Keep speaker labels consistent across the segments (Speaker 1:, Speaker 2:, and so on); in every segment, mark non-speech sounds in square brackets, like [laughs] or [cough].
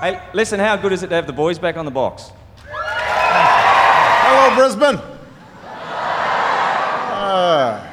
Speaker 1: Hey, listen, how good is it to have the boys back on the box?
Speaker 2: Hello, Brisbane. Ah.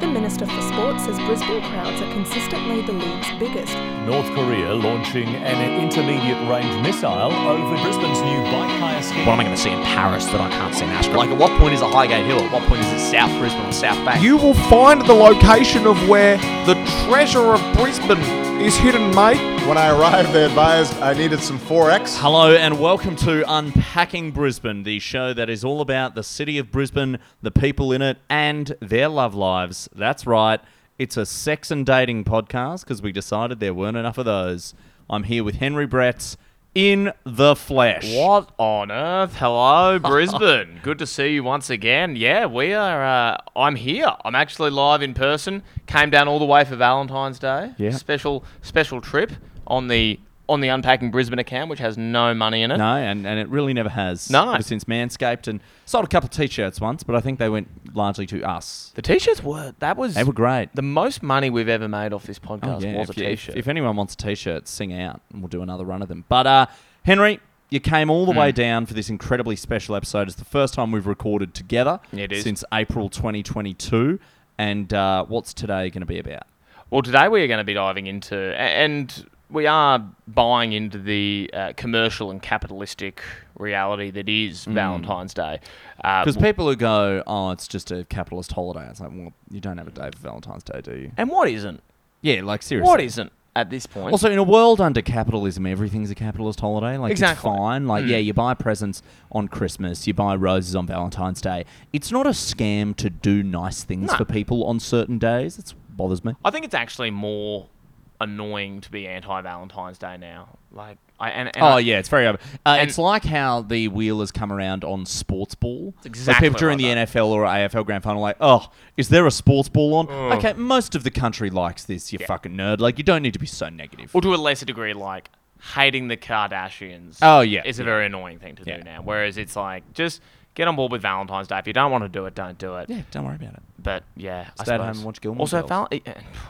Speaker 3: The Minister for Sports says Brisbane crowds are consistently the league's biggest.
Speaker 4: North Korea launching an intermediate range missile over Brisbane's new bike hire scheme.
Speaker 5: What am I going to see in Paris that I can't see in Ashburn? Like, at what point is it Highgate Hill? At what point is it South Brisbane or South Bank?
Speaker 2: you will find the location of where the treasure of Brisbane is hidden, mate. When I arrived, they advised I needed some 4X.
Speaker 5: Hello and welcome to Unpacking Brisbane, the show that is all about the city of Brisbane, the people in it, and their love lives. That's right, it's a sex and dating podcast because we decided there weren't enough of those. I'm here with Henry Bretts in the flesh.
Speaker 6: What on
Speaker 5: [laughs]
Speaker 6: earth? Hello, Brisbane. Good to see you once again. Yeah, we are. Uh, I'm here. I'm actually live in person. Came down all the way for Valentine's Day.
Speaker 5: Yeah.
Speaker 6: Special special trip on the on the unpacking Brisbane account, which has no money in it.
Speaker 5: No, and, and it really never has.
Speaker 6: No.
Speaker 5: Ever since Manscaped and sold a couple of t shirts once, but I think they went largely to us.
Speaker 6: The t-shirts were that was
Speaker 5: They were great.
Speaker 6: The most money we've ever made off this podcast was a
Speaker 5: Oh, if, you- if-
Speaker 6: t-shirt.
Speaker 5: If, anyone wants a t-shirt, sing out, and we'll do another run of them. But uh, Henry, you came all the
Speaker 6: Hmm.
Speaker 5: way down for this incredibly special episode. It's the first time we've recorded together
Speaker 6: It is.
Speaker 5: since April 2022. And uh, what's today going to be about?
Speaker 6: Well, today we are going to be diving into, a- and we are buying into the uh, commercial and capitalistic reality that
Speaker 5: Mm.
Speaker 6: is Valentine's Day. Uh,
Speaker 5: Because people who go, "Oh, it's just a capitalist holiday," it's like, well, you don't have a day for Valentine's Day, do you?
Speaker 6: and what isn't?
Speaker 5: Yeah, like seriously.
Speaker 6: Uh, What isn't at this point?
Speaker 5: Also, in a world under capitalism, everything's a capitalist holiday. Like,
Speaker 6: Exactly. Hmm.
Speaker 5: it's fine. Like, yeah, you buy presents on Christmas, you buy roses on Valentine's Day. It's not a scam to do nice things
Speaker 6: No.
Speaker 5: for people on certain days. It bothers me.
Speaker 6: I think it's actually more annoying to be anti Valentine's Day now. Like, I and, and
Speaker 5: Oh
Speaker 6: I-
Speaker 5: yeah, it's very over. Uh,
Speaker 6: and-
Speaker 5: it's like how the wheel has come around on sports ball.
Speaker 6: exactly
Speaker 5: like people during
Speaker 6: like
Speaker 5: the
Speaker 6: that.
Speaker 5: NFL or AFL grand final, like, oh, is there a sports ball on? Okay, most of the country likes this. You fucking nerd. Like, you don't need to be so negative.
Speaker 6: or to a lesser degree, like hating the Kardashians.
Speaker 5: Oh, yeah,
Speaker 6: it's a
Speaker 5: yeah.
Speaker 6: very annoying thing to
Speaker 5: Yeah.
Speaker 6: do now. Whereas it's like just get on board with Valentine's Day. If you don't want to do it, don't do it.
Speaker 5: yeah, don't worry about it.
Speaker 6: But yeah, I
Speaker 5: Stay at home
Speaker 6: suppose.
Speaker 5: and watch Gilmore
Speaker 6: also,
Speaker 5: Girls.
Speaker 6: Val- eh,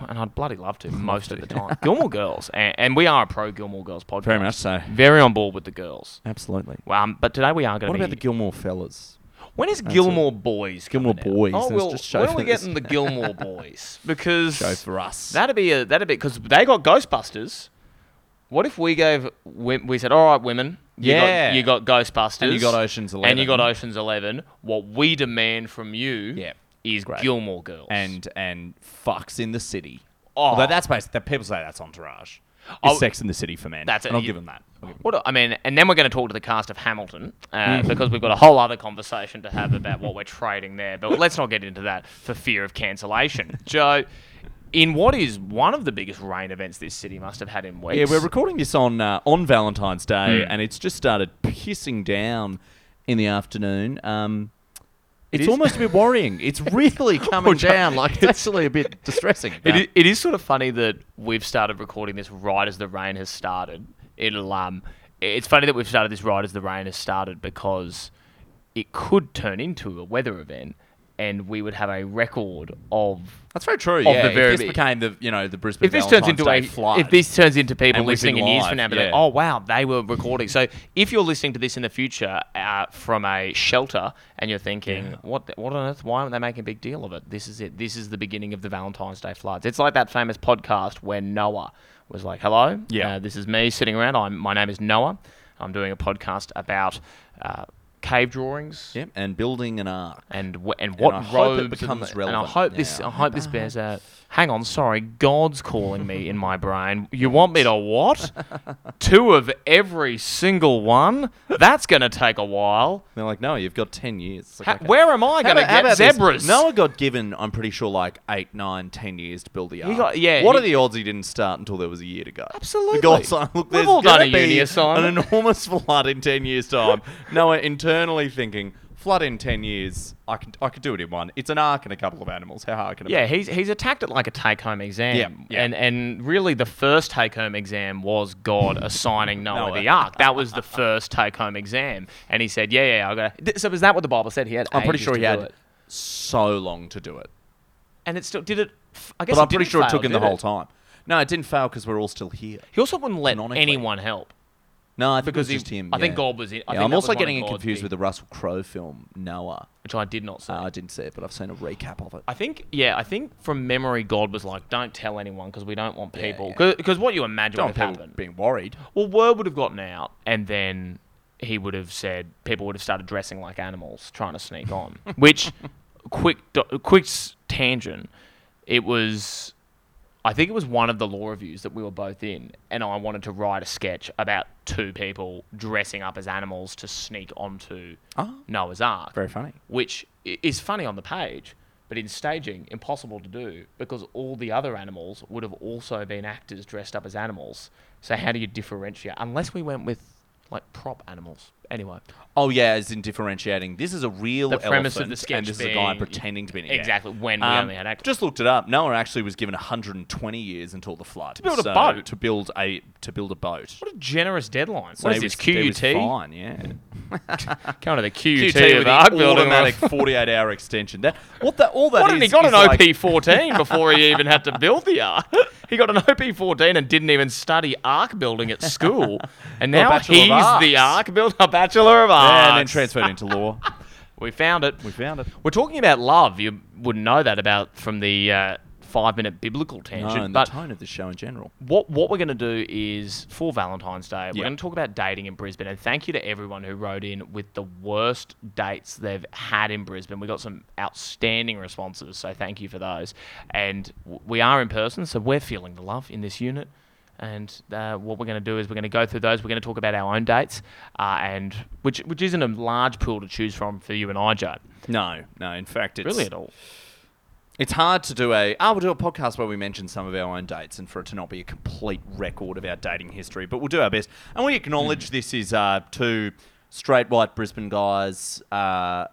Speaker 6: and I'd bloody love
Speaker 5: [laughs]
Speaker 6: to most of the time. Gilmore Girls, and, and we are a pro Gilmore Girls podcast.
Speaker 5: Very much so.
Speaker 6: Very on board with the girls.
Speaker 5: Absolutely.
Speaker 6: Um, but today we are going
Speaker 5: What
Speaker 6: to be.
Speaker 5: about the Gilmore fellas?
Speaker 6: When is Gilmore Boys?
Speaker 5: Gilmore
Speaker 6: coming
Speaker 5: Boys,
Speaker 6: Out? Oh
Speaker 5: that's
Speaker 6: well,
Speaker 5: just show
Speaker 6: when are we
Speaker 5: for this.
Speaker 6: getting the
Speaker 5: [laughs]
Speaker 6: Gilmore Boys? Because
Speaker 5: Show for us.
Speaker 6: that'd be a that'd be because they got Ghostbusters. What if we gave we, we said, all right, women, you
Speaker 5: Yeah.
Speaker 6: got, you got Ghostbusters,
Speaker 5: And you got Ocean's
Speaker 6: and you
Speaker 5: 11.
Speaker 6: got Ocean's Eleven. What we demand from you,
Speaker 5: Yeah,
Speaker 6: is
Speaker 5: great.
Speaker 6: Gilmore Girls.
Speaker 5: and and fucts in the city.
Speaker 6: Oh.
Speaker 5: Although that's based, that people say that's entourage. It's
Speaker 6: Oh,
Speaker 5: sex in the city for men.
Speaker 6: that's it.
Speaker 5: and I'll
Speaker 6: You-
Speaker 5: give them that. I'll give 'em-
Speaker 6: What do- I mean, and then we're going to talk to the cast of Hamilton uh, because we've got a whole other conversation to have about what we're trading there. But let's not get into that for fear of cancellation. Joe, in what is one of the biggest rain events this city must have had in weeks?
Speaker 5: Yeah, we're recording this on uh, on Valentine's Day, and it's just started pissing down in the afternoon. Um, it's
Speaker 6: is?
Speaker 5: almost a bit worrying. [laughs] It's really coming
Speaker 6: no,
Speaker 5: down. Like it's actually a
Speaker 6: [laughs]
Speaker 5: bit distressing.
Speaker 6: It, is, it is sort of funny that we've started recording this right as the rain has started. It'll um, it's funny that we've started this right as the rain has started because it could turn into a weather event, and we would have a record of
Speaker 5: that's very true.
Speaker 6: Of
Speaker 5: yeah,
Speaker 6: the very
Speaker 5: if this
Speaker 6: big-
Speaker 5: became the you know the Brisbane.
Speaker 6: if this turns
Speaker 5: Valentine's
Speaker 6: into a
Speaker 5: Day flood,
Speaker 6: if this turns into people
Speaker 5: And we've been
Speaker 6: listening in years
Speaker 5: live,
Speaker 6: from now, be
Speaker 5: yeah.
Speaker 6: like, oh wow, they were recording. So if you're listening to this in the future uh, from a shelter and you're thinking, what the, what on earth? Why aren't they making a big deal of it? This is it. This is the beginning of the Valentine's Day floods. It's like that famous podcast where Noah was like, hello,
Speaker 5: Yeah.
Speaker 6: uh, this is me sitting around. I'm my name is Noah. I'm doing a podcast about uh, cave drawings.
Speaker 5: Yep, and building an arc.
Speaker 6: And, wh- and what
Speaker 5: I hope it
Speaker 6: roads and
Speaker 5: becomes
Speaker 6: the- And
Speaker 5: relevant
Speaker 6: I hope this.
Speaker 5: now.
Speaker 6: I hope this bears out. Hang on, sorry, God's calling me in my brain.
Speaker 5: [laughs]
Speaker 6: You want me to what? Two of every single one. That's gonna take a while.
Speaker 5: They're like, no, you've got ten years. It's like,
Speaker 6: Ha-
Speaker 5: okay.
Speaker 6: Where am I gonna
Speaker 5: about- how
Speaker 6: get
Speaker 5: about this?
Speaker 6: zebras?
Speaker 5: Noah got given, I'm pretty sure, like eight, nine, ten years to build the ark.
Speaker 6: got- yeah,
Speaker 5: What
Speaker 6: he-
Speaker 5: are the odds he didn't start until there was a year to go?
Speaker 6: Absolutely.
Speaker 5: The goal sign. Look,
Speaker 6: We've
Speaker 5: there's
Speaker 6: all done
Speaker 5: gonna
Speaker 6: a uni
Speaker 5: be
Speaker 6: assignment.
Speaker 5: An enormous flood in ten years'
Speaker 6: [laughs]
Speaker 5: time. Noah internally thinking, flood in ten years. I can, I could do it in one. It's an ark and a couple of animals. How hard can it
Speaker 6: Yeah,
Speaker 5: be?
Speaker 6: he's he's attacked it like a take home exam.
Speaker 5: Yeah, yeah.
Speaker 6: And and really the first take home exam was God assigning Noah,
Speaker 5: Noah.
Speaker 6: the ark. That was the first take home exam. And he said, Yeah, yeah, I got to So is that what the Bible said? He had
Speaker 5: I'm pretty
Speaker 6: ages
Speaker 5: sure
Speaker 6: to
Speaker 5: he
Speaker 6: do
Speaker 5: had
Speaker 6: it.
Speaker 5: so long to do it,
Speaker 6: and it still did it. f- I guess
Speaker 5: but I'm
Speaker 6: didn't
Speaker 5: pretty sure it
Speaker 6: fail,
Speaker 5: took him the
Speaker 6: did
Speaker 5: whole time. No, it didn't fail because we're all still here.
Speaker 6: He also wouldn't let
Speaker 5: Canonically.
Speaker 6: anyone help.
Speaker 5: No, I think
Speaker 6: Because
Speaker 5: it was
Speaker 6: he-
Speaker 5: just him.
Speaker 6: I think
Speaker 5: yeah.
Speaker 6: God was in- I
Speaker 5: Yeah,
Speaker 6: think
Speaker 5: I'm
Speaker 6: that
Speaker 5: also
Speaker 6: was one of
Speaker 5: getting it
Speaker 6: God's
Speaker 5: confused
Speaker 6: big-
Speaker 5: with the Russell Crowe film Noah.
Speaker 6: which I did not see.
Speaker 5: Uh, I didn't see it, but I've seen a recap of it.
Speaker 6: I think, yeah, I think from memory, God was like, "Don't tell anyone because we don't want
Speaker 5: Yeah,
Speaker 6: people."
Speaker 5: yeah.
Speaker 6: Because what you imagine
Speaker 5: Don't
Speaker 6: would
Speaker 5: want
Speaker 6: have
Speaker 5: people
Speaker 6: happened.
Speaker 5: being worried.
Speaker 6: Well, word would have gotten out, and then he would have said people would have started dressing like animals, trying to sneak on. Which, quick, do- quick s- tangent. It was, I think it was one of the law reviews that we were both in, and I wanted to write a sketch about two people dressing up as animals to sneak onto
Speaker 5: Oh.
Speaker 6: Noah's Ark.
Speaker 5: Very funny.
Speaker 6: Which i- is funny on the page. But in staging, impossible to do because all the other animals would have also been actors dressed up as animals. So how do you differentiate? Unless we went with like prop animals. Anyway,
Speaker 5: Oh yeah, as in differentiating. This is a real
Speaker 6: The premise of
Speaker 5: elephant,
Speaker 6: the sketch
Speaker 5: and this is a guy
Speaker 6: being-
Speaker 5: pretending to be an elephant.
Speaker 6: Exactly, when we only had actors.
Speaker 5: Um, Just looked it up. Noah actually was given 120 years until the flood to
Speaker 6: build a boat.
Speaker 5: To build a to build a boat.
Speaker 6: what a generous deadline.
Speaker 5: So
Speaker 6: what
Speaker 5: he
Speaker 6: is this
Speaker 5: was- he was
Speaker 6: QUT?
Speaker 5: fine, yeah.
Speaker 6: Going to the
Speaker 5: QT
Speaker 6: QUT,
Speaker 5: with
Speaker 6: of Ark
Speaker 5: the
Speaker 6: building.
Speaker 5: automatic
Speaker 6: [laughs]
Speaker 5: 48 hour extension. That what that all that
Speaker 6: Why didn't he
Speaker 5: is
Speaker 6: got
Speaker 5: is
Speaker 6: an
Speaker 5: like- [laughs]
Speaker 6: OP14 before he even had to build the Ark? [laughs] He got an OP14 and didn't even study Ark building at school, and
Speaker 5: Or
Speaker 6: now
Speaker 5: Bachelor of
Speaker 6: he's the
Speaker 5: Arts.
Speaker 6: Ark builder, [laughs] a Bachelor of Arts.
Speaker 5: Ah, and then transferred into
Speaker 6: [laughs]
Speaker 5: law.
Speaker 6: We found it.
Speaker 5: We found it.
Speaker 6: We're talking about love. You wouldn't know that about from the uh, five-minute biblical
Speaker 5: No,
Speaker 6: tangent.
Speaker 5: and the
Speaker 6: but
Speaker 5: tone of the show in general.
Speaker 6: what what we're going to do is for Valentine's Day, we're
Speaker 5: Yeah.
Speaker 6: going to talk about dating in Brisbane. And thank you to everyone who wrote in with the worst dates they've had in Brisbane. We got some outstanding responses, so thank you for those. And w- we are in person, so we're feeling the love in this unit. And uh, what we're going to do is we're going to go through those. We're going to talk about our own dates, uh, and which which isn't a large pool to choose from for you and I, Joe.
Speaker 5: No, no. In fact, it's
Speaker 6: Really at all.
Speaker 5: It's hard to do a. I will do a podcast where we mention some of our own dates and for it to not be a complete record of our dating history, but we'll do our best. And we
Speaker 6: Hmm.
Speaker 5: acknowledge this is uh, two straight white Brisbane guys uh,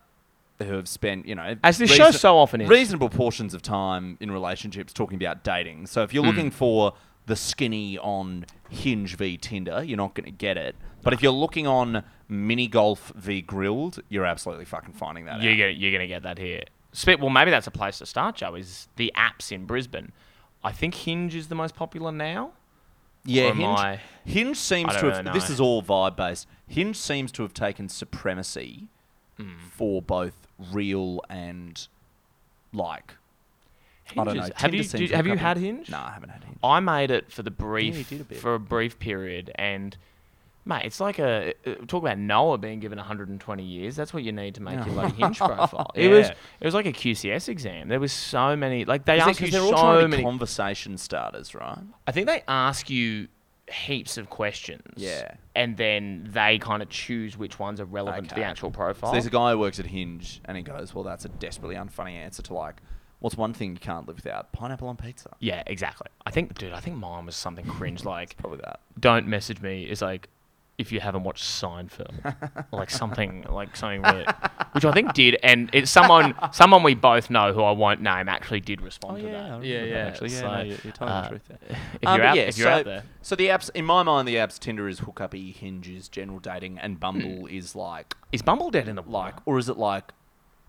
Speaker 5: who have spent, you know,
Speaker 6: As this show so often is.
Speaker 5: reasonable portions of time in relationships talking about dating. So
Speaker 6: Hmm.
Speaker 5: if you're looking for the skinny on Hinge v Tinder, you're not going to get it. But if you're looking on mini golf v grilled, you're absolutely fucking finding that
Speaker 6: You're
Speaker 5: out.
Speaker 6: gonna, you're gonna get that here. Spit. Well, maybe that's a place to start, Joe. Is the apps in Brisbane? I think Hinge is the most popular now.
Speaker 5: Yeah,
Speaker 6: Or am
Speaker 5: Hinge,
Speaker 6: I-
Speaker 5: Hinge seems
Speaker 6: I
Speaker 5: to
Speaker 6: don't
Speaker 5: have.
Speaker 6: really
Speaker 5: This
Speaker 6: know.
Speaker 5: is all vibe based. Hinge seems to have taken supremacy
Speaker 6: Hmm.
Speaker 5: for both real and like. I don't know.
Speaker 6: Hinges. Have
Speaker 5: Tinder
Speaker 6: you
Speaker 5: seems
Speaker 6: do-
Speaker 5: to
Speaker 6: have you
Speaker 5: couple-
Speaker 6: had Hinge?
Speaker 5: No, I haven't had Hinge.
Speaker 6: I made it for the
Speaker 5: Yeah, you
Speaker 6: brief
Speaker 5: did a bit.
Speaker 6: for a brief period, and mate, it's like a uh, talk about Noah being given 120 years. That's what you need to make
Speaker 5: [laughs]
Speaker 6: your bloody Hinge profile. It was
Speaker 5: Yeah.
Speaker 6: it was like a QCS exam. There was so many like they
Speaker 5: Is it
Speaker 6: asked
Speaker 5: 'cause
Speaker 6: you
Speaker 5: they're all trying
Speaker 6: so
Speaker 5: to be
Speaker 6: many.
Speaker 5: conversation starters, right?
Speaker 6: I think they ask you heaps of questions.
Speaker 5: Yeah.
Speaker 6: And then they kind of choose which ones are relevant to the
Speaker 5: Okay.
Speaker 6: actual profile.
Speaker 5: So there's a guy who works at Hinge, and he goes, "Well, that's a desperately unfunny answer to like, what's one thing you can't live without? Pineapple on pizza."
Speaker 6: Yeah, exactly. I think, dude, I think mine was something cringe like,
Speaker 5: Probably that.
Speaker 6: "Don't message me." Is like, if you haven't watched Seinfeld,
Speaker 5: [laughs]
Speaker 6: like something like something really, which I think did, and it's someone someone we both know who I won't name actually did respond
Speaker 5: Oh,
Speaker 6: to that. uh, If
Speaker 5: Um,
Speaker 6: you're,
Speaker 5: but
Speaker 6: out,
Speaker 5: yeah,
Speaker 6: if you're
Speaker 5: so,
Speaker 6: out there,
Speaker 5: so the apps, in my mind, the apps Tinder is hookup, e Hinge is general dating, and
Speaker 6: Hmm.
Speaker 5: Bumble is like,
Speaker 6: is Bumble dead in the
Speaker 5: like,
Speaker 6: like?
Speaker 5: or is it like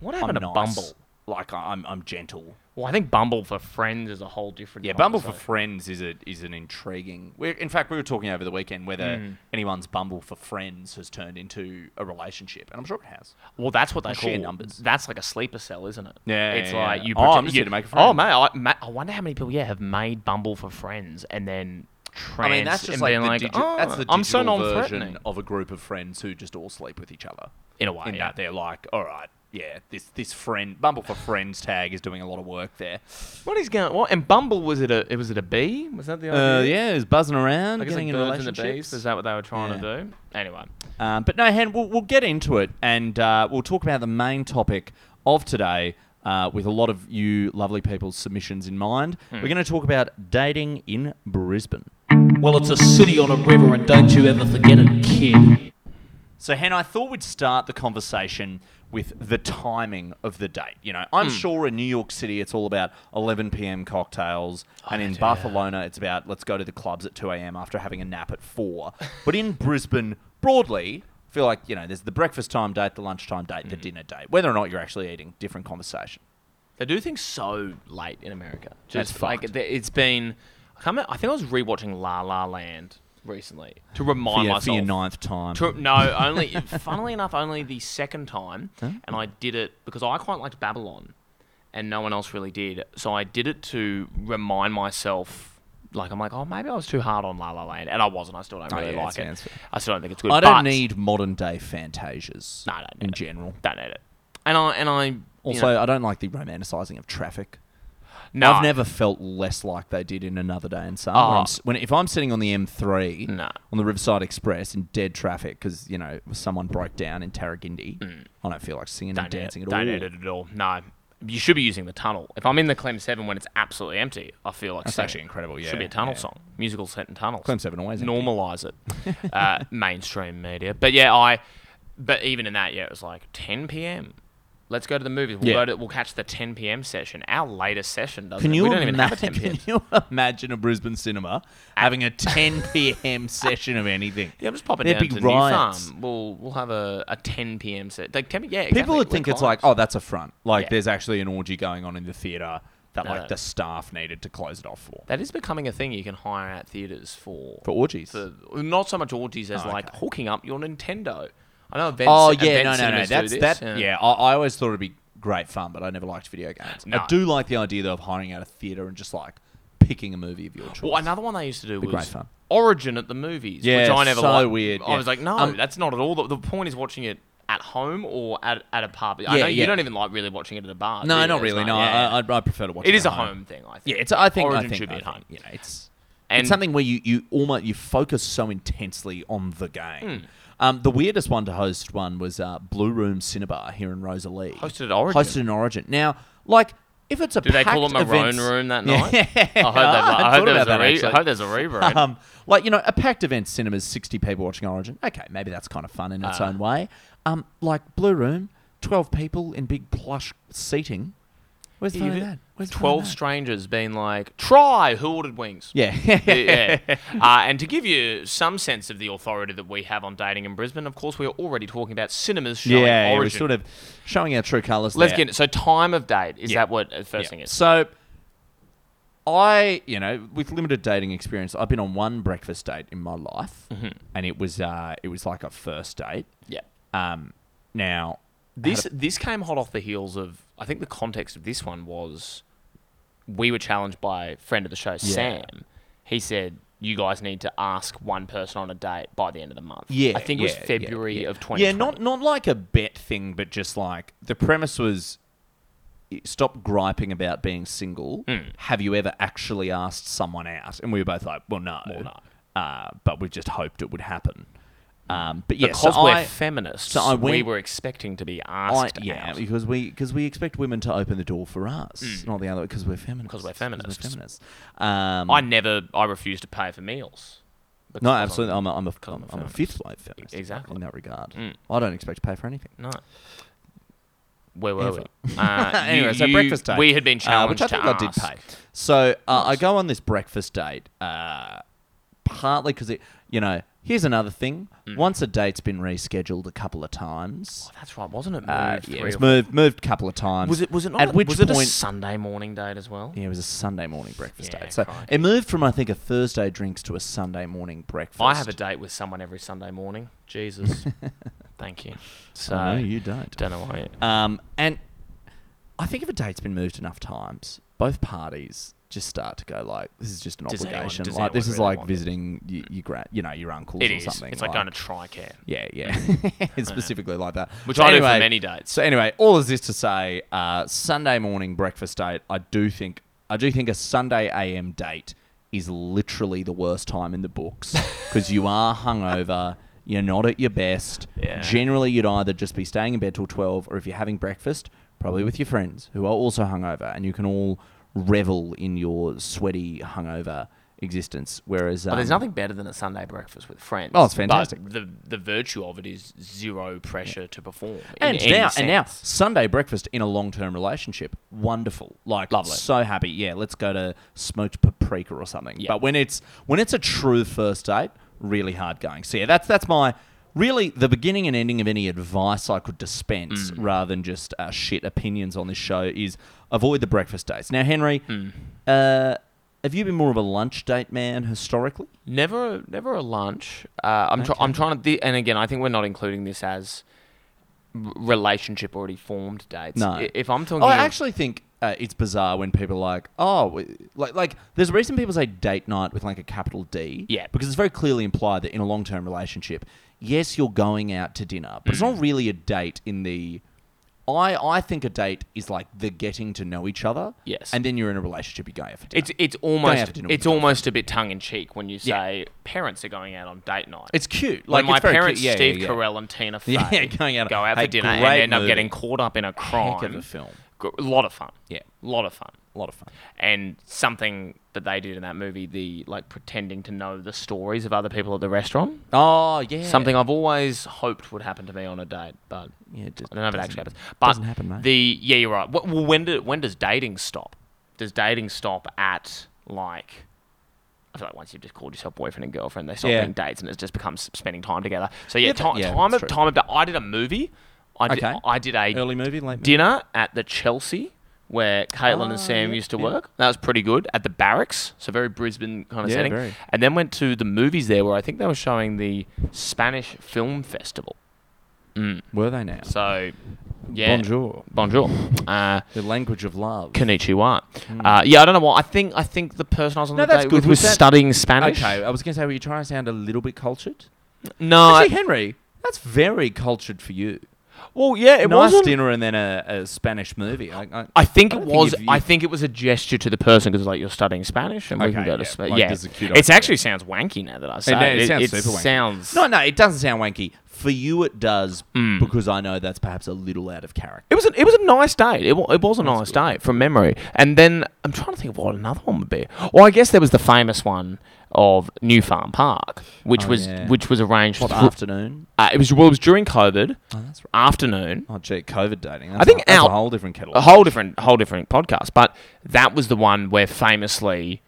Speaker 6: What
Speaker 5: I'm
Speaker 6: happened to
Speaker 5: nice,
Speaker 6: Bumble?
Speaker 5: Like I- I'm, I'm gentle.
Speaker 6: Well, I think Bumble for friends is a whole different.
Speaker 5: Yeah, Bumble for
Speaker 6: conversation.
Speaker 5: friends is a, is an intriguing. We're, in fact, we were talking over the weekend whether anyone's Bumble for friends has turned into a relationship, and I'm sure it has.
Speaker 6: Well, that's what they
Speaker 5: Or share
Speaker 6: call
Speaker 5: numbers.
Speaker 6: That's like a sleeper cell, isn't it?
Speaker 5: Yeah,
Speaker 6: it's
Speaker 5: yeah, yeah.
Speaker 6: like you.
Speaker 5: Oh, I'm
Speaker 6: pretend-
Speaker 5: just
Speaker 6: you-
Speaker 5: here to make a
Speaker 6: Oh,
Speaker 5: friend.
Speaker 6: mate, I, ma I wonder how many people yeah have made Bumble for friends and then trans.
Speaker 5: I mean, that's just
Speaker 6: and
Speaker 5: like,
Speaker 6: being
Speaker 5: the
Speaker 6: like
Speaker 5: digi-
Speaker 6: oh,
Speaker 5: that's the digital
Speaker 6: I'm so
Speaker 5: version
Speaker 6: non-threatening.
Speaker 5: of a group of friends who just all sleep with each other.
Speaker 6: In a way,
Speaker 5: in
Speaker 6: yeah.
Speaker 5: that they're like, all right, yeah, this this friend Bumble for Friends tag is doing a lot of work there.
Speaker 6: What is going? What and Bumble was it a? It was it a bee? Was that the
Speaker 5: Uh,
Speaker 6: idea?
Speaker 5: yeah, it's buzzing around,
Speaker 6: I guess like birds and the bees. Is that what they were trying to do? Anyway,
Speaker 5: Um, but no, Hen, we'll, we'll get into it and uh, we'll talk about the main topic of today uh, with a lot of you lovely people's submissions in mind. We're going to talk about dating in Brisbane.
Speaker 7: Well, it's a city on a river, and don't you ever forget it, kid.
Speaker 5: So, Hen, I thought we'd start the conversation with the timing of the date. You know,
Speaker 6: Hmm.
Speaker 5: I'm sure in New York City it's all about 11 p.m. cocktails, and in Barcelona it's about let's go to the clubs at 2 a.m. after having a nap at
Speaker 6: [laughs]
Speaker 5: 4. but in Brisbane, broadly, I feel like, you know, there's the breakfast time date, the lunchtime date,
Speaker 6: Hmm.
Speaker 5: the dinner date. Whether or not you're actually eating, different conversation.
Speaker 6: they do things so late in America.
Speaker 5: That's
Speaker 6: Just like
Speaker 5: fucked.
Speaker 6: it- it's been. I Come I think I was rewatching La La Land recently to remind
Speaker 5: for, your,
Speaker 6: myself.
Speaker 5: for your ninth time.
Speaker 6: To- no, only
Speaker 5: [laughs]
Speaker 6: funnily enough, only the second time, and I did it because I quite liked Babylon, and no one else really did. So I did it to remind myself, like I'm like, oh, maybe I was too hard on La La Land, and I wasn't. I still don't
Speaker 5: Oh,
Speaker 6: really
Speaker 5: yeah,
Speaker 6: like
Speaker 5: that's-
Speaker 6: it.
Speaker 5: that's fair.
Speaker 6: I still don't think it's good.
Speaker 5: I don't
Speaker 6: but
Speaker 5: need modern day fantasias.
Speaker 6: No, I don't need
Speaker 5: in
Speaker 6: it.
Speaker 5: general.
Speaker 6: don't need it, and I and I you
Speaker 5: Also,
Speaker 6: know,
Speaker 5: I don't like the romanticizing of traffic.
Speaker 6: no,
Speaker 5: I've never felt less like they did in Another Day in Summer.
Speaker 6: Oh.
Speaker 5: When, I'm s- when- if I'm sitting on the M3
Speaker 6: No.
Speaker 5: on the Riverside Express in dead traffic because you know someone broke down in Tarragindi, I don't feel like singing
Speaker 6: Mm. don't
Speaker 5: and
Speaker 6: need it.
Speaker 5: dancing at
Speaker 6: don't
Speaker 5: all.
Speaker 6: need it at all. No. You should be using the tunnel. If I'm in the Clem Seven when it's absolutely empty, I feel like
Speaker 5: That's
Speaker 6: singing.
Speaker 5: actually incredible, yeah,
Speaker 6: should be a tunnel
Speaker 5: yeah.
Speaker 6: song, musical set in tunnels.
Speaker 5: Clem Seven always empty.
Speaker 6: normalize
Speaker 5: [laughs]
Speaker 6: it, uh, mainstream media. But yeah, I. But even in that, yeah, it was like 10 p.m. Let's go to the movies. We'll
Speaker 5: Yeah.
Speaker 6: go to. We'll catch the 10 p.m. session. Our latest session doesn't.
Speaker 5: Can
Speaker 6: it?
Speaker 5: you,
Speaker 6: we don't even have a
Speaker 5: ima-
Speaker 6: 10 p.m.
Speaker 5: [laughs] can you imagine a Brisbane cinema
Speaker 6: [laughs]
Speaker 5: having a 10 p.m. session of anything?
Speaker 6: Yeah, I'm just popping
Speaker 5: There'd
Speaker 6: down
Speaker 5: be
Speaker 6: to
Speaker 5: riots.
Speaker 6: New Farm. We'll we'll have a, a 10 p.m. set. Like 10 yeah.
Speaker 5: People
Speaker 6: exactly.
Speaker 5: would
Speaker 6: We're
Speaker 5: think it's like, oh,
Speaker 6: clients.
Speaker 5: that's a front. Like,
Speaker 6: Yeah.
Speaker 5: there's actually an orgy going on in the theatre that,
Speaker 6: No,
Speaker 5: like,
Speaker 6: no.
Speaker 5: the staff needed to close it off for.
Speaker 6: That is becoming a thing. You can hire out theaters for
Speaker 5: oh For orgies.
Speaker 6: for not so much orgies as
Speaker 5: Oh,
Speaker 6: like
Speaker 5: okay.
Speaker 6: hooking up your Nintendo. I know events.
Speaker 5: oh, yeah,
Speaker 6: event
Speaker 5: no, no, no.
Speaker 6: cinemas do
Speaker 5: That's,
Speaker 6: this,
Speaker 5: that, yeah, I, I always thought it'd be great fun, but I never liked video games.
Speaker 6: No.
Speaker 5: I do like the idea, though, of hiring out a theatre and just, like, picking a movie of your choice.
Speaker 6: Well, another one they used to do
Speaker 5: Be
Speaker 6: was
Speaker 5: great fun.
Speaker 6: Origin at the movies, which
Speaker 5: Yeah,
Speaker 6: I never
Speaker 5: so
Speaker 6: liked.
Speaker 5: weird,
Speaker 6: I
Speaker 5: yeah.
Speaker 6: was like, no,
Speaker 5: Um,
Speaker 6: that's not at all. The, the point is watching it at home or at, at a pub. I
Speaker 5: Yeah,
Speaker 6: know you
Speaker 5: yeah.
Speaker 6: don't even like really watching it at a bar. do
Speaker 5: no,
Speaker 6: you?
Speaker 5: not
Speaker 6: It's
Speaker 5: really.
Speaker 6: like-
Speaker 5: No,
Speaker 6: yeah.
Speaker 5: I, I, I prefer to watch
Speaker 6: it
Speaker 5: it
Speaker 6: is a
Speaker 5: at
Speaker 6: home. thing. I think.
Speaker 5: Yeah, it's. I think.
Speaker 6: Origin
Speaker 5: I think,
Speaker 6: should be
Speaker 5: I
Speaker 6: at
Speaker 5: think,
Speaker 6: home.
Speaker 5: Yeah, it's.
Speaker 6: And-
Speaker 5: it's something where you you almost you focus so intensely on the
Speaker 6: Hmm.
Speaker 5: game. Um, the weirdest one to host one was uh, Blue Room Cinnabar here in Rosalie.
Speaker 6: Hosted at Origin.
Speaker 5: Hosted in Origin. Now, like, if it's a
Speaker 6: Do they call it
Speaker 5: packed
Speaker 6: Maroon
Speaker 5: event-
Speaker 6: Room
Speaker 5: [laughs]
Speaker 6: that
Speaker 5: Yeah.
Speaker 6: night? I hope,
Speaker 5: I
Speaker 6: that, I, hope
Speaker 5: thought
Speaker 6: there's
Speaker 5: about
Speaker 6: a
Speaker 5: that,
Speaker 6: re- I
Speaker 5: actually.
Speaker 6: hope
Speaker 5: [laughs]
Speaker 6: there's a rebrand.
Speaker 5: Um, like you know, a packed event cinema's sixty people watching Origin. Okay, maybe that's kind of fun in its
Speaker 6: Ah.
Speaker 5: own way. Um, like Blue Room, twelve people in big plush seating. Where's the fun in that? Where's the fun in
Speaker 6: Twelve
Speaker 5: that?
Speaker 6: strangers being like, "Try who ordered wings."
Speaker 5: Yeah. [laughs]
Speaker 6: yeah. Uh, and to give you some sense of the authority that we have on dating in Brisbane, of course, we are already talking about cinemas showing
Speaker 5: yeah, yeah, we're
Speaker 6: origin.
Speaker 5: sort of showing our true colours.
Speaker 6: Let's
Speaker 5: there.
Speaker 6: get it. So time of date is
Speaker 5: Yeah.
Speaker 6: that what the first thing is?
Speaker 5: So, I, you know, with limited dating experience, I've been on one breakfast date in my life,
Speaker 6: Mm-hmm.
Speaker 5: and it was, uh, it was like a first date.
Speaker 6: Yeah.
Speaker 5: Um, now, I had
Speaker 6: This this came hot off the heels of I think the context of this one was we were challenged by a friend of the show Sam. He said you guys need to ask one person on a date by the end of the month.
Speaker 5: Yeah,
Speaker 6: I think it was
Speaker 5: yeah, yeah,
Speaker 6: February
Speaker 5: yeah.
Speaker 6: of 2020.
Speaker 5: Yeah, not not like a bet thing, but just like the premise was y- stop griping about being single.
Speaker 6: Hmm.
Speaker 5: Have you ever actually asked someone out? And we were both like, well, no,
Speaker 6: Well, no.
Speaker 5: Uh, but we just hoped it would happen. Um, but yeah,
Speaker 6: because
Speaker 5: so
Speaker 6: we're
Speaker 5: I,
Speaker 6: feminists.
Speaker 5: so I
Speaker 6: we
Speaker 5: went-
Speaker 6: were expecting to be
Speaker 5: I,
Speaker 6: asked
Speaker 5: yeah,
Speaker 6: out.
Speaker 5: because we because we expect women to open the door for us, not the other because we're feminists.
Speaker 6: Hmm. 'Cause we're feminists.
Speaker 5: feminists. Um,
Speaker 6: I never, I refuse to pay for meals.
Speaker 5: no,
Speaker 6: Because
Speaker 5: absolutely. I'm a, I'm a,
Speaker 6: I'm
Speaker 5: I'm a,
Speaker 6: a
Speaker 5: I'm a
Speaker 6: feminist.
Speaker 5: fifth wave feminist.
Speaker 6: Exactly.
Speaker 5: in that regard.
Speaker 6: Mm.
Speaker 5: I don't expect to pay for anything.
Speaker 6: No. Where were
Speaker 5: Ever.
Speaker 6: we?
Speaker 5: [laughs]
Speaker 6: Uh,
Speaker 5: anyway, so breakfast date.
Speaker 6: We had been
Speaker 5: uh,
Speaker 6: challenged
Speaker 5: which I think I
Speaker 6: to
Speaker 5: did
Speaker 6: ask.
Speaker 5: pay. So uh, I go on this breakfast date, uh, partly because it, you know, here's another thing.
Speaker 6: Mm.
Speaker 5: Once a date's been rescheduled a couple of times.
Speaker 6: Oh, That's right, wasn't it? Moved
Speaker 5: Uh,
Speaker 6: three
Speaker 5: yeah, it was
Speaker 6: or-
Speaker 5: moved moved a couple of times.
Speaker 6: Was it? Was it not?
Speaker 5: At
Speaker 6: a-
Speaker 5: which
Speaker 6: was
Speaker 5: point,
Speaker 6: it a Sunday morning date as well?
Speaker 5: yeah, it was a Sunday morning breakfast
Speaker 6: Yeah,
Speaker 5: date. So
Speaker 6: crikey.
Speaker 5: it moved from I think a Thursday drinks to a Sunday morning breakfast.
Speaker 6: I have a date with someone every Sunday morning.
Speaker 5: [laughs]
Speaker 6: Jesus, thank you. So
Speaker 5: Oh, no, you don't.
Speaker 6: Don't know why. It,
Speaker 5: Um, and I think if a date's been moved enough times, both parties just start to go like, "This is just an
Speaker 6: Does anyone-
Speaker 5: obligation.
Speaker 6: does
Speaker 5: like this
Speaker 6: anyone
Speaker 5: is
Speaker 6: really
Speaker 5: like
Speaker 6: want it?
Speaker 5: visiting your, your gra- you know, your uncles
Speaker 6: it
Speaker 5: or
Speaker 6: is.
Speaker 5: something.
Speaker 6: It's like, going to Tricare.
Speaker 5: yeah, yeah, [laughs] It's specifically like that.
Speaker 6: Which I do for many dates.
Speaker 5: So anyway, all is this to say, uh, Sunday morning breakfast date. I do think I do think a Sunday AM date is literally the worst time in the
Speaker 6: [laughs]
Speaker 5: books because you are hungover. You're not at your best.
Speaker 6: Yeah.
Speaker 5: Generally, you'd either just be staying in bed till twelve, or if you're having breakfast, probably with your friends who are also hungover, and you can all revel in your sweaty hungover existence. Whereas,
Speaker 6: But there's
Speaker 5: um,
Speaker 6: nothing better than a Sunday breakfast with friends.
Speaker 5: Oh, it's
Speaker 6: But
Speaker 5: fantastic.
Speaker 6: the the virtue of it is zero pressure to perform. in
Speaker 5: And
Speaker 6: any
Speaker 5: now, and now,
Speaker 6: sense.
Speaker 5: Sunday breakfast in a long-term relationship, wonderful. Like,
Speaker 6: Lovely.
Speaker 5: so happy. Yeah, let's go to smoked paprika or something.
Speaker 6: Yeah.
Speaker 5: But when it's when it's a true first date, really hard going. So yeah, that's that's my really the beginning and ending of any advice I could dispense,
Speaker 6: Mm.
Speaker 5: rather than just
Speaker 6: Mm.
Speaker 5: uh, shit opinions on this show, is avoid the breakfast dates. Now, Henry, uh, Have you been more of a lunch date man historically?
Speaker 6: Never, a- never a lunch. Uh, I'm, try- I'm trying to, thi- and again, I think we're not including this as r- relationship already formed dates.
Speaker 5: No.
Speaker 6: I- If I'm talking,
Speaker 5: Oh, I
Speaker 6: of-
Speaker 5: actually think uh, it's bizarre when people are like, oh, w- like, like, there's a reason people say date night with like a capital D.
Speaker 6: Yeah.
Speaker 5: Because it's very clearly implied that in a long term relationship, yes, you're going out to dinner, but
Speaker 6: Mm.
Speaker 5: it's not really a date in the. I, I think a date is like the getting to know each other.
Speaker 6: Yes.
Speaker 5: And then you're in a relationship, you go out for dinner.
Speaker 6: it's it's
Speaker 5: have to
Speaker 6: almost
Speaker 5: dinner with
Speaker 6: it's
Speaker 5: your
Speaker 6: almost a bit tongue in cheek when you
Speaker 5: Yeah.
Speaker 6: say parents are going out on date night.
Speaker 5: it's cute. Like
Speaker 6: like my
Speaker 5: it's very
Speaker 6: parents,
Speaker 5: cute. Yeah,
Speaker 6: Steve
Speaker 5: yeah, yeah.
Speaker 6: Carell and Tina Fey,
Speaker 5: [laughs] Yeah, going out-
Speaker 6: go out
Speaker 5: Hey,
Speaker 6: for dinner and
Speaker 5: great
Speaker 6: end up
Speaker 5: movie.
Speaker 6: getting caught up in a crime.
Speaker 5: Heck of a film.
Speaker 6: Gr- A lot of fun.
Speaker 5: Yeah.
Speaker 6: a lot of fun.
Speaker 5: A lot of fun.
Speaker 6: and something that they did in that movie the like pretending to know the stories of other people at the restaurant
Speaker 5: Oh, yeah.
Speaker 6: something i've always hoped would happen to me on a date but
Speaker 5: Yeah, it just
Speaker 6: i don't know if it
Speaker 5: doesn't-
Speaker 6: actually happens but
Speaker 5: doesn't happen, mate.
Speaker 6: the yeah you're right Wh- well when, do, when does dating stop does dating stop at like I feel like once you've just called yourself boyfriend and girlfriend, they stop
Speaker 5: Yeah.
Speaker 6: being dates and it just becomes spending time together. So yeah,
Speaker 5: Yeah,
Speaker 6: ti-
Speaker 5: that- yeah,
Speaker 6: time of
Speaker 5: that's true.
Speaker 6: time of day. I did a movie. I did,
Speaker 5: Okay.
Speaker 6: I did a
Speaker 5: Early movie, late movie.
Speaker 6: dinner at the Chelsea where Caitlin
Speaker 5: Ah,
Speaker 6: and Sam used to work. That was pretty good at the barracks, so very Brisbane kind of
Speaker 5: Yeah,
Speaker 6: setting.
Speaker 5: very.
Speaker 6: And then went to the movies there where I think they were showing the Spanish Film Festival.
Speaker 5: Were they now?
Speaker 6: So, yeah.
Speaker 5: Bonjour. [laughs]
Speaker 6: Bonjour. Uh,
Speaker 5: The language of love.
Speaker 6: konnichiwa. Uh, yeah, I don't know why. I think I think the person I was on
Speaker 5: Hmm. No,
Speaker 6: the
Speaker 5: that's
Speaker 6: date
Speaker 5: good.
Speaker 6: with was
Speaker 5: Was that-
Speaker 6: studying Spanish.
Speaker 5: Okay, I was going to say, were you trying to sound a little bit cultured?
Speaker 6: No.
Speaker 5: Actually,
Speaker 6: I-
Speaker 5: Henry, that's very cultured for you.
Speaker 6: well, yeah, it
Speaker 5: nice
Speaker 6: wasn't.
Speaker 5: dinner and then a, a Spanish movie. I, I,
Speaker 6: I think
Speaker 5: I
Speaker 6: it
Speaker 5: don't
Speaker 6: was.
Speaker 5: if you-
Speaker 6: I think it was a gesture to the person because like you're studying Spanish and we
Speaker 5: Okay,
Speaker 6: can go to
Speaker 5: yeah,
Speaker 6: Spain.
Speaker 5: like,
Speaker 6: yeah,
Speaker 5: this is a cute
Speaker 6: it
Speaker 5: idea.
Speaker 6: actually sounds wanky now that I say
Speaker 5: no, it
Speaker 6: it.
Speaker 5: sounds super wanky.
Speaker 6: sounds-
Speaker 5: no, no, it doesn't sound wanky. For you, it does
Speaker 6: Mm.
Speaker 5: because I know that's perhaps a little out of character.
Speaker 6: It was a, it was a nice date. It, wa- it was a nice date from memory. And then I'm trying to think of what another one would be. Well, I guess there was the famous one of New Farm Park, which
Speaker 5: Oh,
Speaker 6: was
Speaker 5: yeah.
Speaker 6: which was arranged.
Speaker 5: What
Speaker 6: thr-
Speaker 5: afternoon?
Speaker 6: uh, it was well, it was during COVID
Speaker 5: Oh, that's right.
Speaker 6: afternoon.
Speaker 5: Oh, gee, COVID dating. That's
Speaker 6: I think
Speaker 5: a, that's
Speaker 6: out-
Speaker 5: a whole different kettle.
Speaker 6: A whole different whole different podcast, but that was the one where famously.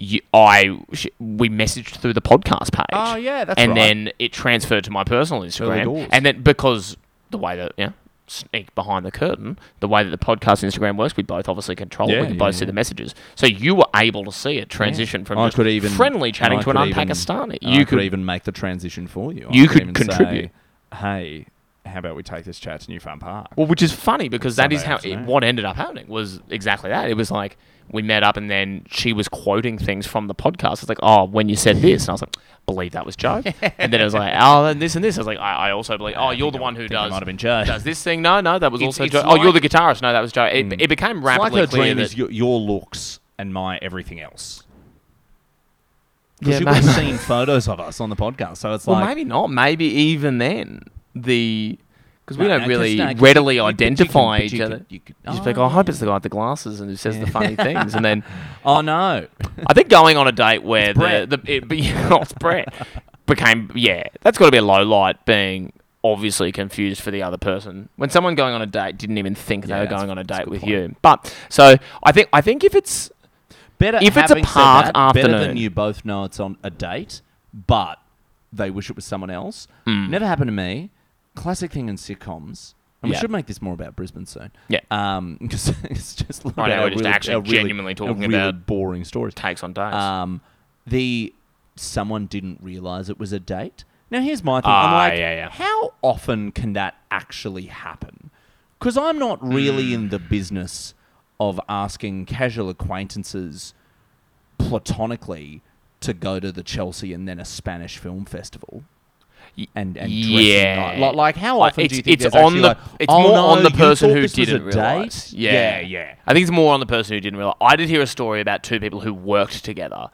Speaker 6: You, I sh- we messaged through the podcast page.
Speaker 5: Oh, yeah, that's
Speaker 6: and
Speaker 5: right.
Speaker 6: then it transferred to my personal Instagram.
Speaker 5: doors.
Speaker 6: And then because the way that yeah, sneak behind the curtain, the way that the podcast Instagram works, we both obviously control it.
Speaker 5: Yeah,
Speaker 6: We can
Speaker 5: yeah,
Speaker 6: both see
Speaker 5: yeah.
Speaker 6: the messages. So you were able to see it transition from
Speaker 5: I
Speaker 6: just
Speaker 5: could even
Speaker 6: friendly chatting
Speaker 5: I
Speaker 6: to an
Speaker 5: could even-
Speaker 6: un-Pakistani.
Speaker 5: and I
Speaker 6: you
Speaker 5: could, even make the transition for you. I
Speaker 6: You could
Speaker 5: even
Speaker 6: contribute.
Speaker 5: Say, hey, how about we take this chat to New Farm Park?
Speaker 6: Well, which is funny because that is
Speaker 5: Sunday
Speaker 6: how it,
Speaker 5: afternoon.
Speaker 6: what ended up happening was exactly that. It was like we met up and then she was quoting things from the podcast. It's like, oh, when you said this, and I was like, believe that
Speaker 5: [laughs]
Speaker 6: was Joe. and then it was like, oh, and this and this. I was like, I, I also believe. Oh, you're the one who
Speaker 5: think I
Speaker 6: does.
Speaker 5: might have been Joe.
Speaker 6: Does this thing? No, no, that was
Speaker 5: It's-
Speaker 6: also
Speaker 5: it's
Speaker 6: Joe. oh, you're the
Speaker 5: like- Hmm.
Speaker 6: guitarist. No, that was Joe. It, it became
Speaker 5: It's like
Speaker 6: rapidly
Speaker 5: her
Speaker 6: clear
Speaker 5: dream
Speaker 6: that
Speaker 5: is your, your looks and my everything else.
Speaker 6: Yeah,
Speaker 5: Because
Speaker 6: maybe-
Speaker 5: you've all seen photos of us on the podcast, so it's
Speaker 6: [laughs] well,
Speaker 5: like
Speaker 6: maybe not. Maybe even then the. Because we
Speaker 5: No,
Speaker 6: don't
Speaker 5: no, 'cause
Speaker 6: really
Speaker 5: no, 'cause
Speaker 6: readily
Speaker 5: uh, you- but you can-
Speaker 6: identify
Speaker 5: but
Speaker 6: each
Speaker 5: you
Speaker 6: other.
Speaker 5: could- you could-
Speaker 6: You just
Speaker 5: oh,
Speaker 6: be like, oh, I hope
Speaker 5: yeah.
Speaker 6: it's the guy with the glasses and who says the funny things,
Speaker 5: [laughs]
Speaker 6: and then
Speaker 5: oh no,
Speaker 6: I think going on a date where the,
Speaker 5: Brett.
Speaker 6: the it, [laughs] be, oh, it's Brett became yeah that's got to be a low light being obviously confused for the other person when someone going on a date didn't even think
Speaker 5: Yeah,
Speaker 6: they were
Speaker 5: that's-
Speaker 6: going on a
Speaker 5: that's a
Speaker 6: date
Speaker 5: good
Speaker 6: with
Speaker 5: point.
Speaker 6: you but so I think I think if it's
Speaker 5: better
Speaker 6: If it's a
Speaker 5: having said
Speaker 6: park
Speaker 5: that, better
Speaker 6: afternoon.
Speaker 5: than you both know it's on a date, but they wish it was someone else.
Speaker 6: Mm.
Speaker 5: Never happened to me. Classic thing in sitcoms. And
Speaker 6: Yeah.
Speaker 5: we should make this more about Brisbane soon.
Speaker 6: Yeah.
Speaker 5: Um, [laughs] because it's just
Speaker 6: now
Speaker 5: about
Speaker 6: we're
Speaker 5: our
Speaker 6: just
Speaker 5: really-
Speaker 6: actually
Speaker 5: our really-
Speaker 6: genuinely
Speaker 5: our
Speaker 6: talking
Speaker 5: really
Speaker 6: about
Speaker 5: boring stories.
Speaker 6: takes on dates
Speaker 5: Um, the someone didn't realize it was a date. Now here's my thing.
Speaker 6: Ah,
Speaker 5: I'm like,
Speaker 6: yeah, yeah.
Speaker 5: how often can that actually happen? Because I'm not
Speaker 6: Mm.
Speaker 5: really in the business of asking casual acquaintances platonically to go to the Chelsea and then a Spanish film festival. And, and
Speaker 6: yeah.
Speaker 5: dressing like, like how
Speaker 6: Uh,
Speaker 5: often
Speaker 6: it's,
Speaker 5: do you think
Speaker 6: it's
Speaker 5: there's
Speaker 6: on
Speaker 5: actually
Speaker 6: the
Speaker 5: like,
Speaker 6: it's
Speaker 5: "Oh,
Speaker 6: more
Speaker 5: no,
Speaker 6: on the
Speaker 5: you
Speaker 6: person
Speaker 5: thought
Speaker 6: who
Speaker 5: this was
Speaker 6: didn't
Speaker 5: a
Speaker 6: realize.
Speaker 5: date?
Speaker 6: Yeah, I think it's more on the person who didn't realize. I did hear a story about two people who worked together,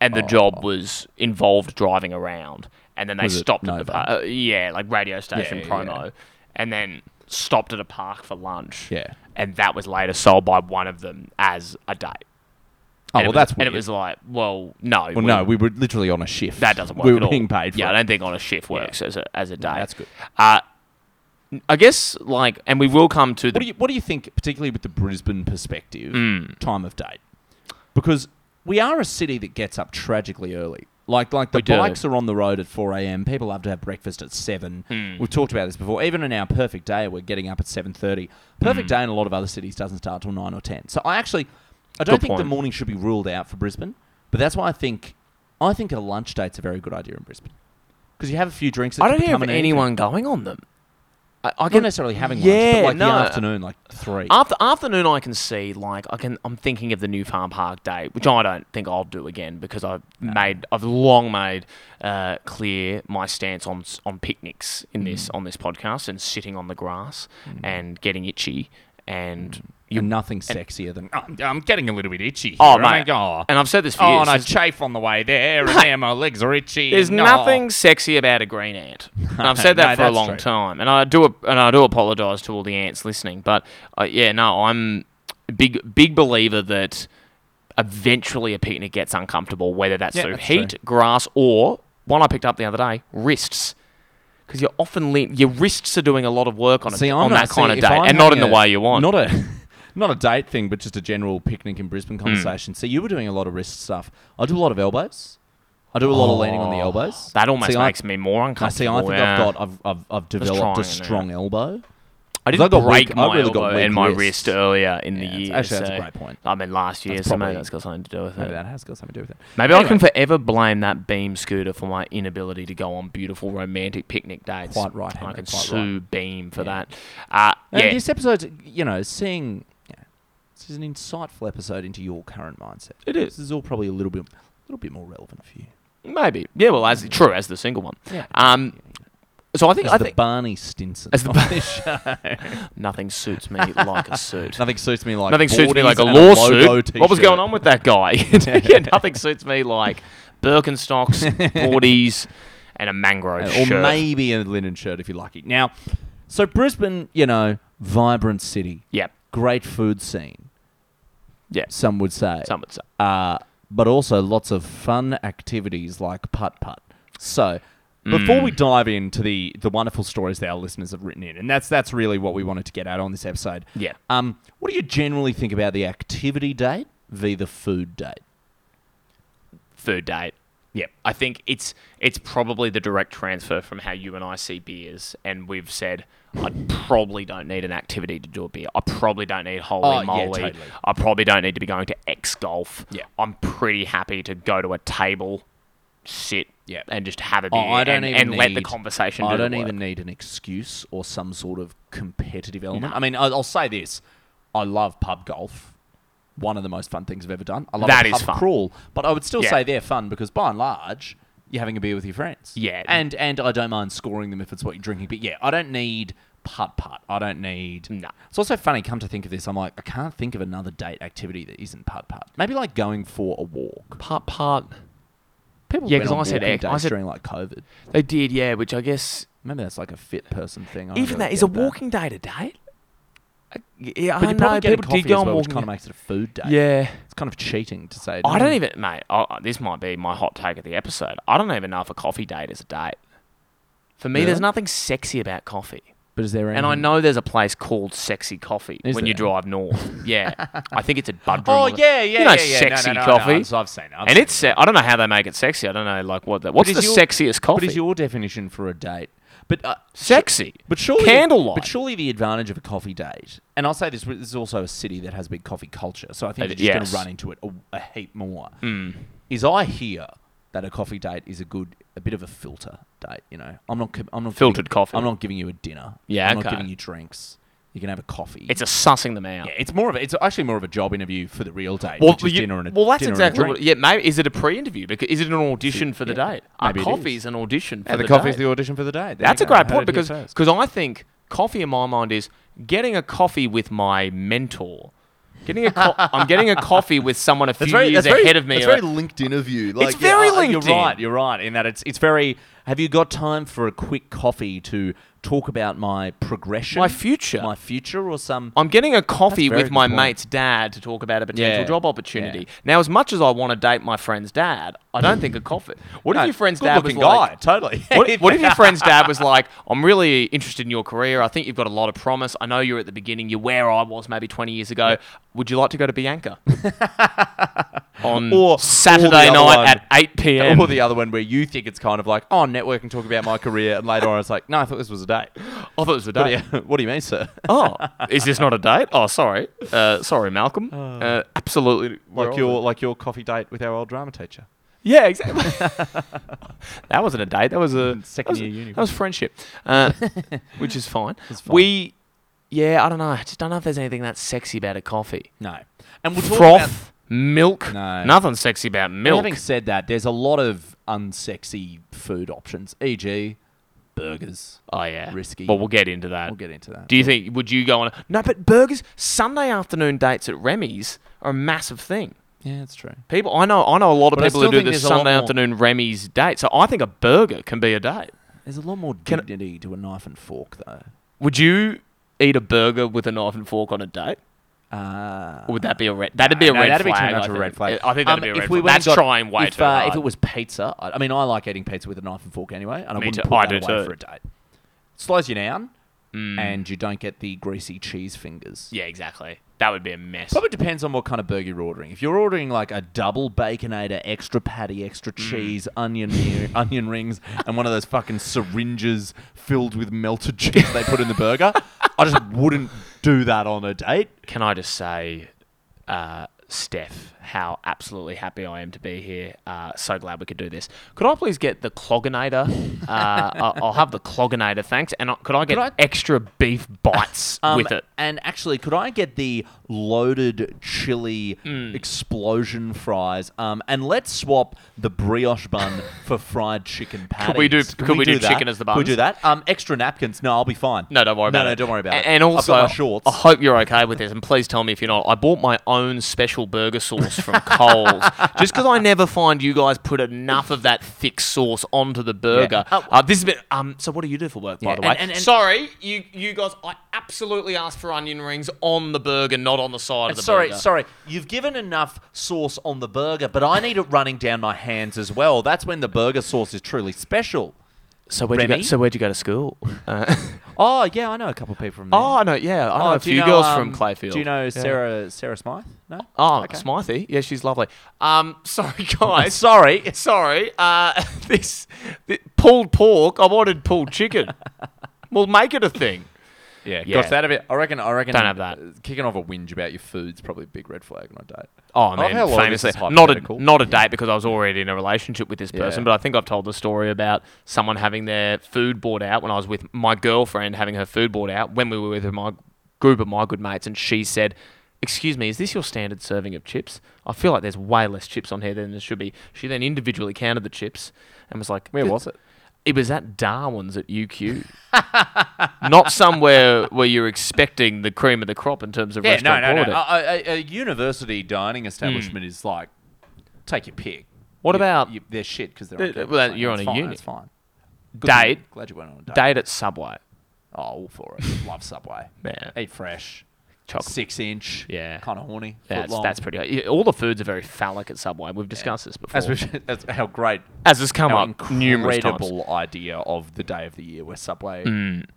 Speaker 6: and the job was involved driving around, and then they
Speaker 5: Oh. Was it
Speaker 6: stopped at the
Speaker 5: Nova?
Speaker 6: uh, yeah like radio station
Speaker 5: yeah,
Speaker 6: promo, and then stopped at a park for lunch.
Speaker 5: Yeah.
Speaker 6: and that was later sold by one of them as a date.
Speaker 5: Oh,
Speaker 6: And it
Speaker 5: well,
Speaker 6: was-
Speaker 5: that's
Speaker 6: and
Speaker 5: weird.
Speaker 6: it was like, well, no,
Speaker 5: well, no, we were literally on a shift.
Speaker 6: that doesn't work
Speaker 5: We were
Speaker 6: at all.
Speaker 5: being paid for
Speaker 6: yeah,
Speaker 5: it.
Speaker 6: I don't think on a shift works as a as a day.
Speaker 5: that's good.
Speaker 6: Uh, I guess like, and we will come to the
Speaker 5: What do you What do you think, particularly with the Brisbane perspective,
Speaker 6: Hmm.
Speaker 5: time of date? Because we are a city that gets up tragically early. Like like the
Speaker 6: We do.
Speaker 5: bikes are on the road at four a.m. People love to have breakfast at seven.
Speaker 6: Hmm.
Speaker 5: We've talked about this before. Even in our
Speaker 6: Hmm.
Speaker 5: perfect day, we're getting up at seven thirty. Perfect day in a lot of other cities doesn't start till nine or ten. So I actually. I don't
Speaker 6: Good
Speaker 5: think the
Speaker 6: point.
Speaker 5: morning should be ruled out for Brisbane, but that's why I think I think a lunch date's a very good idea in Brisbane because you have a few drinks. that
Speaker 6: I
Speaker 5: can
Speaker 6: don't hear
Speaker 5: become
Speaker 6: of
Speaker 5: an evening.
Speaker 6: anyone going on them. I, I
Speaker 5: not
Speaker 6: can
Speaker 5: necessarily having lunch,
Speaker 6: Yeah,
Speaker 5: but like
Speaker 6: no.
Speaker 5: the afternoon, like three.
Speaker 6: after afternoon. I can see like I can. I'm thinking of the new farm park day, which I don't think I'll do again because I've made. I've long made uh, clear my stance on s- on picnics
Speaker 5: Mm.
Speaker 6: in this on this podcast and sitting on the grass and getting itchy and
Speaker 5: You're nothing sexier than I'm, I'm getting a little bit itchy. Here.
Speaker 6: Oh,
Speaker 5: I'm
Speaker 6: mate.
Speaker 5: like, oh.
Speaker 6: And I've said this for
Speaker 5: Oh,
Speaker 6: years.
Speaker 5: and I
Speaker 6: There's-
Speaker 5: chafe on the way there, and there my legs are itchy.
Speaker 6: There's
Speaker 5: and, oh.
Speaker 6: nothing sexy about a green
Speaker 5: [laughs]
Speaker 6: ant. And I've said
Speaker 5: No,
Speaker 6: that for a
Speaker 5: that's
Speaker 6: long
Speaker 5: true.
Speaker 6: time, and I do and I do apologise to all the ants listening. But uh, yeah, no, I'm a big big believer that eventually a picnic gets uncomfortable, whether that's
Speaker 5: Yeah,
Speaker 6: through
Speaker 5: that's
Speaker 6: heat,
Speaker 5: true.
Speaker 6: grass, or one I picked up the other day, wrists. Because you're often lean, your wrists are doing a lot of work on a,
Speaker 5: See, I'm
Speaker 6: on
Speaker 5: not-
Speaker 6: that kind
Speaker 5: see,
Speaker 6: of
Speaker 5: if
Speaker 6: day,
Speaker 5: I'm
Speaker 6: and not in the
Speaker 5: having a-
Speaker 6: way you want.
Speaker 5: Not a, [laughs] not a date thing, but just a general picnic in Brisbane
Speaker 6: Hmm.
Speaker 5: conversation. So you were doing a lot of wrist stuff. I do a lot of elbows. I do a lot of leaning on the elbows.
Speaker 6: Oh, that almost
Speaker 5: See, I-
Speaker 6: makes me more
Speaker 5: I see.
Speaker 6: uncomfortable.
Speaker 5: I think
Speaker 6: yeah.
Speaker 5: I've got. I've, I've, I've developed
Speaker 6: trying
Speaker 5: a
Speaker 6: it, yeah.
Speaker 5: strong elbow.
Speaker 6: I
Speaker 5: 'Cause
Speaker 6: did
Speaker 5: I got
Speaker 6: break
Speaker 5: weak- I
Speaker 6: my
Speaker 5: really got
Speaker 6: elbow
Speaker 5: weak
Speaker 6: and my
Speaker 5: wrist.
Speaker 6: wrist earlier in
Speaker 5: Yeah,
Speaker 6: the
Speaker 5: it's-
Speaker 6: year.
Speaker 5: actually, that's a
Speaker 6: so-
Speaker 5: great point.
Speaker 6: I mean, last year,
Speaker 5: That's
Speaker 6: so
Speaker 5: probably-
Speaker 6: maybe that's got something to do with
Speaker 5: Maybe
Speaker 6: it.
Speaker 5: that has got something to do with it.
Speaker 6: Maybe I
Speaker 5: Anyway,
Speaker 6: can forever blame that beam scooter for my inability to go on beautiful romantic picnic dates.
Speaker 5: Quite right,
Speaker 6: I
Speaker 5: Henry,
Speaker 6: can
Speaker 5: quite
Speaker 6: sue beam for
Speaker 5: Yeah.
Speaker 6: that. Uh,
Speaker 5: And
Speaker 6: yeah,
Speaker 5: this episode's, you know, seeing. You know, this is an insightful episode into your current mindset.
Speaker 6: It is.
Speaker 5: This is all probably a little bit, a little bit more relevant for you.
Speaker 6: maybe. Yeah, well, as true as the single one.
Speaker 5: Yeah.
Speaker 6: Um, so I think
Speaker 5: As
Speaker 6: I
Speaker 5: the
Speaker 6: think
Speaker 5: Barney Stinson.
Speaker 6: As the
Speaker 5: of
Speaker 6: Bar-
Speaker 5: this show.
Speaker 6: nothing suits me like a
Speaker 5: [laughs]
Speaker 6: suit.
Speaker 5: Nothing suits me [laughs] like
Speaker 6: nothing suits me
Speaker 5: boardies
Speaker 6: like a
Speaker 5: and logo
Speaker 6: lawsuit. what was
Speaker 5: t-shirt.
Speaker 6: going on with
Speaker 5: [laughs]
Speaker 6: that guy? [laughs] yeah, nothing suits me like Birkenstocks,
Speaker 5: [laughs]
Speaker 6: boardies, and a mangrove
Speaker 5: Uh,
Speaker 6: shirt.
Speaker 5: Or maybe a linen shirt if you're lucky. Now, so Brisbane, you know, vibrant city,
Speaker 6: Yep.
Speaker 5: great food scene.
Speaker 6: Yeah.
Speaker 5: Some would say.
Speaker 6: Some would say.
Speaker 5: Uh, but also lots of fun activities like putt putt. So. Before we dive into the, the wonderful stories that our listeners have written in, and that's that's really what we wanted to get at on this episode.
Speaker 6: Yeah.
Speaker 5: Um, what do you generally think about the activity date v the food date?
Speaker 6: Food date.
Speaker 5: Yep.
Speaker 6: I think it's it's probably the direct transfer from how you and I see beers, and we've said I probably don't need an activity to do a beer. I probably don't need holy
Speaker 5: Oh, yeah,
Speaker 6: moly.
Speaker 5: totally.
Speaker 6: I probably don't need to be going to X golf.
Speaker 5: Yeah.
Speaker 6: I'm pretty happy to go to a table, sit,
Speaker 5: Yeah.
Speaker 6: and just have a
Speaker 5: Oh,
Speaker 6: beer
Speaker 5: I don't
Speaker 6: and,
Speaker 5: even
Speaker 6: and let the
Speaker 5: need-
Speaker 6: conversation.
Speaker 5: I
Speaker 6: do the
Speaker 5: don't even
Speaker 6: work.
Speaker 5: need an excuse or some sort of competitive element. I mean, I- I'll say this: I love pub golf. One of the most fun things I've ever done. I love
Speaker 6: That
Speaker 5: a
Speaker 6: is
Speaker 5: pub
Speaker 6: fun.
Speaker 5: crawl, but I would still
Speaker 6: Yeah.
Speaker 5: say they're fun because by and large, you're having a beer with your friends.
Speaker 6: Yeah.
Speaker 5: and and I don't mind scoring them if it's what you're drinking. But yeah, I don't need putt putt. I don't need.
Speaker 6: No.
Speaker 5: It's also funny. Come to think of this, I'm like, I can't think of another date activity that isn't putt putt. Maybe like going for a walk.
Speaker 6: part part.
Speaker 5: People
Speaker 6: Yeah,
Speaker 5: went
Speaker 6: 'cause
Speaker 5: on
Speaker 6: I said
Speaker 5: walking
Speaker 6: ex- I
Speaker 5: dates
Speaker 6: said-
Speaker 5: during like COVID.
Speaker 6: They did, yeah. Which I guess
Speaker 5: Maybe that's like a fit person thing. I don't
Speaker 6: even
Speaker 5: really
Speaker 6: that is a
Speaker 5: get that.
Speaker 6: walking day to date. I- Yeah,
Speaker 5: But
Speaker 6: I
Speaker 5: you probably
Speaker 6: know
Speaker 5: get a
Speaker 6: people
Speaker 5: coffee
Speaker 6: did go
Speaker 5: as
Speaker 6: on
Speaker 5: well, which
Speaker 6: walking.
Speaker 5: kind of makes it a food day.
Speaker 6: yeah.
Speaker 5: it's kind of cheating to say.
Speaker 6: I don't
Speaker 5: "Mm,
Speaker 6: even, mate. I, I- this might be my hot take of the episode. I don't even know if a coffee date is a date. For me, there's
Speaker 5: Really?
Speaker 6: nothing sexy about coffee.
Speaker 5: But is there?
Speaker 6: And I
Speaker 5: anything-
Speaker 6: know there's a place called Sexy Coffee
Speaker 5: Is
Speaker 6: when you
Speaker 5: there?
Speaker 6: drive [laughs] north. yeah, I think it's at Budroom.
Speaker 5: Oh
Speaker 6: or-
Speaker 5: yeah, yeah,
Speaker 6: you
Speaker 5: yeah,
Speaker 6: know,
Speaker 5: yeah. No, no,
Speaker 6: sexy
Speaker 5: no, no,
Speaker 6: coffee.
Speaker 5: so I've seen it. I've
Speaker 6: and
Speaker 5: seen
Speaker 6: it's se- I don't know how they make it sexy. I don't know like what the what's
Speaker 5: is
Speaker 6: the
Speaker 5: your-
Speaker 6: sexiest
Speaker 5: it.
Speaker 6: coffee?
Speaker 5: What is your definition for a date? But uh,
Speaker 6: sexy?
Speaker 5: But surely,
Speaker 6: candlelight.
Speaker 5: But surely, the advantage of a coffee date, and I'll say this: this is also a city that has big coffee culture, so I think
Speaker 6: Uh,
Speaker 5: you're just going
Speaker 6: yes. Mm.
Speaker 5: to run into it a, a heap more. Is I hear that a coffee date is a good, a bit of a filter date. You know, I'm not, com- I'm not
Speaker 6: Filtered
Speaker 5: giving,
Speaker 6: coffee.
Speaker 5: I'm not giving you a dinner.
Speaker 6: Yeah,
Speaker 5: I'm
Speaker 6: okay.
Speaker 5: not giving you drinks. You can have a coffee.
Speaker 6: it's a sussing them out.
Speaker 5: yeah, it's more of a, it's actually more of a job interview for the real date.
Speaker 6: Well,
Speaker 5: which is
Speaker 6: you-
Speaker 5: dinner and a,
Speaker 6: well, that's
Speaker 5: dinner and a
Speaker 6: exactly
Speaker 5: drink.
Speaker 6: what. Yeah, maybe is it a pre-interview? Because is it an audition for the
Speaker 5: yeah,
Speaker 6: date? Our
Speaker 5: maybe it
Speaker 6: coffee
Speaker 5: is.
Speaker 6: is an audition for
Speaker 5: Yeah,
Speaker 6: the,
Speaker 5: the coffee's
Speaker 6: date.
Speaker 5: the audition for the day. There
Speaker 6: That's
Speaker 5: you
Speaker 6: a
Speaker 5: go. I
Speaker 6: great
Speaker 5: heard
Speaker 6: point
Speaker 5: it here
Speaker 6: because
Speaker 5: first.
Speaker 6: because I think coffee in my mind is getting a coffee with my mentor. Getting a
Speaker 5: [laughs]
Speaker 6: co- I'm getting a coffee with someone a few years ahead of me.
Speaker 5: It's very LinkedIn of you. Like,
Speaker 6: It's very
Speaker 5: I- You're
Speaker 6: LinkedIn.
Speaker 5: right. You're right in that it's it's very. Have you got time for a quick coffee to talk about my progression,
Speaker 6: My future.
Speaker 5: my future, or some?
Speaker 6: I'm getting a coffee
Speaker 5: very
Speaker 6: with
Speaker 5: good
Speaker 6: my
Speaker 5: point.
Speaker 6: mate's dad to talk about a potential
Speaker 5: Yeah,
Speaker 6: job opportunity.
Speaker 5: yeah.
Speaker 6: Now, as much as I want to date my friend's dad, I don't think a coffee. What if
Speaker 5: No,
Speaker 6: your friend's dad was
Speaker 5: good-looking
Speaker 6: like,
Speaker 5: guy, totally.
Speaker 6: What,
Speaker 5: [laughs]
Speaker 6: what if your friend's dad was like, I'm really interested in your career. I think you've got a lot of promise. I know
Speaker 5: [laughs]
Speaker 6: you're at the beginning. You're where I was maybe 20 years ago. Would you like to go to Bianca? on
Speaker 5: Or- or
Speaker 6: Saturday
Speaker 5: the other
Speaker 6: night
Speaker 5: one.
Speaker 6: at 8 p.m.
Speaker 5: Or the other one where you think it's kind of like, oh, network and talk about my career, and later on it's like, no, I thought this was a date.
Speaker 6: [laughs] Oh, I thought it was a
Speaker 5: What do
Speaker 6: date.
Speaker 5: you, [laughs] what do you mean, sir?
Speaker 6: oh, is this not a date? Oh, sorry. Uh, sorry, Malcolm. Uh, absolutely. we're
Speaker 5: Oh. Like
Speaker 6: on
Speaker 5: your
Speaker 6: it.
Speaker 5: like your coffee date with our old drama teacher.
Speaker 6: Yeah, exactly.
Speaker 5: [laughs]
Speaker 6: [laughs] that wasn't a date. That was a
Speaker 5: Second
Speaker 6: that was,
Speaker 5: year uni.
Speaker 6: That was friendship, uh,
Speaker 5: [laughs]
Speaker 6: which is fine.
Speaker 5: fine.
Speaker 6: We, yeah, I don't know. I just don't know if there's anything that's sexy about a coffee.
Speaker 5: No, and we'll talk about
Speaker 6: Froth, milk.
Speaker 5: No.
Speaker 6: Nothing sexy about milk.
Speaker 5: Having said that, there's a lot of unsexy food options, e.g., burgers.
Speaker 6: oh yeah,
Speaker 5: risky.
Speaker 6: Well, we'll get into that.
Speaker 5: We'll get into that.
Speaker 6: Do you think? Would you go on? A, no, but burgers Sunday afternoon dates at Remy's are a massive thing.
Speaker 5: yeah, that's true.
Speaker 6: People, I know, I know a lot of
Speaker 5: But I
Speaker 6: people
Speaker 5: still
Speaker 6: who do
Speaker 5: think
Speaker 6: this
Speaker 5: there's a lot
Speaker 6: Sunday
Speaker 5: more-
Speaker 6: afternoon Remy's date. So I think a burger can be a date.
Speaker 5: There's a lot more
Speaker 6: Can I-
Speaker 5: dignity to a knife and fork, though.
Speaker 6: Would you eat a burger with a knife and fork on a date?
Speaker 5: Uh,
Speaker 6: Or would that be a red? That'd be a
Speaker 5: no,
Speaker 6: red
Speaker 5: that'd
Speaker 6: flag.
Speaker 5: be too much of
Speaker 6: I
Speaker 5: a
Speaker 6: think.
Speaker 5: red flag.
Speaker 6: I think
Speaker 5: Um,
Speaker 6: that'd be a red
Speaker 5: we
Speaker 6: flag.
Speaker 5: went
Speaker 6: That's
Speaker 5: and got-
Speaker 6: trying way
Speaker 5: if,
Speaker 6: too
Speaker 5: uh,
Speaker 6: hard.
Speaker 5: If it was pizza, I, I mean, I like eating pizza with a knife and fork anyway, and I
Speaker 6: Me
Speaker 5: wouldn't
Speaker 6: too.
Speaker 5: put
Speaker 6: I
Speaker 5: that
Speaker 6: do
Speaker 5: away
Speaker 6: too. Hmm.
Speaker 5: for a date. Slows you down, and you don't get the greasy cheese fingers.
Speaker 6: yeah, exactly. That would be a mess.
Speaker 5: Probably depends on what kind of burger you're ordering. If you're ordering like a double baconator, extra patty, extra
Speaker 6: Mm.
Speaker 5: cheese, onion
Speaker 6: [laughs]
Speaker 5: ri- onion rings, and one of those fucking syringes filled with melted cheese they put in the burger, I just wouldn't do that on a date.
Speaker 6: Can I just say, uh, Steph, how absolutely happy I am to be here. Uh, so glad we could do this. Could I please get
Speaker 5: [laughs]
Speaker 6: the cloganator? uh, I'll, I'll have the cloganator, thanks. And I, could I get
Speaker 5: Could I-
Speaker 6: extra beef
Speaker 5: [laughs]
Speaker 6: bites
Speaker 5: Um,
Speaker 6: with it?
Speaker 5: And actually, could I get the loaded chili
Speaker 6: Mm.
Speaker 5: explosion fries? Um, and let's swap the brioche bun for fried chicken patties.
Speaker 6: we do-
Speaker 5: Can
Speaker 6: could we do
Speaker 5: that?
Speaker 6: chicken as the
Speaker 5: Could we do
Speaker 6: buns?
Speaker 5: that? Um, extra napkins? No, I'll be fine.
Speaker 6: No, don't worry about
Speaker 5: no,
Speaker 6: it.
Speaker 5: No, don't worry about
Speaker 6: A-
Speaker 5: it.
Speaker 6: And also,
Speaker 5: I've got my shorts.
Speaker 6: I hope you're okay with this, and please tell me if you're not. I bought my own special burger
Speaker 5: [laughs]
Speaker 6: sauce from Coles just because I never find you guys put enough of that thick sauce onto the burger.
Speaker 5: Oh.
Speaker 6: Uh, this has been. Um, so, what do you do for work, by
Speaker 5: Yeah,
Speaker 6: the way?
Speaker 5: and- and- and-
Speaker 6: sorry, you you guys. I absolutely asked for onion rings on the burger, not on the side of the
Speaker 5: sorry,
Speaker 6: burger.
Speaker 5: sorry. You've given enough sauce on the burger, but I need it running down my hands as well. That's when the burger sauce is truly special.
Speaker 6: So where'd you go?
Speaker 5: Remy?
Speaker 6: So where'd you go
Speaker 5: [laughs]
Speaker 6: to school? Uh, [laughs]
Speaker 5: Oh yeah, I know a couple of people from there.
Speaker 6: oh, I know. Yeah, I know a
Speaker 5: do you
Speaker 6: few
Speaker 5: know,
Speaker 6: girls
Speaker 5: um,
Speaker 6: from Clayfield.
Speaker 5: Do you know
Speaker 6: Yeah.
Speaker 5: Sarah Sarah Smythe? No.
Speaker 6: Oh, Smythe. Yeah, she's lovely. Um, [laughs] sorry
Speaker 5: [laughs]
Speaker 6: guys.
Speaker 5: Sorry.
Speaker 6: Sorry, uh, [laughs] this, thi- pulled pork. I wanted
Speaker 5: [laughs]
Speaker 6: pulled chicken. we'll make it a thing.
Speaker 5: Yeah,
Speaker 6: Yeah.
Speaker 5: gosh, that a bit. I reckon. I reckon. uh,
Speaker 6: Don't have that.
Speaker 5: Kicking off a whinge about your food's probably a big red flag on a date.
Speaker 6: Oh, I
Speaker 5: love
Speaker 6: mean,
Speaker 5: how a lot of this
Speaker 6: famously,
Speaker 5: is
Speaker 6: not
Speaker 5: hypothetical.
Speaker 6: a not a date because I was already in a relationship with this person.
Speaker 5: Yeah.
Speaker 6: But I think I've told the story about someone having their food brought out when I was with my girlfriend having her food brought out when we were with my group of my good mates, and she said. Excuse me, is this your standard serving of chips? I feel like there's way less chips on here than there should be. She then individually counted the chips and was like,
Speaker 5: Where
Speaker 6: "Th-
Speaker 5: was it?
Speaker 6: It was at Darwin's at UQ. [laughs] Not somewhere where you're expecting the cream of the crop in terms of
Speaker 5: Yeah, no,
Speaker 6: restaurant
Speaker 5: no, Oh,
Speaker 6: quality.
Speaker 5: no. A, a, a university dining establishment is like, take your pick.
Speaker 6: What
Speaker 5: You-
Speaker 6: about
Speaker 5: you, they're shit because they're
Speaker 6: Uh,
Speaker 5: on campus,
Speaker 6: well,
Speaker 5: mate.
Speaker 6: you're on
Speaker 5: That's
Speaker 6: a
Speaker 5: fine,
Speaker 6: uni.
Speaker 5: That's fine. Good for you.
Speaker 6: Date.
Speaker 5: Glad you went on a date.
Speaker 6: date at Subway?
Speaker 5: Oh, all for
Speaker 6: [laughs]
Speaker 5: it. Love Subway.
Speaker 6: Yeah.
Speaker 5: Eat fresh.
Speaker 6: Chocolate.
Speaker 5: Six inch.
Speaker 6: Yeah.
Speaker 5: Kind of horny. foot
Speaker 6: That's,
Speaker 5: long.
Speaker 6: that's pretty. yeah, All the foods are very phallic at Subway. We've discussed this before.
Speaker 5: As we've, [laughs] that's how great.
Speaker 6: As has come
Speaker 5: how
Speaker 6: up numerous times. Mm.
Speaker 5: Incredible idea of the day of the year where Subway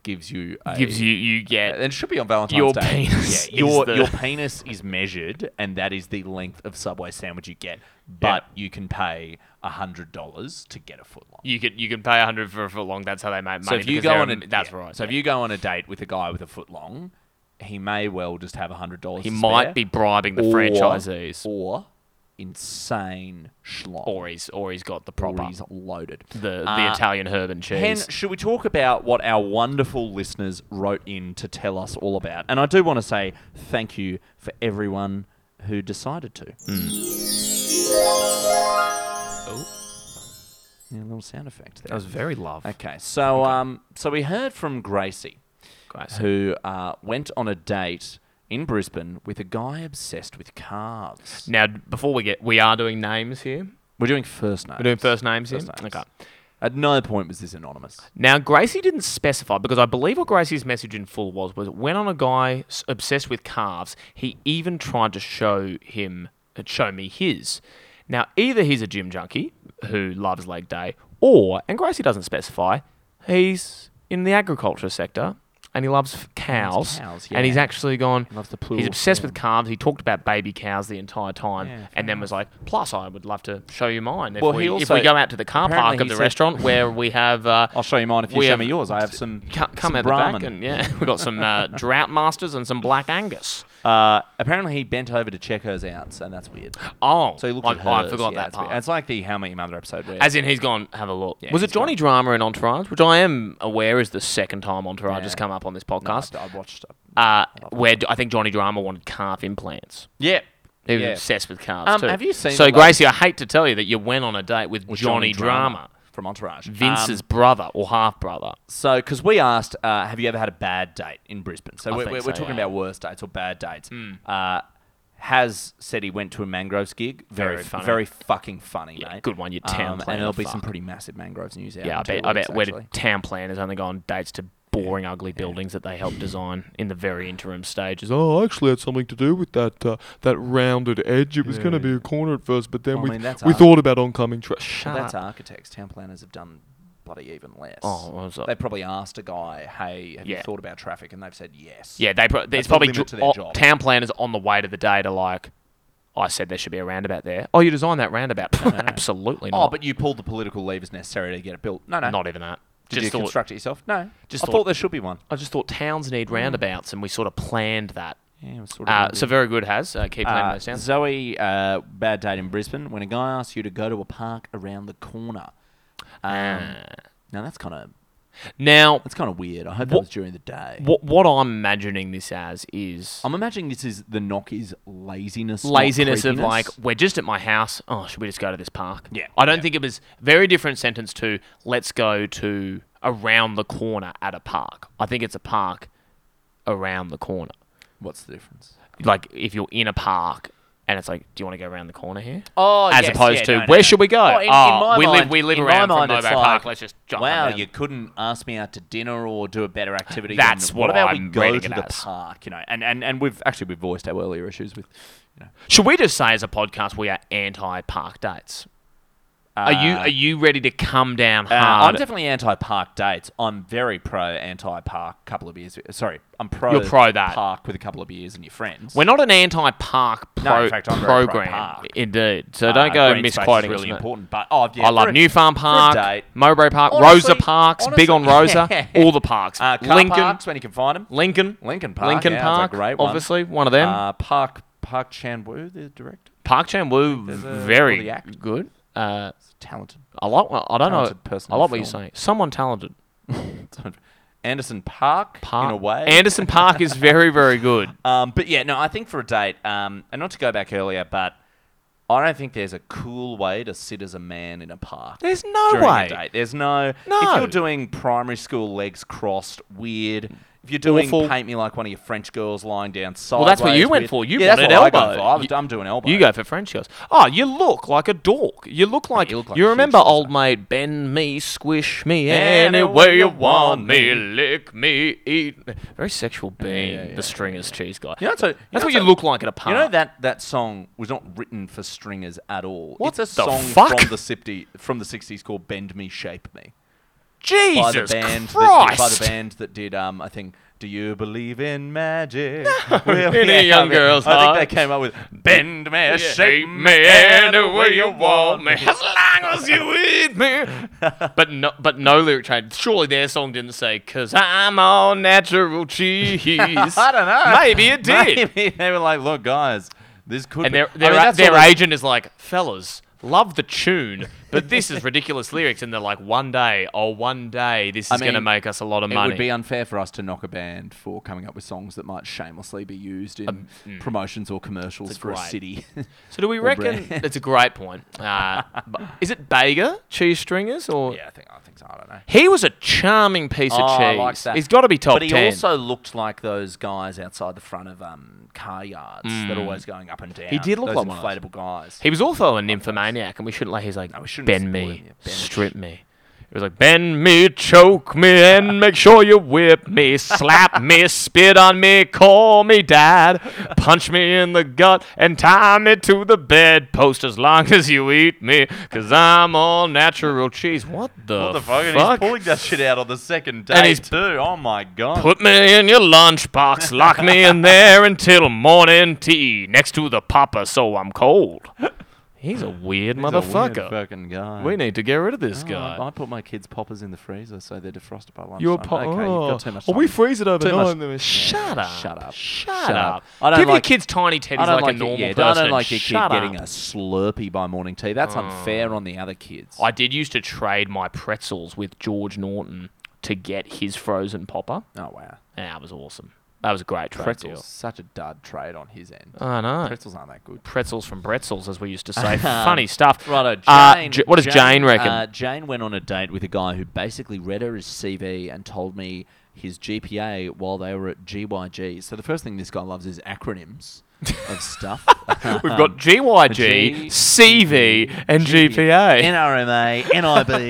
Speaker 5: gives you a,
Speaker 6: Gives you you
Speaker 5: And
Speaker 6: get
Speaker 5: it should be on Valentine's
Speaker 6: Your
Speaker 5: Day.
Speaker 6: penis
Speaker 5: Yeah, your
Speaker 6: [laughs] is the-
Speaker 5: your penis is measured, and that is the length of Subway sandwich you get. But you can pay hundred dollars to get a foot long.
Speaker 6: you can you can pay hundred for a foot long. That's how they make
Speaker 5: so
Speaker 6: money.
Speaker 5: if you
Speaker 6: because
Speaker 5: go
Speaker 6: they're
Speaker 5: on a
Speaker 6: am- that's
Speaker 5: yeah.
Speaker 6: right.
Speaker 5: So if you go on a date with a guy with a foot long, he may well just have hundred dollars.
Speaker 6: he might be bribing the franchisees, or,
Speaker 5: or insane schlong,
Speaker 6: he's or he's got the
Speaker 5: Or
Speaker 6: proper
Speaker 5: he's loaded.
Speaker 6: the the
Speaker 5: Uh,
Speaker 6: Italian herb and cheese.
Speaker 5: Hen, should we talk about what our wonderful listeners wrote in to tell us all about? And I do want to say thank you for everyone who decided to.
Speaker 6: Hmm.
Speaker 5: Oh. Yeah, a little sound effect there.
Speaker 6: that was very love.
Speaker 5: Okay, so um, so we heard from Gracie,
Speaker 6: Gracie.
Speaker 5: who uh, went on a date in Brisbane with a guy obsessed with cars.
Speaker 6: Now before we get, we are doing names here.
Speaker 5: We're doing first names.
Speaker 6: We're doing first names here.
Speaker 5: First names.
Speaker 6: Okay.
Speaker 5: At no point was this anonymous.
Speaker 6: Now, Gracie didn't specify because I believe what Gracie's message in full was was when on a guy s- obsessed with calves, he even tried to show him uh, show me his. Now, either he's a gym junkie who loves leg day, or and Gracie doesn't specify, he's in the agriculture sector and he loves f- cows.
Speaker 5: cows,
Speaker 6: And he's
Speaker 5: yeah.
Speaker 6: actually gone.
Speaker 5: He loves the
Speaker 6: he's
Speaker 5: plural
Speaker 6: obsessed with
Speaker 5: form.
Speaker 6: calves. He talked about baby cows the entire time,
Speaker 5: Yeah, fair
Speaker 6: and then was like, "Plus, I would love to show you mine if,
Speaker 5: Well,
Speaker 6: we,
Speaker 5: he
Speaker 6: if
Speaker 5: also-
Speaker 6: we go out to the car
Speaker 5: apparently
Speaker 6: park
Speaker 5: he
Speaker 6: of the
Speaker 5: said-
Speaker 6: restaurant where we
Speaker 5: [laughs]
Speaker 6: have." Uh,
Speaker 5: I'll show you mine if you
Speaker 6: we
Speaker 5: show
Speaker 6: have-
Speaker 5: me yours. I have some.
Speaker 6: co- Come
Speaker 5: some
Speaker 6: out the back,
Speaker 5: Brahman.
Speaker 6: and yeah, [laughs] we got some
Speaker 5: [laughs]
Speaker 6: uh, drought masters and some black Angus.
Speaker 5: Uh, apparently, he bent over to check hers out, and that's weird.
Speaker 6: Oh,
Speaker 5: So he looked
Speaker 6: I,
Speaker 5: at hers.
Speaker 6: I forgot
Speaker 5: yeah,
Speaker 6: that
Speaker 5: it's weird.
Speaker 6: part.
Speaker 5: It's like the How Met Your Mother episode. Where
Speaker 6: As in, he's gone, have a look.
Speaker 5: Yeah,
Speaker 6: was it
Speaker 5: he's gone.
Speaker 6: Johnny Drama in Entourage, which I am aware is the second time Entourage
Speaker 5: Yeah.
Speaker 6: has come up on this
Speaker 5: No, I,
Speaker 6: podcast,
Speaker 5: I watched it.
Speaker 6: uh, where d- I think Johnny Drama wanted calf implants.
Speaker 5: Yeah.
Speaker 6: He was
Speaker 5: Yeah.
Speaker 6: obsessed with calves,
Speaker 5: Um,
Speaker 6: too.
Speaker 5: have you seen
Speaker 6: So,
Speaker 5: the
Speaker 6: Gracie, I hate to tell you that you went on a date with,
Speaker 5: With
Speaker 6: Johnny, Drama,
Speaker 5: from Entourage.
Speaker 6: Vince's
Speaker 5: Um,
Speaker 6: brother or half brother.
Speaker 5: so, because we asked, uh, have you ever had a bad date in Brisbane? So,
Speaker 6: I
Speaker 5: we're,
Speaker 6: think
Speaker 5: we're,
Speaker 6: so,
Speaker 5: we're talking
Speaker 6: yeah. Hmm.
Speaker 5: about worst dates or bad dates. Uh, has said he went to a mangroves gig. Very,
Speaker 6: Very funny.
Speaker 5: very fucking funny,
Speaker 6: Yeah,
Speaker 5: mate.
Speaker 6: good one, you town
Speaker 5: Um,
Speaker 6: planner
Speaker 5: and there'll be some
Speaker 6: fuck.
Speaker 5: pretty massive mangroves news out.
Speaker 6: Yeah, I
Speaker 5: in two
Speaker 6: bet, I
Speaker 5: weeks,
Speaker 6: bet where the
Speaker 5: actually.
Speaker 6: town planners only go on dates to boring, ugly buildings that
Speaker 5: [laughs]
Speaker 6: they help design in the very interim stages. Oh,
Speaker 8: I actually had something to do with that uh, that rounded edge. It was going to be a corner at first, but then
Speaker 5: I
Speaker 8: we
Speaker 5: mean, that's
Speaker 8: we
Speaker 5: art.
Speaker 8: thought about oncoming trash.
Speaker 6: [laughs] Oh, shut
Speaker 5: That's
Speaker 6: up.
Speaker 5: architects. Town planners have done bloody even less.
Speaker 6: Oh, what was that?
Speaker 5: They probably asked a guy, "Hey, have
Speaker 6: Yeah.
Speaker 5: you thought about traffic?" And they've said yes.
Speaker 6: Yeah, they pro- there's
Speaker 5: the
Speaker 6: probably
Speaker 5: limit
Speaker 6: dr-
Speaker 5: to their
Speaker 6: oh,
Speaker 5: job.
Speaker 6: town planners on the way to the day to like. I said there should be a roundabout there. Oh, you designed that roundabout?
Speaker 5: [laughs]
Speaker 6: Absolutely not.
Speaker 5: Oh, but you pulled the political levers necessary to get it built. No, no.
Speaker 6: not even that.
Speaker 5: Did you
Speaker 6: thought,
Speaker 5: construct Mm. it yourself? No.
Speaker 6: Just
Speaker 5: Just I thought,
Speaker 6: thought-
Speaker 5: there should be one.
Speaker 6: I just thought towns need roundabouts, and we sort of planned that.
Speaker 5: Yeah, it was sort of
Speaker 6: Uh,
Speaker 5: a
Speaker 6: so
Speaker 5: bit-
Speaker 6: very good, has uh, keep planning
Speaker 5: Uh,
Speaker 6: those down.
Speaker 5: Zoe, uh, bad date in Brisbane when a guy asks you to go to a park around the corner. Um, Now that's kind of
Speaker 6: Ah. Now,
Speaker 5: that's kind of weird. I hope that
Speaker 6: What-
Speaker 5: was during the day.
Speaker 6: what what I'm imagining this as is
Speaker 5: I'm imagining this is the Nockies laziness, not
Speaker 6: laziness of
Speaker 5: creepiness.
Speaker 6: like we're just at my house. Oh, should we just go to this park?
Speaker 5: Yeah.
Speaker 6: I don't think it was very different sentence to let's go to around the corner at a park. I think it's a park around the corner.
Speaker 5: What's the difference?
Speaker 6: Like if you're in a park and it's like, do you want to go around the corner here?
Speaker 5: Oh,
Speaker 6: As
Speaker 5: yes,
Speaker 6: opposed
Speaker 5: yeah,
Speaker 6: to
Speaker 5: no, no,
Speaker 6: where
Speaker 5: no.
Speaker 6: should we go?
Speaker 5: Oh, in- in
Speaker 6: Oh,
Speaker 5: my
Speaker 6: we live
Speaker 5: mind-
Speaker 6: we live
Speaker 5: in
Speaker 6: around
Speaker 5: my
Speaker 6: from
Speaker 5: mind,
Speaker 6: Mobo
Speaker 5: it's
Speaker 6: Park.
Speaker 5: like,
Speaker 6: Let's just jump
Speaker 5: Wow,
Speaker 6: around.
Speaker 5: you couldn't ask me out to dinner or do a better activity. than
Speaker 6: That's what
Speaker 5: about we
Speaker 6: I'm
Speaker 5: go to
Speaker 6: reading it
Speaker 5: the
Speaker 6: as.
Speaker 5: park, you know? And and and we've actually we've voiced our earlier issues with. You know,
Speaker 6: Should we just say as a podcast we are anti park dates? are you
Speaker 5: Uh,
Speaker 6: are you ready to come down
Speaker 5: Uh,
Speaker 6: hard?
Speaker 5: I'm definitely anti-park dates. I'm very pro anti-park. Couple of beers. Sorry, I'm pro.
Speaker 6: You're pro that.
Speaker 5: park with a couple of beers and your friends.
Speaker 6: We're not an anti-park
Speaker 5: No,
Speaker 6: pro-
Speaker 5: in fact, I'm very Uh,
Speaker 6: program,
Speaker 5: pro-park.
Speaker 6: indeed. So don't go misquoting. us
Speaker 5: Really
Speaker 6: on that.
Speaker 5: important, but oh yeah,
Speaker 6: I love
Speaker 5: for a-
Speaker 6: New Farm
Speaker 5: for a
Speaker 6: Park,
Speaker 5: date.
Speaker 6: Mowbray Park,
Speaker 5: Honestly-
Speaker 6: Rosa Parks, big
Speaker 5: honestly-
Speaker 6: on Rosa,
Speaker 5: Yeah.
Speaker 6: all the parks.
Speaker 5: Uh, car
Speaker 6: Lincoln,
Speaker 5: parks when you can find them.
Speaker 6: Lincoln,
Speaker 5: Lincoln Park.
Speaker 6: Lincoln
Speaker 5: yeah, that's
Speaker 6: Park,
Speaker 5: a great one.
Speaker 6: obviously one of them.
Speaker 5: Uh, park Park Chan Woo, the director,
Speaker 6: park Chan Woo,
Speaker 5: there's a- or
Speaker 6: very
Speaker 5: the act.
Speaker 6: good. Uh,
Speaker 5: talented. [laughs]
Speaker 6: I like. I don't know.
Speaker 5: Talented person
Speaker 6: I
Speaker 5: in
Speaker 6: like what you're
Speaker 5: film.
Speaker 6: saying. Someone talented.
Speaker 5: Anderson Park,
Speaker 6: Park.
Speaker 5: in a way.
Speaker 6: Anderson Park is very,
Speaker 5: [laughs]
Speaker 6: very good.
Speaker 5: Um, but yeah, no, I think for a date, um, and not to go back earlier, but I don't think there's a cool way to sit as a man in a park.
Speaker 6: There's no
Speaker 5: during a
Speaker 6: way.
Speaker 5: date. There's no.
Speaker 6: No.
Speaker 5: If you're doing primary school legs crossed, weird. If you're doing
Speaker 6: Awful.
Speaker 5: paint me like one of your French girls lying down sideways.
Speaker 6: Well, that's what you went
Speaker 5: weird-
Speaker 6: for. You
Speaker 5: yeah,
Speaker 6: wanted
Speaker 5: that's what
Speaker 6: elbow.
Speaker 5: I go for. I was-
Speaker 6: You-
Speaker 5: I'm doing elbow.
Speaker 6: You go for French girls. Oh, you look like a dork. You look like you,
Speaker 5: look like a
Speaker 6: remember
Speaker 5: huge loser.
Speaker 6: old mate Ben me, squish me
Speaker 5: Any
Speaker 6: any
Speaker 5: way
Speaker 6: way
Speaker 5: you
Speaker 6: you want
Speaker 5: want
Speaker 6: me,
Speaker 5: me.
Speaker 6: lick me, eat. me. Very sexual being, the stringers cheese guy.
Speaker 5: You know, so, you
Speaker 6: that's
Speaker 5: know,
Speaker 6: what you
Speaker 5: so-
Speaker 6: look like at a park.
Speaker 5: You know that that song was not written for stringers at all.
Speaker 6: What
Speaker 5: it's a
Speaker 6: the
Speaker 5: song
Speaker 6: fuck?
Speaker 5: from the 50, from the 60s called "Bend Me, Shape Me." by the
Speaker 6: Jesus
Speaker 5: band that
Speaker 6: Christ.
Speaker 5: did, by the band that did um I think Do You Believe in Magic? [laughs]
Speaker 6: Any young girl's
Speaker 5: I
Speaker 6: heart.
Speaker 5: think they came up with Bend Me, Shape
Speaker 6: Shape me
Speaker 5: Me
Speaker 6: any way you want me, as long as you
Speaker 5: [laughs]
Speaker 6: with me. but no, but no lyric change. Surely their song didn't say "cause I'm all
Speaker 5: [laughs]
Speaker 6: natural cheese."
Speaker 5: I don't know.
Speaker 6: Maybe it
Speaker 5: [laughs]
Speaker 6: did.
Speaker 5: Maybe they were like, look guys, this could
Speaker 6: And
Speaker 5: be
Speaker 6: their
Speaker 5: I
Speaker 6: their,
Speaker 5: mean, that's
Speaker 6: their
Speaker 5: sort of-
Speaker 6: agent is like, fellas, love the tune, but this is ridiculous [laughs] lyrics. And they're like, one day, oh, one day, this is
Speaker 5: I
Speaker 6: going to
Speaker 5: mean,
Speaker 6: make us a lot of
Speaker 5: It
Speaker 6: money.
Speaker 5: would be unfair for us to knock a band for coming up with songs that might shamelessly be used in
Speaker 6: Um,
Speaker 5: promotions or commercials for a
Speaker 6: mm. great-
Speaker 5: city. [laughs]
Speaker 6: so do we reckon?
Speaker 5: brand.
Speaker 6: That's a great point. Uh, but is it Bega cheese stringers or?
Speaker 5: yeah, I think I think so. I don't know.
Speaker 6: He was a charming piece
Speaker 5: Oh,
Speaker 6: of
Speaker 5: I
Speaker 6: cheese.
Speaker 5: like that.
Speaker 6: He's got to be top
Speaker 5: But he
Speaker 6: ten.
Speaker 5: also looked like those guys outside the front of um, car yards that are always going up and down.
Speaker 6: Mm. He did look
Speaker 5: those
Speaker 6: like one of those.
Speaker 5: inflatable guys.
Speaker 6: he was also a nymphomaniac, and we shouldn't let. He's like,
Speaker 5: Oh, we shouldn't
Speaker 6: bend
Speaker 5: spoil
Speaker 6: me,
Speaker 5: him, yeah, bend
Speaker 6: strip me. It was like bend me, choke me,
Speaker 5: [laughs]
Speaker 6: and make sure you whip me, slap me, spit on me, call me dad, punch me in the gut, and tie me to the bedpost as long as you eat me, cause I'm all natural cheese. What the,
Speaker 5: What the fuck? And he's pulling that shit out on the second day
Speaker 6: he's-
Speaker 5: too. Oh my god.
Speaker 6: Put me in your lunchbox, lock me in there until morning tea next to the popper so I'm cold. He's a weird
Speaker 5: He's a weird
Speaker 6: motherfucker.
Speaker 5: fucking guy.
Speaker 6: we need to get rid of this
Speaker 5: Oh,
Speaker 6: guy.
Speaker 5: I, I put my kids' poppers in the freezer so they're defrosted by lunchtime.
Speaker 8: You're a po-
Speaker 5: okay,
Speaker 8: oh.
Speaker 5: you've got too much.
Speaker 8: oh, we
Speaker 5: time.
Speaker 8: freeze it
Speaker 5: Too
Speaker 8: overnight.
Speaker 5: much-
Speaker 8: and then we-
Speaker 6: Shut up.
Speaker 5: Shut up.
Speaker 6: Shut
Speaker 5: Shut
Speaker 6: up.
Speaker 5: up. I don't
Speaker 6: Give your
Speaker 5: like-
Speaker 6: kids tiny teddies like, a normal
Speaker 5: your, yeah,
Speaker 6: person.
Speaker 5: I don't like your kid
Speaker 6: Shut
Speaker 5: getting a
Speaker 6: up. Oh.
Speaker 5: Slurpee by morning tea. That's unfair on the other kids.
Speaker 6: I did used to trade my pretzels with George Norton to get his frozen popper.
Speaker 5: oh wow,
Speaker 6: And that was awesome. That was a great trade
Speaker 5: pretzels such a dud trade on his end.
Speaker 6: deal. I know.
Speaker 5: pretzels aren't that good.
Speaker 6: pretzels from pretzels, as we used to [laughs] say. Funny stuff.
Speaker 5: Righto, Jane.
Speaker 6: Uh, J- what does Jane, reckon?
Speaker 5: Uh, Jane went on a date with a guy who basically read her his CV and told me his GPA while they were at GYG. So the first thing this guy loves is acronyms
Speaker 6: [laughs]
Speaker 5: of stuff.
Speaker 6: We've got GYG,
Speaker 5: G-
Speaker 6: CV,
Speaker 5: Um,
Speaker 6: and GPA.
Speaker 5: NRMA,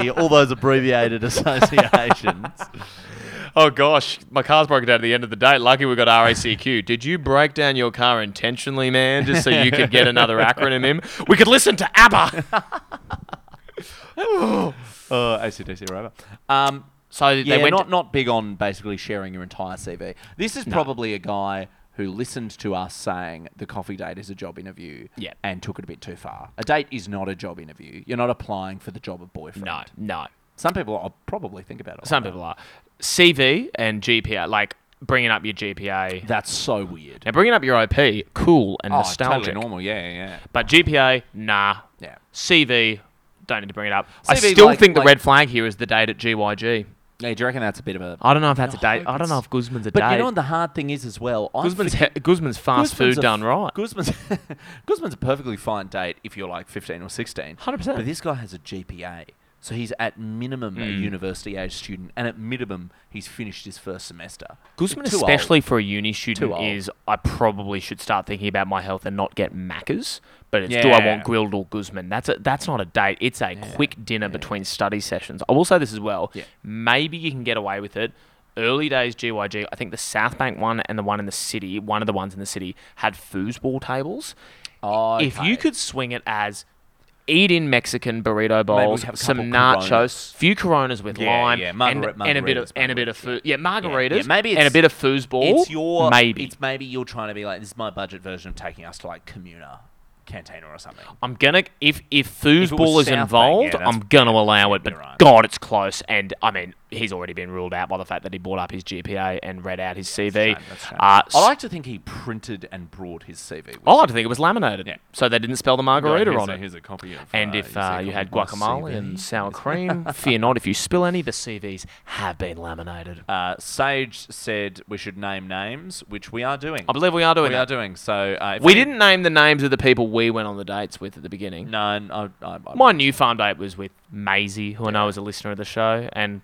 Speaker 5: NIB, all those
Speaker 6: [laughs]
Speaker 5: abbreviated associations.
Speaker 6: oh gosh, my car's broken down at the end of the day. Lucky we got RACQ. Did you break down your car intentionally, man, just so you could get another acronym in? We could listen to ABBA.
Speaker 5: [laughs]
Speaker 6: Oh,
Speaker 5: Uh, ACDC, right? Um,
Speaker 6: So
Speaker 5: yeah,
Speaker 6: they went.
Speaker 5: not not big on basically sharing your entire CV. This is probably a guy who listened to us saying the coffee date is a job interview
Speaker 6: Yeah.
Speaker 5: and took it a bit too far. A date is not a job interview. You're not applying for the job of boyfriend.
Speaker 6: no, no.
Speaker 5: Some people are probably think about it. like
Speaker 6: Some
Speaker 5: that.
Speaker 6: people are CV and GPA, like bringing up your GPA.
Speaker 5: That's so weird.
Speaker 6: Now bringing up your OP, cool and
Speaker 5: Oh,
Speaker 6: nostalgic.
Speaker 5: totally normal. Yeah, yeah, yeah.
Speaker 6: But GPA, nah.
Speaker 5: Yeah.
Speaker 6: CV, don't need to bring it up. I
Speaker 5: CV,
Speaker 6: still
Speaker 5: like-
Speaker 6: think the
Speaker 5: like-
Speaker 6: red flag here is the date at GYG.
Speaker 5: Yeah, do you reckon that's a bit of a?
Speaker 6: I don't know if that's a
Speaker 5: I
Speaker 6: date.
Speaker 5: hope
Speaker 6: I don't know
Speaker 5: it's-
Speaker 6: if Guzman's a
Speaker 5: But
Speaker 6: date.
Speaker 5: you know what the hard thing is as well. I
Speaker 6: Guzman's
Speaker 5: forget-
Speaker 6: he- Guzman's fast
Speaker 5: Guzman's
Speaker 6: food
Speaker 5: a
Speaker 6: done
Speaker 5: f-
Speaker 6: right.
Speaker 5: Guzman's [laughs] Guzman's a perfectly fine date if you're like 15 or 16.
Speaker 6: 100%.
Speaker 5: But this guy has a GPA. So he's at minimum a
Speaker 6: Mm.
Speaker 5: university age student and at minimum he's finished his first semester.
Speaker 6: Guzman,
Speaker 5: Too old.
Speaker 6: especially for a uni
Speaker 5: Too
Speaker 6: student,
Speaker 5: old.
Speaker 6: is I probably should start thinking about my health and not get Maccas. But it's do I
Speaker 5: Yeah.
Speaker 6: want grilled or Guzman? That's a, that's not a date. It's a quick dinner between study sessions. I will say this as well.
Speaker 5: Yeah.
Speaker 6: Maybe you can get away with it. Early days GYG, I think the South Bank one and the one in the city, one of the ones in the city had foosball tables.
Speaker 5: Oh,
Speaker 6: If you
Speaker 5: okay.
Speaker 6: could swing it as eat in Mexican burrito
Speaker 5: we
Speaker 6: bowls,
Speaker 5: have a couple
Speaker 6: some nachos,
Speaker 5: Coronas.
Speaker 6: few Coronas with
Speaker 5: Yeah,
Speaker 6: lime,
Speaker 5: yeah,
Speaker 6: and-
Speaker 5: margari-
Speaker 6: and, a bit of
Speaker 5: margaritas,
Speaker 6: and a bit of
Speaker 5: margaritas,
Speaker 6: food. Yeah, margaritas.
Speaker 5: Yeah, maybe
Speaker 6: and a
Speaker 5: it's-
Speaker 6: bit of foosball.
Speaker 5: it's your
Speaker 6: maybe.
Speaker 5: it's maybe you're trying to be like this is my budget version of taking us to like Comuna Cantina or something.
Speaker 6: I'm gonna if if foosball
Speaker 5: South
Speaker 6: is
Speaker 5: Bank, yeah,
Speaker 6: involved,
Speaker 5: that's-
Speaker 6: I'm gonna allow it.
Speaker 5: you're
Speaker 6: But
Speaker 5: right.
Speaker 6: God, it's close. And I mean, he's already been ruled out by the fact that he brought up his GPA and read out his CV.
Speaker 5: Shame, that's shame.
Speaker 6: Uh,
Speaker 5: I
Speaker 6: I
Speaker 5: like to think he printed and brought his CV. with
Speaker 6: I like to think it was laminated,
Speaker 5: Yeah.
Speaker 6: so they didn't spell the margarita
Speaker 5: here's
Speaker 6: on
Speaker 5: a-
Speaker 6: it.
Speaker 5: here's a copy of,
Speaker 6: And
Speaker 5: uh,
Speaker 6: if
Speaker 5: here's a
Speaker 6: uh,
Speaker 5: copy
Speaker 6: you had
Speaker 5: of my
Speaker 6: guacamole and
Speaker 5: CV. [laughs]
Speaker 6: sour cream, fear not. If you spill any, the CVs have been laminated.
Speaker 5: Uh, Sage said we should name names, which we are doing.
Speaker 6: I believe we are doing
Speaker 5: we
Speaker 6: that.
Speaker 5: are doing. So uh, if
Speaker 6: We
Speaker 5: any-
Speaker 6: didn't name the names of the people we went on the dates with at the beginning.
Speaker 5: No, n- I, I, I,
Speaker 6: My new farm date was with Maisie, who I know is a listener of the show and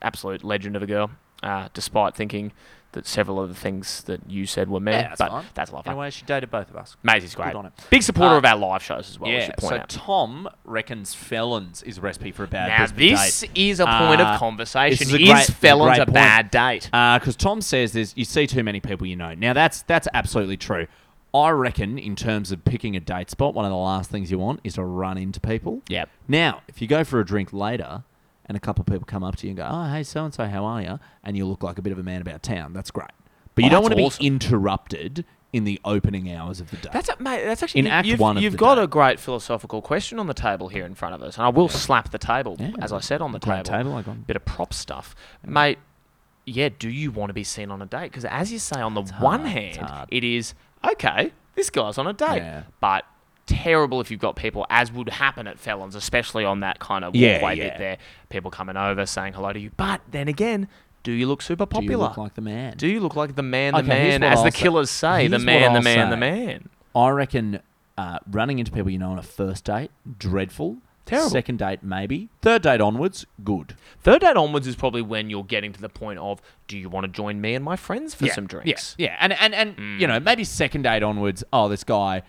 Speaker 6: absolute legend of a girl, uh, despite thinking that several of the things that you said were me.
Speaker 5: Yeah, that's
Speaker 6: but
Speaker 5: fine.
Speaker 6: that's a lot of
Speaker 5: In a
Speaker 6: fun.
Speaker 5: way, she dated both of us.
Speaker 6: Maisie's great.
Speaker 5: on it.
Speaker 6: Big supporter
Speaker 5: Uh,
Speaker 6: of our live shows as well, I
Speaker 5: yeah.
Speaker 6: should point
Speaker 5: So
Speaker 6: out.
Speaker 5: Tom reckons felons is a recipe for a bad.
Speaker 6: now,
Speaker 5: Brisbane
Speaker 6: this
Speaker 5: date.
Speaker 6: is a point
Speaker 5: Uh,
Speaker 6: of conversation.
Speaker 5: this is
Speaker 6: Is,
Speaker 5: a great-
Speaker 6: felons
Speaker 5: great
Speaker 6: a
Speaker 5: point.
Speaker 6: bad date?
Speaker 5: Because Tom says there's you see too many people you know. Now that's that's absolutely true. I reckon in terms of picking a date spot, one of the last things you want is to run into people.
Speaker 6: Yep.
Speaker 5: Now, if you go for a drink later and a couple of people come up to you and go, "Oh, hey, so and so, how are you?" and you look like a bit of a man about town, that's great. But you
Speaker 6: Oh,
Speaker 5: don't
Speaker 6: that's
Speaker 5: want to
Speaker 6: awesome.
Speaker 5: be interrupted in the opening hours of the day.
Speaker 6: That's a, mate. That's actually
Speaker 5: In
Speaker 6: you,
Speaker 5: Act
Speaker 6: you've,
Speaker 5: One of
Speaker 6: You've
Speaker 5: the
Speaker 6: got
Speaker 5: day.
Speaker 6: a great philosophical question on the table here in front of us, and I will slap the table
Speaker 5: Yeah,
Speaker 6: as I said on the
Speaker 5: great
Speaker 6: table.
Speaker 5: table, um, I got-
Speaker 6: Bit of prop stuff, mate. Yeah, do you want to be seen on a date? Because as you say, on the one
Speaker 5: hard, it's
Speaker 6: hand,
Speaker 5: hard.
Speaker 6: it is okay. This guy's on a date,
Speaker 5: Yeah.
Speaker 6: but terrible if you've got people, as would happen at Felons, especially on that kind of
Speaker 5: Yeah,
Speaker 6: walkway
Speaker 5: yeah.
Speaker 6: bit there. People coming over saying hello to you, but then again, do you look super
Speaker 5: Do
Speaker 6: popular?
Speaker 5: you look like the man?
Speaker 6: Do you look like the man, the
Speaker 5: Okay, here's
Speaker 6: man,
Speaker 5: what
Speaker 6: as
Speaker 5: I'll
Speaker 6: the
Speaker 5: say.
Speaker 6: killers say, the
Speaker 5: Here's what
Speaker 6: man, the
Speaker 5: I'll
Speaker 6: man, the
Speaker 5: say.
Speaker 6: man?
Speaker 5: I reckon uh, running into people you know on a first date, dreadful.
Speaker 6: Terrible.
Speaker 5: Second date, maybe. Third date onwards, good.
Speaker 6: Third date onwards is probably when you're getting to the point of, do you want to join me and my friends for
Speaker 5: yeah,
Speaker 6: some drinks? Mm.
Speaker 5: Yeah, yeah. and and and you know maybe second date onwards. Oh, this guy.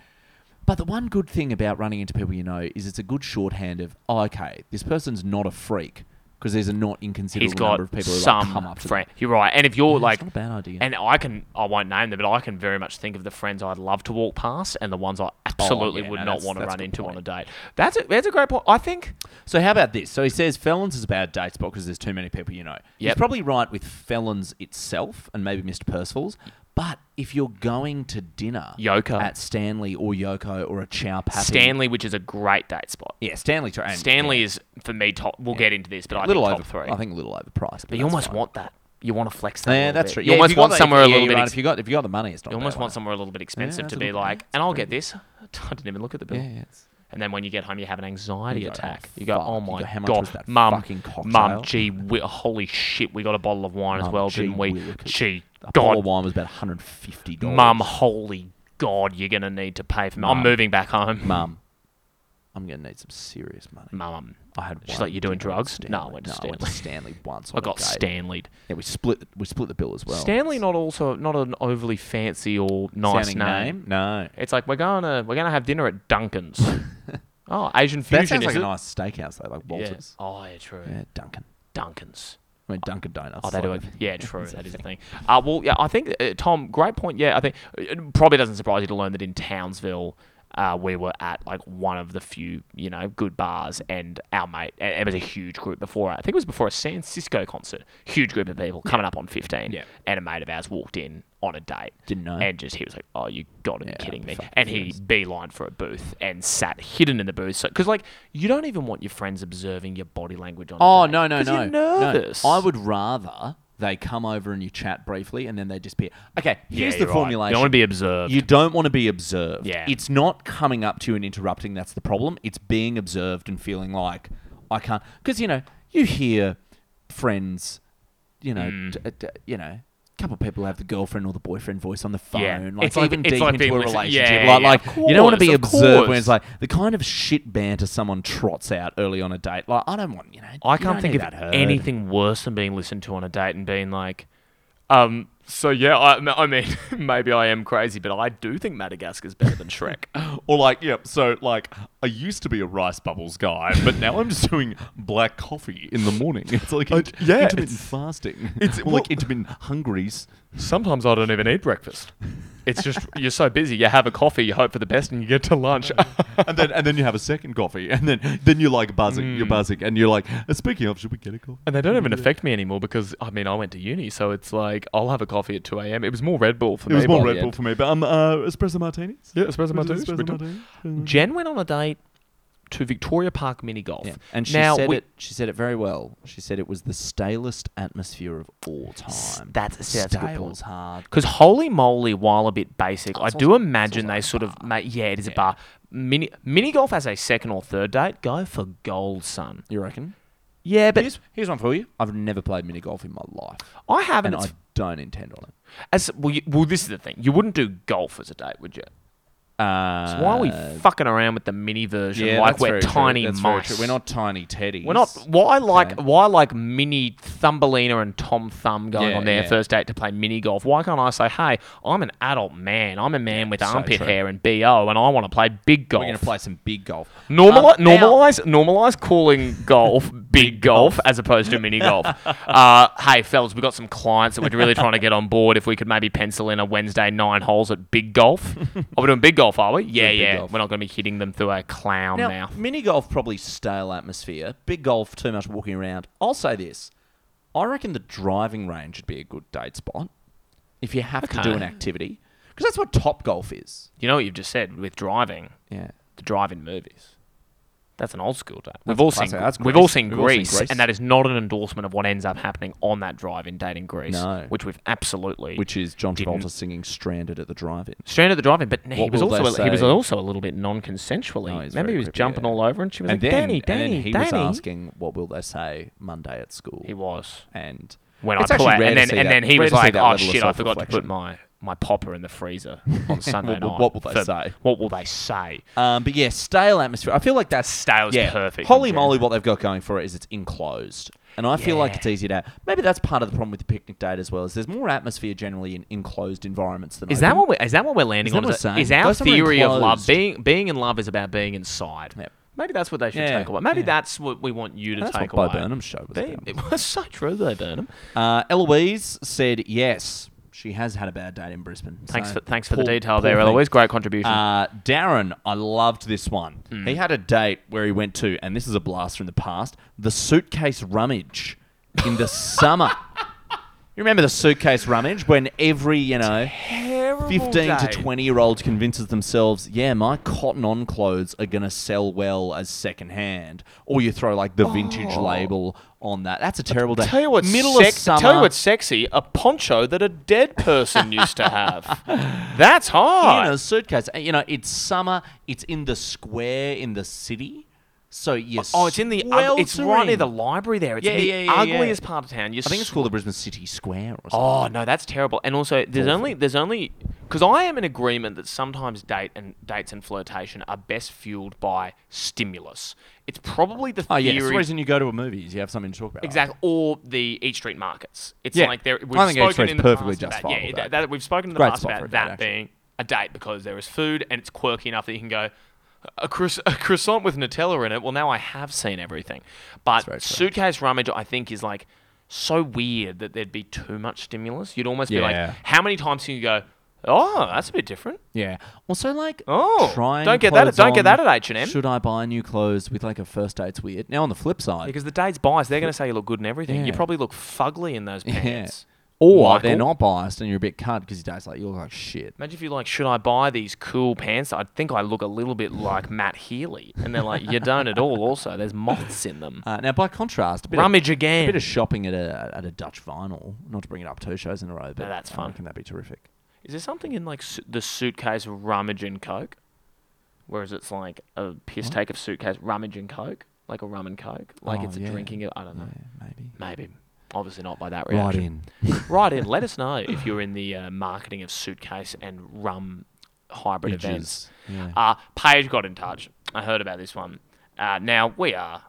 Speaker 5: But the one good thing about running into people you know is it's a good shorthand of oh, okay, this person's not a freak. because there's a not inconsiderable
Speaker 6: he's got
Speaker 5: number of people who
Speaker 6: some
Speaker 5: like, come up to
Speaker 6: friend. You're right, and if you're
Speaker 5: Yeah, it's
Speaker 6: like,
Speaker 5: not a bad idea.
Speaker 6: and I can, I won't name them, but I can very much think of the friends I'd love to walk past and the ones I absolutely
Speaker 5: Oh, yeah,
Speaker 6: would
Speaker 5: no,
Speaker 6: not
Speaker 5: that's-
Speaker 6: want to
Speaker 5: that's a
Speaker 6: run
Speaker 5: good
Speaker 6: into
Speaker 5: point.
Speaker 6: on a date. That's a, that's a great point. I think
Speaker 5: So how about this? So he says felons is a bad date spot because there's too many people you know. He's
Speaker 6: Yep.
Speaker 5: probably right with felons itself and maybe Mr. Percival's. But if you're going to dinner
Speaker 6: Yoko.
Speaker 5: at Stanley or Yoko or a Chow Pappy,
Speaker 6: Stanley, which is a great date spot.
Speaker 5: yeah, Stanley, to- and-
Speaker 6: Stanley
Speaker 5: yeah.
Speaker 6: is for me top. We'll get into this, but I
Speaker 5: little
Speaker 6: think
Speaker 5: over
Speaker 6: top three.
Speaker 5: I think a little overpriced, but
Speaker 6: but you
Speaker 5: that's
Speaker 6: almost
Speaker 5: fine.
Speaker 6: want that. You want to flex that. a
Speaker 5: Yeah,
Speaker 6: little
Speaker 5: that's
Speaker 6: bit.
Speaker 5: true.
Speaker 6: You
Speaker 5: Yeah, if
Speaker 6: almost
Speaker 5: got
Speaker 6: want
Speaker 5: that-
Speaker 6: somewhere a
Speaker 5: yeah,
Speaker 6: little
Speaker 5: you're
Speaker 6: bit.
Speaker 5: Right.
Speaker 6: ex-
Speaker 5: If you got if you got the money, it's not.
Speaker 6: you
Speaker 5: bad,
Speaker 6: almost
Speaker 5: like
Speaker 6: want
Speaker 5: that.
Speaker 6: somewhere a little bit expensive
Speaker 5: that's
Speaker 6: to
Speaker 5: a
Speaker 6: be
Speaker 5: little-
Speaker 6: like, and I'll get this. [laughs] I didn't even look at the bill.
Speaker 5: Yeah, yeah, it's-
Speaker 6: And then when you get home, you have an anxiety
Speaker 5: You go,
Speaker 6: attack.
Speaker 5: "Oh,
Speaker 6: you go,
Speaker 5: fuck."
Speaker 6: oh
Speaker 5: You
Speaker 6: my
Speaker 5: go, "How much
Speaker 6: god,
Speaker 5: was that
Speaker 6: mum,
Speaker 5: fucking cocktail?"
Speaker 6: mum, gee, whi holy shit, we got a bottle of wine as
Speaker 5: Mum,
Speaker 6: well,
Speaker 5: gee
Speaker 6: didn't we?
Speaker 5: whiz-
Speaker 6: Gee,
Speaker 5: A bottle
Speaker 6: god,
Speaker 5: of wine was about 150 dollars.
Speaker 6: mum, holy god, you're gonna need to pay for me. I'm
Speaker 5: Mum.
Speaker 6: moving back home.
Speaker 5: mum, I'm gonna need some serious money.
Speaker 6: Mum,
Speaker 5: I had.
Speaker 6: She's
Speaker 5: one
Speaker 6: like, "You doing
Speaker 5: dinner at
Speaker 6: drugs?" No, I went to
Speaker 5: Stanley. Stanley
Speaker 6: [laughs]
Speaker 5: once.
Speaker 6: I
Speaker 5: on a
Speaker 6: got
Speaker 5: date.
Speaker 6: Stanleyed.
Speaker 5: Yeah, we split. We split the bill as well.
Speaker 6: Stanley, not also not an overly fancy or nice
Speaker 5: Sounding
Speaker 6: name.
Speaker 5: No.
Speaker 6: It's like we're gonna we're gonna have dinner at
Speaker 5: [laughs]
Speaker 6: Duncan's. oh, Asian fusion.
Speaker 5: That sounds
Speaker 6: is
Speaker 5: like
Speaker 6: it?
Speaker 5: a nice steakhouse though, like Walters.
Speaker 6: Yeah. Oh, yeah, true.
Speaker 5: Yeah, Duncan.
Speaker 6: Duncan's.
Speaker 5: I mean Dunkin' Donuts.
Speaker 6: Oh,
Speaker 5: is
Speaker 6: they do
Speaker 5: like
Speaker 6: it.
Speaker 5: a-
Speaker 6: Yeah, true.
Speaker 5: [laughs] it's a
Speaker 6: That is a
Speaker 5: thing.
Speaker 6: thing. Uh, well, yeah, I think uh, Tom, great point. Yeah, I think uh, it probably doesn't surprise you to learn that in Townsville, uh, we were at like one of the few you know good bars, and our mate and it was a huge group before. I think it was before a San Cisco concert. Huge group of people coming up on fifteen.
Speaker 5: Yeah.
Speaker 6: And a mate of ours walked in on a date.
Speaker 5: Didn't know.
Speaker 6: And just he was like, "Oh, you got to be
Speaker 5: Yeah,
Speaker 6: kidding me!"
Speaker 5: fucking
Speaker 6: And he
Speaker 5: furious.
Speaker 6: beelined for a booth and sat hidden in the booth. So, because like you don't even want your friends observing your body language on. a
Speaker 5: Oh
Speaker 6: date,
Speaker 5: no no
Speaker 6: 'cause
Speaker 5: no!
Speaker 6: You're
Speaker 5: no.
Speaker 6: nervous.
Speaker 5: I would rather they come over and you chat briefly and then they disappear. Okay, here's the
Speaker 6: Yeah, you're right.
Speaker 5: formulation.
Speaker 6: You don't want to be observed.
Speaker 5: You don't want to be observed.
Speaker 6: Yeah.
Speaker 5: It's not coming up to you and interrupting that's the problem. It's being observed and feeling like I can't because you know you hear friends, you know,
Speaker 6: Mm.
Speaker 5: d- d- you know. A couple of people have the girlfriend or the boyfriend voice on the phone.
Speaker 6: Yeah.
Speaker 5: Like it's,
Speaker 6: It's
Speaker 5: even
Speaker 6: even- it's
Speaker 5: deep
Speaker 6: like
Speaker 5: into
Speaker 6: being
Speaker 5: a
Speaker 6: listened-
Speaker 5: relationship.
Speaker 6: yeah,
Speaker 5: like, like
Speaker 6: of
Speaker 5: you don't want to
Speaker 6: course,
Speaker 5: be
Speaker 6: of
Speaker 5: observed
Speaker 6: course.
Speaker 5: when it's like the kind of shit banter someone trots out early on a date. Like I don't want you know.
Speaker 6: I
Speaker 5: you
Speaker 6: can't
Speaker 5: don't
Speaker 6: think
Speaker 5: need
Speaker 6: of
Speaker 5: that heard.
Speaker 6: anything worse than being listened to on a date and being like, um, so yeah, I, I mean, [laughs] maybe I am crazy, but I do think Madagascar's better
Speaker 5: [laughs]
Speaker 6: than Shrek.
Speaker 5: Or like, yep. so like, I used to be a rice bubbles guy, but now I'm just doing black coffee in the morning. [laughs] It's like
Speaker 8: Uh,
Speaker 5: int-
Speaker 8: yeah,
Speaker 5: intermittent
Speaker 8: it's-
Speaker 5: fasting.
Speaker 8: it's-
Speaker 5: Or
Speaker 8: well-
Speaker 5: [laughs] like intermittent hungries.
Speaker 6: Sometimes I don't even eat breakfast. It's just you're so busy. You have a coffee, you hope for the best, and you get to lunch.
Speaker 5: And then and then you have a second coffee, and then then you're like buzzing, you're buzzing, and you're like, "Uh, speaking of, should we get a coffee?
Speaker 6: And they don't even affect me anymore because I mean I went to uni, so it's like I'll have a coffee at two a.m. It was more Red Bull for
Speaker 5: It
Speaker 6: me.
Speaker 5: was more
Speaker 6: by the
Speaker 5: Red Bull
Speaker 6: end.
Speaker 5: for me, but um, uh, espresso martinis.
Speaker 8: Yeah, espresso martinis.
Speaker 5: Espresso
Speaker 8: we do.
Speaker 5: martinis.
Speaker 6: Jen went on a date to Victoria Park mini golf,
Speaker 5: Yeah. And she
Speaker 6: now
Speaker 5: said
Speaker 6: we,
Speaker 5: it. She said it very well. She said it was the stalest atmosphere of all
Speaker 6: S-
Speaker 5: time.
Speaker 6: That's, see, that's a good
Speaker 5: Stale's
Speaker 6: point.
Speaker 5: hard.
Speaker 6: Because holy moly, while a bit basic, I
Speaker 5: Oh, it's
Speaker 6: do
Speaker 5: also- it's
Speaker 6: imagine
Speaker 5: also
Speaker 6: they
Speaker 5: a
Speaker 6: sort of
Speaker 5: bar.
Speaker 6: make. Yeah, it is a
Speaker 5: Yeah.
Speaker 6: bar. Mini mini golf as a second or third date. Go for gold, son.
Speaker 5: You reckon?
Speaker 6: Yeah, but
Speaker 5: here's, here's one for you. I've never played mini golf in my life,
Speaker 6: I haven't.
Speaker 5: and
Speaker 6: it's-
Speaker 5: I don't intend on it.
Speaker 6: As well, you, well, this is the thing. You wouldn't do golf as a date, would you?
Speaker 5: Uh,
Speaker 6: So why are we fucking around with the mini version?
Speaker 5: yeah,
Speaker 6: like
Speaker 5: that's
Speaker 6: we're
Speaker 5: very true.
Speaker 6: tiny
Speaker 5: That's very
Speaker 6: mice.
Speaker 5: true. We're not tiny teddies.
Speaker 6: We're not. Why I like
Speaker 5: Okay.
Speaker 6: why I like mini Thumbelina and Tom Thumb going
Speaker 5: Yeah,
Speaker 6: on their
Speaker 5: yeah.
Speaker 6: first date to play mini golf? Why can't I say, hey, I'm an adult man. I'm a man with
Speaker 5: so
Speaker 6: armpit
Speaker 5: true.
Speaker 6: hair and bo, and I want to play big golf.
Speaker 5: We're going to play some big golf.
Speaker 6: Normali-
Speaker 5: Um, now-
Speaker 6: normalize, normalize calling
Speaker 5: [laughs]
Speaker 6: golf big golf as opposed to mini golf. Uh, hey, fellas, we've got some clients that we're really trying to get on board. If we could maybe pencil in a Wednesday nine holes at
Speaker 5: [laughs]
Speaker 6: big golf. Oh, we're doing big golf, are we? Yeah,
Speaker 5: big
Speaker 6: yeah.
Speaker 5: golf.
Speaker 6: We're not going to be hitting them through a clown
Speaker 5: Now,
Speaker 6: mouth.
Speaker 5: mini golf probably stale atmosphere. Big golf, too much walking around. I'll say this: I reckon the driving range would be a good date spot if you have to do
Speaker 6: Okay.
Speaker 5: an activity, because that's what top golf is.
Speaker 6: You know what you've just said with driving.
Speaker 5: Yeah.
Speaker 6: the drive-in movies. That's an old school date. We've
Speaker 5: That's
Speaker 6: all, seen,
Speaker 5: classic. That's
Speaker 6: we've all
Speaker 5: Greece.
Speaker 6: seen
Speaker 5: We've all seen
Speaker 6: Greece,
Speaker 5: Greece.
Speaker 6: and that is not an endorsement of what ends up happening on that drive-in date in Greece,
Speaker 5: No.
Speaker 6: which we've absolutely
Speaker 5: Which is John
Speaker 6: Didn't-
Speaker 5: Travolta singing "Stranded at the Drive-In."
Speaker 6: stranded the drive-in. But he
Speaker 5: What
Speaker 6: was
Speaker 5: will
Speaker 6: also
Speaker 5: they
Speaker 6: a, he was
Speaker 5: say?
Speaker 6: also a little bit non-consensually.
Speaker 5: No, he's
Speaker 6: Remember,
Speaker 5: very
Speaker 6: he was
Speaker 5: creepy,
Speaker 6: jumping
Speaker 5: yeah.
Speaker 6: all over, and she was
Speaker 5: And
Speaker 6: like,
Speaker 5: then,
Speaker 6: "Danny, Danny,
Speaker 5: and then he
Speaker 6: Danny."
Speaker 5: was asking, "What will they say Monday at school?"
Speaker 6: He was.
Speaker 5: and
Speaker 6: when
Speaker 5: it's
Speaker 6: I pull
Speaker 5: actually
Speaker 6: out,
Speaker 5: rare
Speaker 6: and
Speaker 5: to
Speaker 6: then
Speaker 5: see
Speaker 6: and
Speaker 5: that-
Speaker 6: then he
Speaker 5: rare
Speaker 6: was
Speaker 5: to see
Speaker 6: like,
Speaker 5: that
Speaker 6: "Oh
Speaker 5: level of
Speaker 6: shit, I forgot to put
Speaker 5: self-reflection.
Speaker 6: my my popper in the freezer
Speaker 5: [laughs]
Speaker 6: on Sunday
Speaker 5: What will-
Speaker 6: night."
Speaker 5: what will they say?
Speaker 6: What will they say?
Speaker 5: Um, but yeah, stale atmosphere. I feel like that's
Speaker 6: Stale's perfect
Speaker 5: Holy
Speaker 6: in general.
Speaker 5: moly, what they've got going for it is it's enclosed, and I feel like
Speaker 6: Yeah.
Speaker 5: it's easier to. Maybe that's part of the problem with the picnic date as well. Is there's more atmosphere generally in enclosed environments than
Speaker 6: Is that
Speaker 5: open.
Speaker 6: what we're, is that what we're landing
Speaker 5: Is that
Speaker 6: on?
Speaker 5: what
Speaker 6: Is,
Speaker 5: we're
Speaker 6: that- is
Speaker 5: saying?
Speaker 6: our
Speaker 5: Go somewhere
Speaker 6: theory of love
Speaker 5: enclosed.
Speaker 6: being being in love is about being inside?
Speaker 5: Yep.
Speaker 6: Maybe that's what they should
Speaker 5: Yeah,
Speaker 6: take away. Maybe
Speaker 5: yeah.
Speaker 6: that's what we want you to
Speaker 5: That's
Speaker 6: take
Speaker 5: what
Speaker 6: away.
Speaker 5: Bo Burnham's show was
Speaker 6: They-
Speaker 5: about.
Speaker 6: [laughs] It was so true, though, Burnham.
Speaker 5: Uh, Eloise said yes, she has had a bad date in Brisbane.
Speaker 6: Thanks
Speaker 5: So,
Speaker 6: for thanks for the
Speaker 5: poor-
Speaker 6: detail
Speaker 5: poor
Speaker 6: there,
Speaker 5: thing.
Speaker 6: Eloise. Great contribution. Hmm.
Speaker 5: Uh, Darren, I loved this one. He had a date where he went to, and this is a blast from the past, the suitcase rummage in
Speaker 6: [laughs]
Speaker 5: the summer. You remember the suitcase rummage when every, you know, 15 to
Speaker 6: date.
Speaker 5: 20 year olds convinces themselves, yeah, my cotton on clothes are going to sell well as secondhand. Or you throw like the vintage label on that. That's a terrible day.
Speaker 6: Oh. Tell you what's
Speaker 5: Middle of
Speaker 6: sex-
Speaker 5: summer.
Speaker 6: Tell you what's sexy: a poncho that a dead person used to have.
Speaker 5: [laughs]
Speaker 6: That's hot.
Speaker 5: in a suitcase. Uh, You know, it's summer. It's in the square in the city. So yes.
Speaker 6: oh, it's in the. ug- it's right near the library there. It's
Speaker 5: Yeah,
Speaker 6: in the
Speaker 5: yeah, yeah, yeah.
Speaker 6: ugliest part of town. You're
Speaker 5: I think it's called the Brisbane City Square or something.
Speaker 6: Oh no, that's terrible. And also, there's only there's only because I am in agreement that sometimes date and dates and flirtation are best fueled by stimulus. It's probably the
Speaker 5: Oh
Speaker 6: theory.
Speaker 5: yeah, it's the reason you go to a movie is you have something to talk about.
Speaker 6: Exactly, or the Eat Street markets. It's
Speaker 5: Yeah.
Speaker 6: like there. We've
Speaker 5: I think Eat
Speaker 6: spoken
Speaker 5: Street's
Speaker 6: in the
Speaker 5: perfectly
Speaker 6: past about,
Speaker 5: justifiable,
Speaker 6: yeah,
Speaker 5: though.
Speaker 6: that, that- we've spoken in the
Speaker 5: Great
Speaker 6: past
Speaker 5: spot for a
Speaker 6: about
Speaker 5: date,
Speaker 6: that
Speaker 5: actually.
Speaker 6: being a date because there is food and it's quirky enough that you can go a, croiss- a croissant with Nutella in it. Well, now I have seen everything,
Speaker 5: very true.
Speaker 6: but suitcase rummage I think is like so weird that there'd be too much stimulus. You'd almost be
Speaker 5: Yeah.
Speaker 6: like, how many times can you go? Oh, that's a bit different.
Speaker 5: Yeah. Also, like,
Speaker 6: Oh,
Speaker 5: trying
Speaker 6: don't get that-
Speaker 5: clothes
Speaker 6: don't get that
Speaker 5: on.
Speaker 6: at H&M.
Speaker 5: Should I buy new clothes with like a first date's weird? Now on the flip side,
Speaker 6: Because the date's biased, they're going to say you look good in everything. You
Speaker 5: Uh, Yeah.
Speaker 6: probably look fugly in those
Speaker 5: [laughs] Yeah.
Speaker 6: pants.
Speaker 5: or they're
Speaker 6: Michael.
Speaker 5: not biased and you're a bit cut because your date's like you look like shit.
Speaker 6: Imagine if you're like, should I buy these cool pants? I think I look a little bit like Matt Healy. And they're like, you don't at all. Also, there's moths in them.
Speaker 5: Uh, now, by contrast, a bit of,
Speaker 6: Rummage
Speaker 5: a
Speaker 6: again.
Speaker 5: bit of shopping at a at a Dutch vinyl. Not to bring it up two shows in a row, but
Speaker 6: that's
Speaker 5: I
Speaker 6: fun.
Speaker 5: reckon that'd be terrific.
Speaker 6: is there something in like su- the suitcase rummage and coke? Whereas it's like a piss take of suitcase rummage and coke, like a rum and coke, like
Speaker 5: Oh,
Speaker 6: it's a
Speaker 5: yeah.
Speaker 6: drinking. I don't know.
Speaker 5: Yeah, maybe.
Speaker 6: Maybe. Obviously not by that
Speaker 5: Right
Speaker 6: reaction.
Speaker 5: in.
Speaker 6: Right in. [laughs] right in. Let us know if you're in the uh, marketing of suitcase and rum hybrid events.
Speaker 5: Bridges. Yeah.
Speaker 6: Uh, Paige got in touch. I heard about this one. Uh, now, we are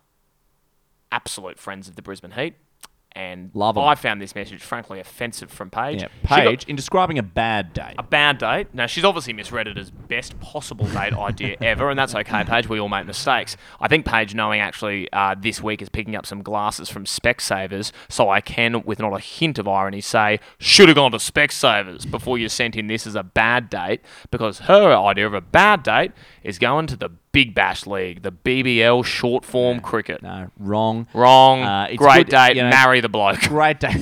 Speaker 6: absolute friends of the Brisbane Heat. And
Speaker 5: Love 'em.
Speaker 6: I found this message, frankly, offensive from Paige.
Speaker 5: Yeah,
Speaker 6: She got
Speaker 5: Paige, in describing a bad date.
Speaker 6: a bad date. Now, she's obviously misread it as best possible
Speaker 5: [laughs]
Speaker 6: date idea ever, and that's okay, Paige. We all make mistakes. I think Paige, knowing actually uh, this week is picking up some glasses from Specsavers, so I can, with not a hint of irony, say, should have gone to Specsavers before you sent in this as a bad date, because her idea of a bad date is going to the Big Bash League, the BBL short form cricket.
Speaker 5: No, wrong.
Speaker 6: Wrong.
Speaker 5: Uh, it's
Speaker 6: Great
Speaker 5: good-
Speaker 6: date.
Speaker 5: you know-
Speaker 6: marry the bloke. [laughs]
Speaker 5: Great date.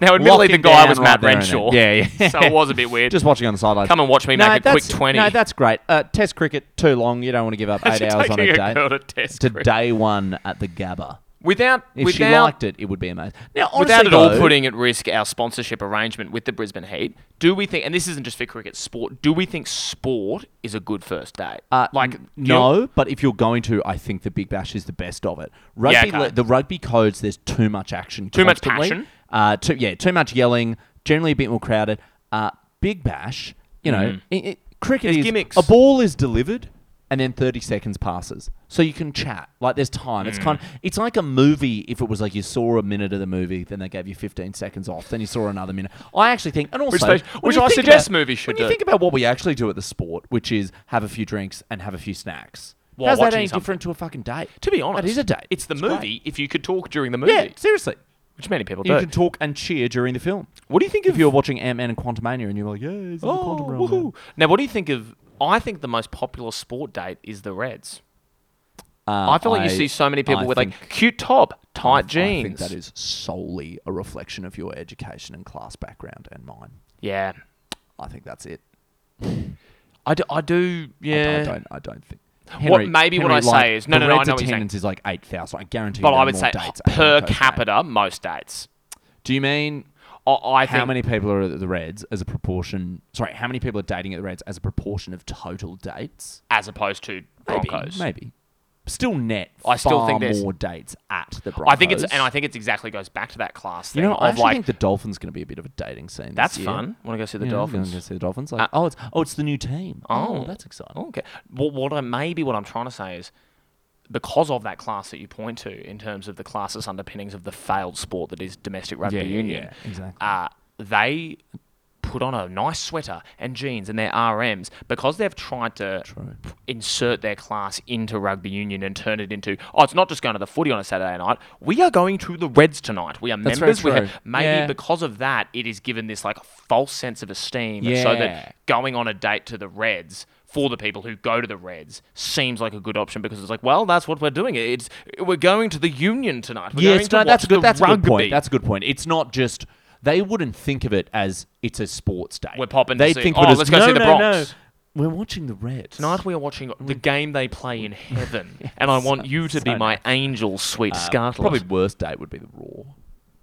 Speaker 6: Now, admittedly,
Speaker 5: Lock
Speaker 6: the
Speaker 5: him
Speaker 6: guy
Speaker 5: down
Speaker 6: was
Speaker 5: right
Speaker 6: Matt
Speaker 5: there and then.
Speaker 6: Renshaw.
Speaker 5: Yeah, yeah.
Speaker 6: [laughs] so it was a bit
Speaker 5: [laughs]
Speaker 6: weird.
Speaker 5: Just watching on the sideline.
Speaker 6: Come and watch me
Speaker 5: No,
Speaker 6: make a
Speaker 5: that's-
Speaker 6: quick 20.
Speaker 5: No, that's great. Uh, test cricket, too long. You don't want to give up eight
Speaker 6: Imagine
Speaker 5: hours on
Speaker 6: taking
Speaker 5: a
Speaker 6: a
Speaker 5: date.
Speaker 6: girl to test
Speaker 5: to
Speaker 6: cricket.
Speaker 5: day one at the Gabba.
Speaker 6: Without,
Speaker 5: If
Speaker 6: without,
Speaker 5: she liked it, it would be amazing. Now, honestly,
Speaker 6: without at all
Speaker 5: though-
Speaker 6: putting at risk our sponsorship arrangement with the Brisbane Heat, do we think, and this isn't just for cricket, sport, do we think sport is a good first date?
Speaker 5: Uh,
Speaker 6: like,
Speaker 5: n-
Speaker 6: do you-
Speaker 5: no, but if you're going to, I think the Big Bash is the best of it. Rugby,
Speaker 6: Yeah, okay.
Speaker 5: le- the rugby codes, there's too much action.
Speaker 6: Too much
Speaker 5: constantly.
Speaker 6: passion?
Speaker 5: Uh, too, yeah, too much yelling. Generally a bit more crowded. Uh, Big Bash, you know, i i cricket
Speaker 6: Mm-hmm. There's
Speaker 5: is
Speaker 6: gimmicks.
Speaker 5: a ball is delivered and then 30 seconds passes, so you can chat. Like there's time.
Speaker 6: Mm.
Speaker 5: It's kind. It's like a movie. If it was like you saw a minute of the movie, then they gave you 15 seconds off, then you saw another minute. I actually think, and also,
Speaker 6: they-
Speaker 5: when
Speaker 6: which
Speaker 5: you
Speaker 6: I
Speaker 5: think
Speaker 6: suggest
Speaker 5: about-
Speaker 6: movies should
Speaker 5: when you
Speaker 6: do.
Speaker 5: think about what we actually do at the sport, which is have a few drinks and have a few snacks.
Speaker 6: While
Speaker 5: How's that
Speaker 6: watching
Speaker 5: any
Speaker 6: something.
Speaker 5: different to a fucking date?
Speaker 6: to be honest,
Speaker 5: that is a date.
Speaker 6: It's the
Speaker 5: great.
Speaker 6: movie if you could talk during the movie,
Speaker 5: Yeah, seriously.
Speaker 6: which many people
Speaker 5: You
Speaker 6: do.
Speaker 5: can talk and cheer during the film.
Speaker 6: what do you think
Speaker 5: If
Speaker 6: of
Speaker 5: you're watching Ant Man and Quantumania and you're like, yeah, it's in the
Speaker 6: Oh,
Speaker 5: quantum realm. man."
Speaker 6: woohoo. Now, what do you think of? I think the most popular sport date is the Reds.
Speaker 5: Uh,
Speaker 6: I feel like you see so many people
Speaker 5: I
Speaker 6: with like
Speaker 5: think-
Speaker 6: cute top, tight
Speaker 5: I
Speaker 6: jeans.
Speaker 5: think that is solely a reflection of your education and class background and mine.
Speaker 6: Yeah,
Speaker 5: I think that's it.
Speaker 6: I do. I do
Speaker 5: I don't-
Speaker 6: yeah.
Speaker 5: I don't. I don't think. Henry-
Speaker 6: maybe what
Speaker 5: Henry
Speaker 6: I say
Speaker 5: Light-
Speaker 6: is- no,
Speaker 5: the
Speaker 6: no, no, I
Speaker 5: Reds
Speaker 6: know what you're saying.
Speaker 5: attendance is like eight thousand. I guarantee.
Speaker 6: But
Speaker 5: you
Speaker 6: I
Speaker 5: there
Speaker 6: would
Speaker 5: are
Speaker 6: say
Speaker 5: more dates at
Speaker 6: per
Speaker 5: Gold Coast than-
Speaker 6: capita, most dates.
Speaker 5: Do you mean
Speaker 6: I, I
Speaker 5: how
Speaker 6: think
Speaker 5: many people are at the Reds as a proportion? Sorry, how many people are dating at the Reds as a proportion of total dates?
Speaker 6: as opposed to
Speaker 5: Maybe,
Speaker 6: Broncos.
Speaker 5: maybe. Still net.
Speaker 6: I still
Speaker 5: far
Speaker 6: think there's-
Speaker 5: more dates at the Broncos.
Speaker 6: I think it's and I think it's exactly goes back to that class
Speaker 5: you
Speaker 6: thing
Speaker 5: know I
Speaker 6: of
Speaker 5: actually
Speaker 6: like
Speaker 5: think the Dolphins going to be a bit of a dating scene. this
Speaker 6: that's
Speaker 5: year.
Speaker 6: fun. Want to go see the
Speaker 5: You know, I'm gonna
Speaker 6: Dolphins? Uh,
Speaker 5: go see the Dolphins. Like, oh, it's oh, it's the new team. Oh,
Speaker 6: Oh.
Speaker 5: that's exciting.
Speaker 6: Oh, okay. What, what I maybe what I'm trying to say is because of that class that you point to in terms of the classes underpinnings of the failed sport that is domestic rugby
Speaker 5: Yeah, yeah,
Speaker 6: union.
Speaker 5: yeah, exactly.
Speaker 6: Uh, they put on a nice sweater and jeans and they're RMs because they've tried to p- insert their class into rugby union and turn it into oh it's not just going to the footy on a Saturday night we are going to the Reds tonight we are
Speaker 5: That's very
Speaker 6: members we have
Speaker 5: true.
Speaker 6: maybe
Speaker 5: Yeah.
Speaker 6: because of that it is given this like false sense of esteem and so
Speaker 5: Yeah.
Speaker 6: that going on a date to the Reds for the people who go to the Reds seems like a good option because it's like, well, that's what we're doing. It's we're going to the Union tonight. We're going
Speaker 5: yes,
Speaker 6: to
Speaker 5: no,
Speaker 6: watch
Speaker 5: that's a
Speaker 6: the
Speaker 5: good. That's a good
Speaker 6: rugby.
Speaker 5: point. That's a good point. It's not just they wouldn't think of it as it's a sports day.
Speaker 6: We're popping to
Speaker 5: They
Speaker 6: see-
Speaker 5: think
Speaker 6: oh,
Speaker 5: of it as,
Speaker 6: let's go
Speaker 5: no,
Speaker 6: see the
Speaker 5: no,
Speaker 6: Bronx."
Speaker 5: No. We're watching the Reds
Speaker 6: tonight. We are watching the game they
Speaker 5: [laughs]
Speaker 6: play in heaven, and I want you to be my angel, sweet Scarlet.
Speaker 5: Uh, Probably worst date would be the Raw.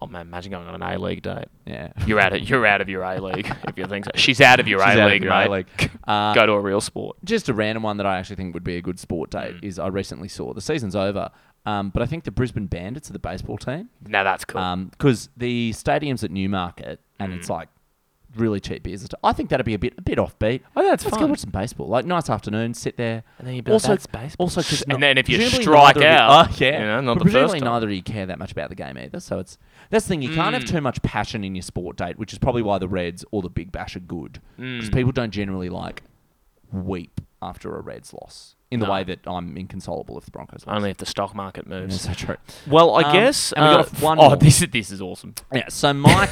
Speaker 6: Oh man, imagine going on an A League date.
Speaker 5: Yeah.
Speaker 6: You're out of you're out of your A League if you think so. She's out of your
Speaker 5: She's out
Speaker 6: A
Speaker 5: of
Speaker 6: League,
Speaker 5: your
Speaker 6: mate.
Speaker 5: A-League. Uh,
Speaker 6: go to a real sport.
Speaker 5: Just a random one that I actually think would be a good sport date is I recently saw the season's over, um, but I think the Brisbane Bandits are the baseball team.
Speaker 6: Now that's
Speaker 5: uh,
Speaker 6: cool. Mm.
Speaker 5: because Um, the stadium's at Newmarket and it's like really cheap beers. I think that'd be a bit a bit offbeat.
Speaker 6: Oh, yeah, it's
Speaker 5: Let's
Speaker 6: fun.
Speaker 5: go watch some baseball. Like nice afternoon, sit there.
Speaker 6: And then you'd be like, "That's baseball."
Speaker 5: Also, 'cause
Speaker 6: [laughs] And
Speaker 5: not-
Speaker 6: then if you
Speaker 5: presumably
Speaker 6: strike
Speaker 5: neither of [laughs]
Speaker 6: out,
Speaker 5: oh, yeah,
Speaker 6: you know, not
Speaker 5: But
Speaker 6: the first
Speaker 5: presumably
Speaker 6: time.
Speaker 5: neither of you care that much about the game either. So it's that's the thing. You can't
Speaker 6: Mm.
Speaker 5: have too much passion in your sport date, which is probably why the Reds or the Big Bash are good
Speaker 6: Mm.
Speaker 5: because people don't generally like weep after a Reds loss in the
Speaker 6: No.
Speaker 5: way that I'm inconsolable if the Broncos lose. [laughs]
Speaker 6: Only if the stock market moves.
Speaker 5: so true.
Speaker 6: Well, I
Speaker 5: Um,
Speaker 6: guess.
Speaker 5: and we got
Speaker 6: uh,
Speaker 5: a f- one
Speaker 6: oh,
Speaker 5: more.
Speaker 6: this is this is awesome.
Speaker 5: Yeah, so
Speaker 6: [laughs]
Speaker 5: Mike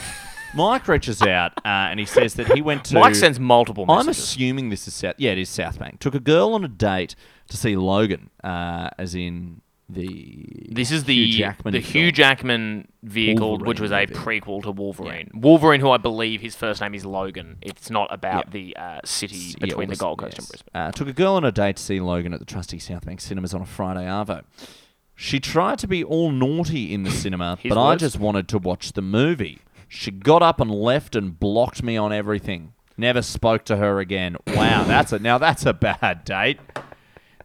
Speaker 5: Mike reaches out uh, and he says that he went to
Speaker 6: Mike sends multiple
Speaker 5: I'm
Speaker 6: messages.
Speaker 5: assuming this is South. Yeah, it is South Bank. Took a girl on a date to see Logan, uh, as in the
Speaker 6: this is the
Speaker 5: Hugh
Speaker 6: Hugh
Speaker 5: Jackman
Speaker 6: the
Speaker 5: film.
Speaker 6: Hugh Jackman vehicle, which
Speaker 5: Wolverine
Speaker 6: was a
Speaker 5: movie.
Speaker 6: prequel to Wolverine. Wolverine, who I believe his first name is Logan. It's not about
Speaker 5: Yeah.
Speaker 6: the uh, city
Speaker 5: Yeah,
Speaker 6: between the
Speaker 5: August-
Speaker 6: Gold Coast
Speaker 5: yes.
Speaker 6: and Brisbane.
Speaker 5: Uh, took a girl on a date to see Logan at the trusty South Bank cinemas on a Friday arvo. She tried to be all naughty in the cinema,
Speaker 6: His
Speaker 5: but I
Speaker 6: words.
Speaker 5: just wanted to watch the movie. She got up and left and blocked me on everything. Never spoke to her again. Wow, that's a now that's a bad date.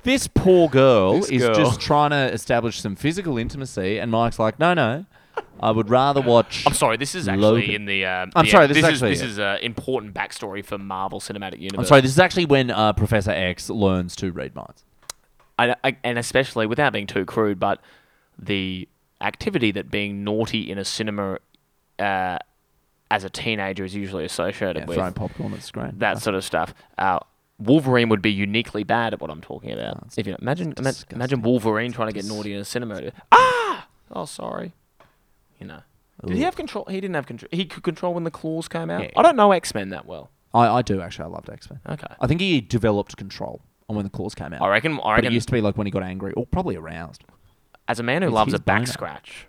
Speaker 5: This poor girl
Speaker 2: This
Speaker 5: is
Speaker 2: girl.
Speaker 5: just trying to establish some physical intimacy, and Mike's like, "No, no, I would rather watch."
Speaker 6: I'm sorry, this is actually
Speaker 5: Logan.
Speaker 6: in the. Um,
Speaker 5: I'm
Speaker 6: the-
Speaker 5: sorry, this is
Speaker 6: is
Speaker 5: actually
Speaker 6: this
Speaker 5: it.
Speaker 6: is an important backstory for Marvel Cinematic Universe.
Speaker 5: I'm sorry. This is actually when uh, Professor X learns to read minds.
Speaker 6: I, I- and especially without being too crude, but the activity that being naughty in a cinema uh, as a teenager is usually associated
Speaker 5: Yeah,
Speaker 6: with
Speaker 5: throwing popcorn at the screen.
Speaker 6: that sort of stuff. Uh, Wolverine would be uniquely bad at what I'm talking about.
Speaker 5: Oh,
Speaker 6: if you imagine, ima- imagine Wolverine trying to get naughty in a cinema. Ah! Oh, sorry. You know. Did he have control? He didn't have control. He could control when the claws came out.
Speaker 5: Yeah.
Speaker 6: I don't know X Men that well.
Speaker 5: I, I do actually. I loved X Men.
Speaker 6: Okay.
Speaker 5: I think he developed control on when the claws came out.
Speaker 6: Uh, I reckon. I
Speaker 5: But it
Speaker 6: reckon.
Speaker 5: used to be like when he got angry or probably aroused.
Speaker 6: as a man who
Speaker 5: it's
Speaker 6: loves a
Speaker 5: his
Speaker 6: back
Speaker 5: boner.
Speaker 6: scratch,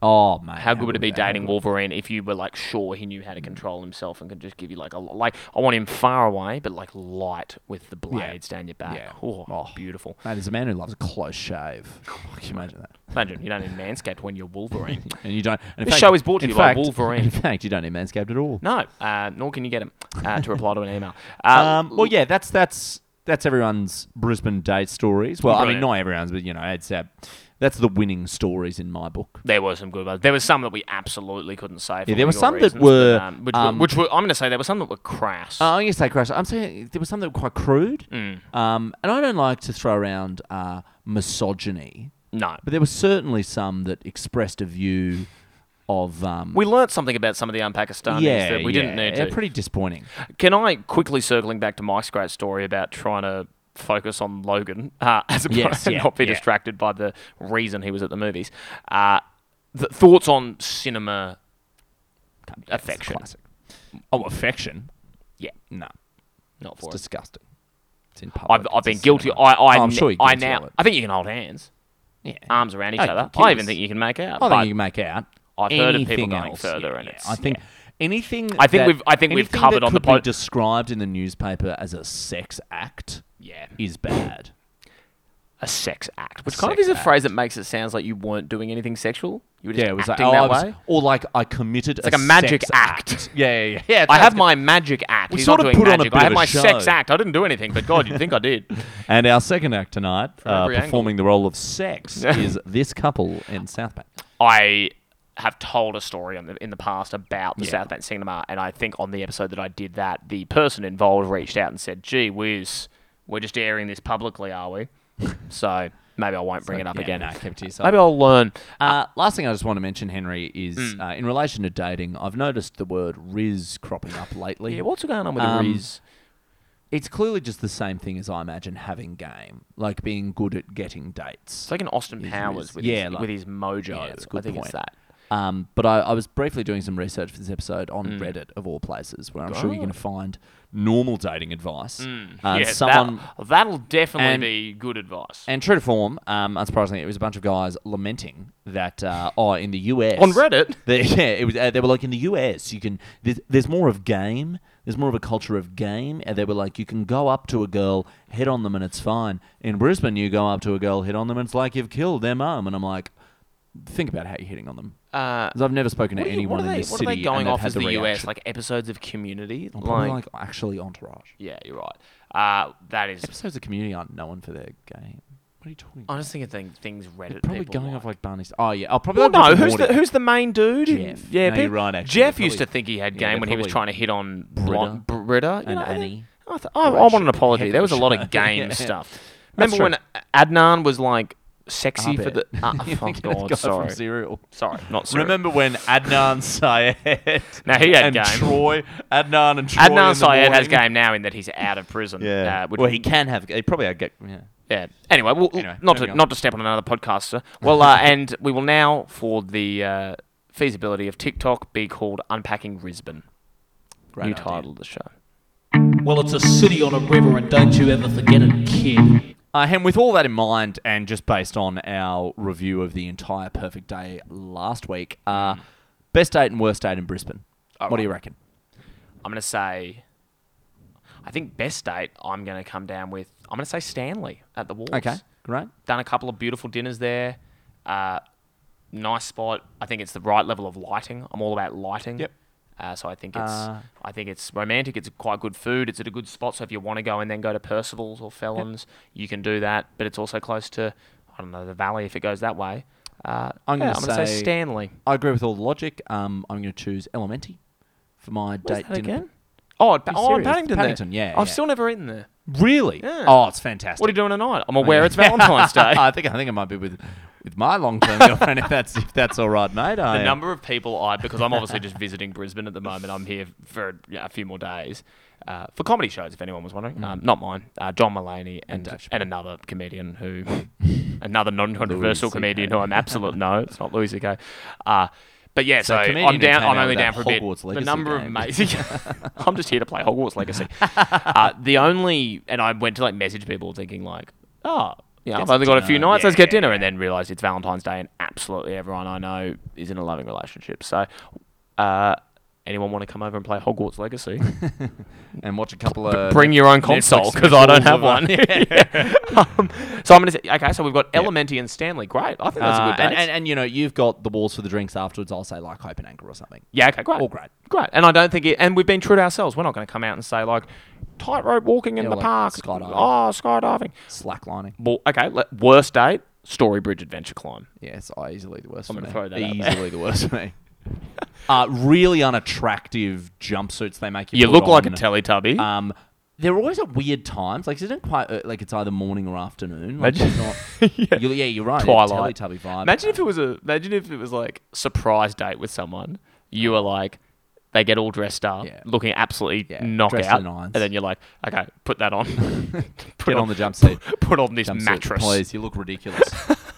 Speaker 5: Oh man,
Speaker 6: how good would it be dating
Speaker 5: Wolverine?
Speaker 6: Wolverine if you were like sure he knew how to control himself and could just give you like a l- like I want him far away but like light with the blades down your back.
Speaker 5: Yeah.
Speaker 6: Oh,
Speaker 5: Oh.
Speaker 6: beautiful.
Speaker 5: Mate, there's a man who loves a close
Speaker 6: [laughs]
Speaker 5: shave. Can you imagine that?
Speaker 6: Imagine you don't need manscaped when you're Wolverine.
Speaker 5: [laughs] And you don't. And in
Speaker 6: This
Speaker 5: fact-
Speaker 6: show is brought to
Speaker 5: in
Speaker 6: you by
Speaker 5: fact- [laughs]
Speaker 6: Wolverine.
Speaker 5: In fact, you don't need manscaped at all.
Speaker 6: No, uh, nor can you get him uh, to reply to an email.
Speaker 5: [laughs]
Speaker 6: Uh,
Speaker 5: Um, well, yeah, that's that's that's everyone's Brisbane date stories. Well, I
Speaker 6: Brilliant.
Speaker 5: mean, not everyone's, but you know, it's uh, that's the winning stories in my book.
Speaker 6: There were some good ones. There were some that we absolutely couldn't say. For
Speaker 5: Yeah, there were
Speaker 6: legal
Speaker 5: some that
Speaker 6: reasons,
Speaker 5: were,
Speaker 6: but, um, which,
Speaker 5: um,
Speaker 6: were, which were. I'm going to say there were some that were crass.
Speaker 5: Uh, I'm going to say crash. I'm saying there was something quite crude,
Speaker 6: Mm.
Speaker 5: um, and I don't like to throw around uh, misogyny,
Speaker 6: no,
Speaker 5: but there was certainly some that expressed a view of. Um,
Speaker 6: we learnt something about some of the unpakistanis
Speaker 5: yeah,
Speaker 6: that we
Speaker 5: yeah,
Speaker 6: didn't need
Speaker 5: they're
Speaker 6: to.
Speaker 5: Pretty disappointing.
Speaker 6: Can I quickly circling back to Mike's great story about trying to focus on Logan uh, [laughs] as opposed
Speaker 5: Yes,
Speaker 6: to
Speaker 5: yeah,
Speaker 6: not be
Speaker 5: yeah.
Speaker 6: distracted by the reason he was at the movies? Uh, th- thoughts on cinema affection?
Speaker 5: Classic. Oh, affection.
Speaker 6: Yeah,
Speaker 5: No,
Speaker 6: not
Speaker 5: it's
Speaker 6: for it.
Speaker 5: disgusting. It's in public.
Speaker 6: I've, I've
Speaker 5: it's
Speaker 6: been
Speaker 5: a
Speaker 6: guilty.
Speaker 5: cinema.
Speaker 6: I, I,
Speaker 5: Oh, I'm
Speaker 6: ne-
Speaker 5: sure you're
Speaker 6: I
Speaker 5: guilty of
Speaker 6: now.
Speaker 5: it.
Speaker 6: I think you can hold hands.
Speaker 5: Yeah.
Speaker 6: arms around each
Speaker 5: Oh, you
Speaker 6: other.
Speaker 5: can
Speaker 6: I even
Speaker 5: kiss.
Speaker 6: think you can make out.
Speaker 5: I
Speaker 6: but
Speaker 5: think you make out.
Speaker 6: I've heard of people
Speaker 5: anything
Speaker 6: going
Speaker 5: else.
Speaker 6: further
Speaker 5: yeah,
Speaker 6: and
Speaker 5: yeah.
Speaker 6: it's-
Speaker 5: I think
Speaker 6: yeah.
Speaker 5: anything.
Speaker 6: I think
Speaker 5: that-
Speaker 6: we've- I think we've
Speaker 5: anything
Speaker 6: covered
Speaker 5: that
Speaker 6: on the
Speaker 5: could be
Speaker 6: pod-
Speaker 5: described in the newspaper as a sex act
Speaker 6: Yeah.
Speaker 5: is bad.
Speaker 6: a sex act, which
Speaker 5: A
Speaker 6: kind of
Speaker 5: sex
Speaker 6: is a
Speaker 5: act.
Speaker 6: phrase that makes it sounds like you weren't doing anything sexual. You were just
Speaker 5: yeah, it was like,
Speaker 6: acting
Speaker 5: oh, I
Speaker 6: that
Speaker 5: was-
Speaker 6: way.
Speaker 5: or like I committed. It's
Speaker 6: like a magic act.
Speaker 5: Yeah, yeah, yeah. yeah
Speaker 6: I
Speaker 5: that's
Speaker 6: have
Speaker 5: [laughs] good.
Speaker 6: my magic act.
Speaker 5: We
Speaker 6: He's
Speaker 5: sort
Speaker 6: not
Speaker 5: of
Speaker 6: doing
Speaker 5: put on a
Speaker 6: magic.
Speaker 5: bit
Speaker 6: I
Speaker 5: of
Speaker 6: had
Speaker 5: a
Speaker 6: my sex
Speaker 5: show.
Speaker 6: act. I didn't do anything, but God, you'd think
Speaker 5: [laughs]
Speaker 6: I did.
Speaker 5: And our second act tonight, uh,
Speaker 6: every
Speaker 5: performing the role of [laughs] sex, is this couple in South Bank.
Speaker 6: I have told a story on the, in the past about the South Bank Cinema, and I think on the episode that I did that, the
Speaker 5: [laughs]
Speaker 6: person involved reached out and said, "Gee whiz, we're just airing this publicly, are we?" so Maybe I won't bring it up
Speaker 5: Yeah,
Speaker 6: again.
Speaker 5: no, keep it to yourself.
Speaker 6: Maybe I'll learn.
Speaker 5: Uh, last thing I just want to mention, Henry, is uh, in relation to dating, I've noticed the word Riz cropping up lately.
Speaker 6: Yeah, what's going on with
Speaker 5: Um,
Speaker 6: the Riz?
Speaker 5: It's clearly just the same thing as I imagine having game, like being good at getting dates.
Speaker 6: It's like an Austin
Speaker 5: his
Speaker 6: Powers
Speaker 5: Riz.
Speaker 6: with,
Speaker 5: Yeah,
Speaker 6: his,
Speaker 5: like-
Speaker 6: with his mojo.
Speaker 5: Yeah, it's a good
Speaker 6: I think
Speaker 5: point.
Speaker 6: it's that.
Speaker 5: Um, but I, I was briefly doing some research for this episode on
Speaker 6: Mm.
Speaker 5: Reddit, of all places, where I'm sure you're going to find normal dating advice. Uh,
Speaker 6: Mm. yeah,
Speaker 5: someone
Speaker 6: that, that'll definitely
Speaker 5: and-
Speaker 6: be good advice.
Speaker 5: And true to form, um, unsurprisingly, it was a bunch of guys lamenting that, uh, oh, in the US
Speaker 6: On Reddit?
Speaker 5: they, [laughs] yeah, it was. Uh, they were like, in the US, you can. There's, there's more of game. There's more of a culture of game, and they were like, you can go up to a girl, hit on them, and it's fine. In Brisbane, you go up to a girl, hit on them, and it's like you've killed their mum. And I'm like, think about how you're hitting on them.
Speaker 6: Uh,
Speaker 5: 'Cause I've never spoken to
Speaker 6: what are, you-
Speaker 5: anyone
Speaker 6: what are
Speaker 5: in
Speaker 6: they,
Speaker 5: this
Speaker 6: what
Speaker 5: city
Speaker 6: are they going
Speaker 5: and they've
Speaker 6: off
Speaker 5: had
Speaker 6: as
Speaker 5: the
Speaker 6: the US?
Speaker 5: reaction.
Speaker 6: Like episodes of Community?
Speaker 5: I'm probably
Speaker 6: Like,
Speaker 5: like actually entourage.
Speaker 6: yeah, you're right. Uh, that is.
Speaker 5: Episodes of Community aren't known for their game. What are you talking?
Speaker 6: I
Speaker 5: about?
Speaker 6: just think of thing, things Reddit
Speaker 5: probably
Speaker 6: people
Speaker 5: going
Speaker 6: like.
Speaker 5: off like Barney's. Oh yeah, I'll probably
Speaker 6: Well,
Speaker 5: like Rick and
Speaker 6: no. Who's the
Speaker 5: Morty.
Speaker 6: who's the main dude?
Speaker 5: Jeff.
Speaker 6: Yeah,
Speaker 5: No, you're
Speaker 6: people-
Speaker 5: right, actually.
Speaker 6: Jeff
Speaker 5: They're
Speaker 6: used to
Speaker 5: probably-
Speaker 6: think he had
Speaker 5: yeah,
Speaker 6: game
Speaker 5: they're
Speaker 6: when he was
Speaker 5: probably
Speaker 6: trying to hit on
Speaker 5: Britta
Speaker 6: blonde- Br- Britta you
Speaker 5: and
Speaker 6: know, I think-
Speaker 5: Annie.
Speaker 6: I, th- I, I
Speaker 5: Right,
Speaker 6: want an
Speaker 5: shit.
Speaker 6: apology.
Speaker 5: Heck
Speaker 6: There was a
Speaker 5: of a
Speaker 6: lot
Speaker 5: show. [laughs]
Speaker 6: of game
Speaker 5: Yeah.
Speaker 6: stuff.
Speaker 5: That's
Speaker 6: Remember when Adnan was like sexy for the?
Speaker 5: Abed. [laughs]
Speaker 6: Uh,
Speaker 5: You
Speaker 6: oh,
Speaker 5: think that guy
Speaker 6: God, sorry,
Speaker 5: From Serial.
Speaker 6: sorry, not sorry.
Speaker 5: Remember when Adnan Syed
Speaker 6: [laughs] Now, he had
Speaker 5: and
Speaker 6: game.
Speaker 5: Troy, Adnan and Troy. in the
Speaker 6: Adnan Syed has
Speaker 5: morning?
Speaker 6: game now in that he's out of prison.
Speaker 5: Yeah.
Speaker 6: uh, which-
Speaker 5: well, he can have. He probably had get. Yeah.
Speaker 6: Yeah. Anyway, well,
Speaker 5: Anyway,
Speaker 6: not to,
Speaker 5: moving on.
Speaker 6: not to step on another podcast, sir. Well, uh, [laughs] and we will now for the uh, feasibility of TikTok be called Unpacking Brisbane.
Speaker 5: Great
Speaker 6: New
Speaker 5: idea.
Speaker 6: title of the show.
Speaker 7: Well, it's a city on a river, and don't you ever forget it, kid.
Speaker 5: Uh, and with all that in mind, and just based on our review of the entire Perfect Day last week, uh,
Speaker 6: Mm.
Speaker 5: best date and worst date in Brisbane.
Speaker 6: Oh,
Speaker 5: what do you reckon?
Speaker 6: I'm gonna say. I think best date. I'm gonna come down with. I'm gonna say Stanley at the Walls.
Speaker 5: Okay, great.
Speaker 6: Done a couple of beautiful dinners there. Uh, nice spot. I think it's the right level of lighting. I'm all about lighting.
Speaker 5: Yep.
Speaker 6: Uh, so I think it's.
Speaker 5: Uh,
Speaker 6: I think it's romantic. It's quite good food. It's at a good spot. So if you want to go and then go to Percival's or Felons, you can do that. But it's also close to. I don't know the valley if it goes that way. Uh,
Speaker 5: I'm
Speaker 6: yeah,
Speaker 5: gonna
Speaker 6: I'm gonna
Speaker 5: say-
Speaker 6: say Stanley.
Speaker 5: I agree with all the logic. Um, I'm going to choose Elementi for my
Speaker 6: Where's
Speaker 5: date
Speaker 6: that
Speaker 5: dinner.
Speaker 6: again? Oh, at,
Speaker 5: Are you
Speaker 6: oh, in
Speaker 5: serious?
Speaker 6: Paddington. there.
Speaker 5: Paddington, yeah,
Speaker 6: I've
Speaker 5: yeah.
Speaker 6: still never eaten there.
Speaker 5: Really?
Speaker 6: Yeah.
Speaker 5: Oh, it's fantastic.
Speaker 6: What are you doing tonight?
Speaker 5: Oh,
Speaker 6: I'm aware it's Valentine's
Speaker 5: [laughs]
Speaker 6: Day.
Speaker 5: I think I think it might be with with my long term [laughs] girlfriend if that's if that's all right, mate. I
Speaker 6: the
Speaker 5: am-
Speaker 6: number of people I, because
Speaker 5: [laughs]
Speaker 6: I'm obviously just visiting Brisbane at the moment. I'm here for yeah, a few more days uh, for comedy shows, if anyone was wondering.
Speaker 5: Mm.
Speaker 6: Um, not mine. Uh, John Mullaney and
Speaker 5: Dave
Speaker 6: and,
Speaker 5: Chappelle.
Speaker 6: another
Speaker 5: [laughs]
Speaker 6: comedian who, another non-controversial
Speaker 5: Louis CK.
Speaker 6: comedian who I'm absolute no. It's not Louis C.K. Uh, but yeah,
Speaker 5: So
Speaker 6: so,
Speaker 5: comedian
Speaker 6: I'm
Speaker 5: who
Speaker 6: down.
Speaker 5: came
Speaker 6: I'm
Speaker 5: out
Speaker 6: only
Speaker 5: with
Speaker 6: down
Speaker 5: that
Speaker 6: for a bit.
Speaker 5: Hogwarts
Speaker 6: The
Speaker 5: Legacy
Speaker 6: number of
Speaker 5: game.
Speaker 6: amazing. [laughs] I'm just here to play Hogwarts Legacy.
Speaker 5: [laughs]
Speaker 6: Uh, the only, and I went to like message people thinking like, oh. Yeah, I've
Speaker 5: some
Speaker 6: only got a few
Speaker 5: dinner.
Speaker 6: nights.
Speaker 5: Yeah,
Speaker 6: Let's get
Speaker 5: yeah,
Speaker 6: dinner, and then realised it's Valentine's Day, and absolutely everyone I know is in a loving relationship. So, uh, anyone want to come over and play
Speaker 5: [laughs]
Speaker 6: Hogwarts Legacy?
Speaker 5: and watch a couple of
Speaker 6: Bring your own
Speaker 5: Uh, Netflix
Speaker 6: console because I don't
Speaker 5: specials
Speaker 6: have
Speaker 5: of- [laughs]
Speaker 6: one. [laughs] Yeah. um, so I'm gonna say okay. So we've got Elementi and Stanley. Great, I think that's a
Speaker 5: Uh,
Speaker 6: good date.
Speaker 5: and, and and you know you've got the walls for the drinks afterwards. I'll say like Hope and Anchor or something.
Speaker 6: yeah, okay, great,
Speaker 5: all great.
Speaker 6: great. And I don't think it. And we've been true to ourselves. We're not going to come out and say like tightrope walking in
Speaker 5: Yeah,
Speaker 6: the
Speaker 5: like
Speaker 6: park.
Speaker 5: skydiving.
Speaker 6: Oh, skydiving.
Speaker 5: Slacklining.
Speaker 6: Well, okay. le- worst date: Story Bridge adventure climb.
Speaker 5: Yes, I uh, easily the worst.
Speaker 6: I'm
Speaker 5: for
Speaker 6: gonna
Speaker 5: me.
Speaker 6: throw that out there.
Speaker 5: easily the worst for [laughs] me. Uh, really unattractive jumpsuits they make you.
Speaker 6: You
Speaker 5: put
Speaker 6: look like a
Speaker 5: on.
Speaker 6: Teletubby.
Speaker 5: Um, they're always at weird times. Like it's not quite uh, like it's either morning or afternoon. Like
Speaker 6: Imagine-
Speaker 5: it's not.
Speaker 6: [laughs] [laughs] Yeah.
Speaker 5: You, yeah, you're right.
Speaker 6: Twilight.
Speaker 5: Teletubby vibe.
Speaker 6: Imagine if it was a imagine if it was like surprise date with someone. You were like they get all dressed up,
Speaker 5: Yeah.
Speaker 6: looking absolutely
Speaker 5: Yeah,
Speaker 6: knock
Speaker 5: dressed
Speaker 6: out,
Speaker 5: in irons.
Speaker 6: and then you're like, okay,
Speaker 5: [laughs]
Speaker 6: put that on. [laughs] put
Speaker 5: Get on the
Speaker 6: [laughs]
Speaker 5: jumpsuit.
Speaker 6: Put on this
Speaker 5: Jumpsuit,
Speaker 6: mattress.
Speaker 5: please. You look ridiculous.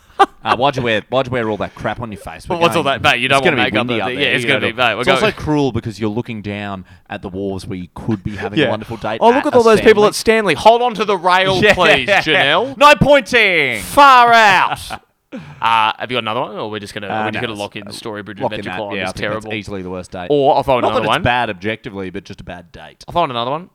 Speaker 5: [laughs] uh, why'd you wear? Why'd you wear all that crap on your face? We're
Speaker 6: Well, what's all
Speaker 5: going-
Speaker 6: that- mate, you don't
Speaker 5: it's gonna
Speaker 6: want
Speaker 5: be
Speaker 6: makeup
Speaker 5: windy
Speaker 6: up
Speaker 5: up
Speaker 6: there.
Speaker 5: there.
Speaker 6: Yeah, it's
Speaker 5: You're
Speaker 6: gonna be- mate, we're
Speaker 5: It's also
Speaker 6: going-
Speaker 5: cruel because you're looking down at the walls where you could be having a wonderful date.
Speaker 6: Oh, look at
Speaker 5: a
Speaker 6: all those people at
Speaker 5: Stanley.
Speaker 6: Stanley. Hold on to
Speaker 5: [laughs]
Speaker 6: the rail, please, Janelle.
Speaker 5: No pointing.
Speaker 6: [laughs] Far out.
Speaker 5: [laughs]
Speaker 6: Uh, have you got another one, or we're just gonna
Speaker 5: Uh,
Speaker 6: we're just
Speaker 5: no,
Speaker 6: gonna lock in
Speaker 5: uh,
Speaker 6: the story bridge
Speaker 5: Lock in
Speaker 6: adventure
Speaker 5: that.
Speaker 6: climb
Speaker 5: Yeah, I
Speaker 6: is
Speaker 5: think that's
Speaker 6: terrible.
Speaker 5: easily the worst date.
Speaker 6: Or I'll throw
Speaker 5: Not
Speaker 6: another
Speaker 5: that
Speaker 6: one.
Speaker 5: it's bad objectively, but just a bad date.
Speaker 6: I found another one.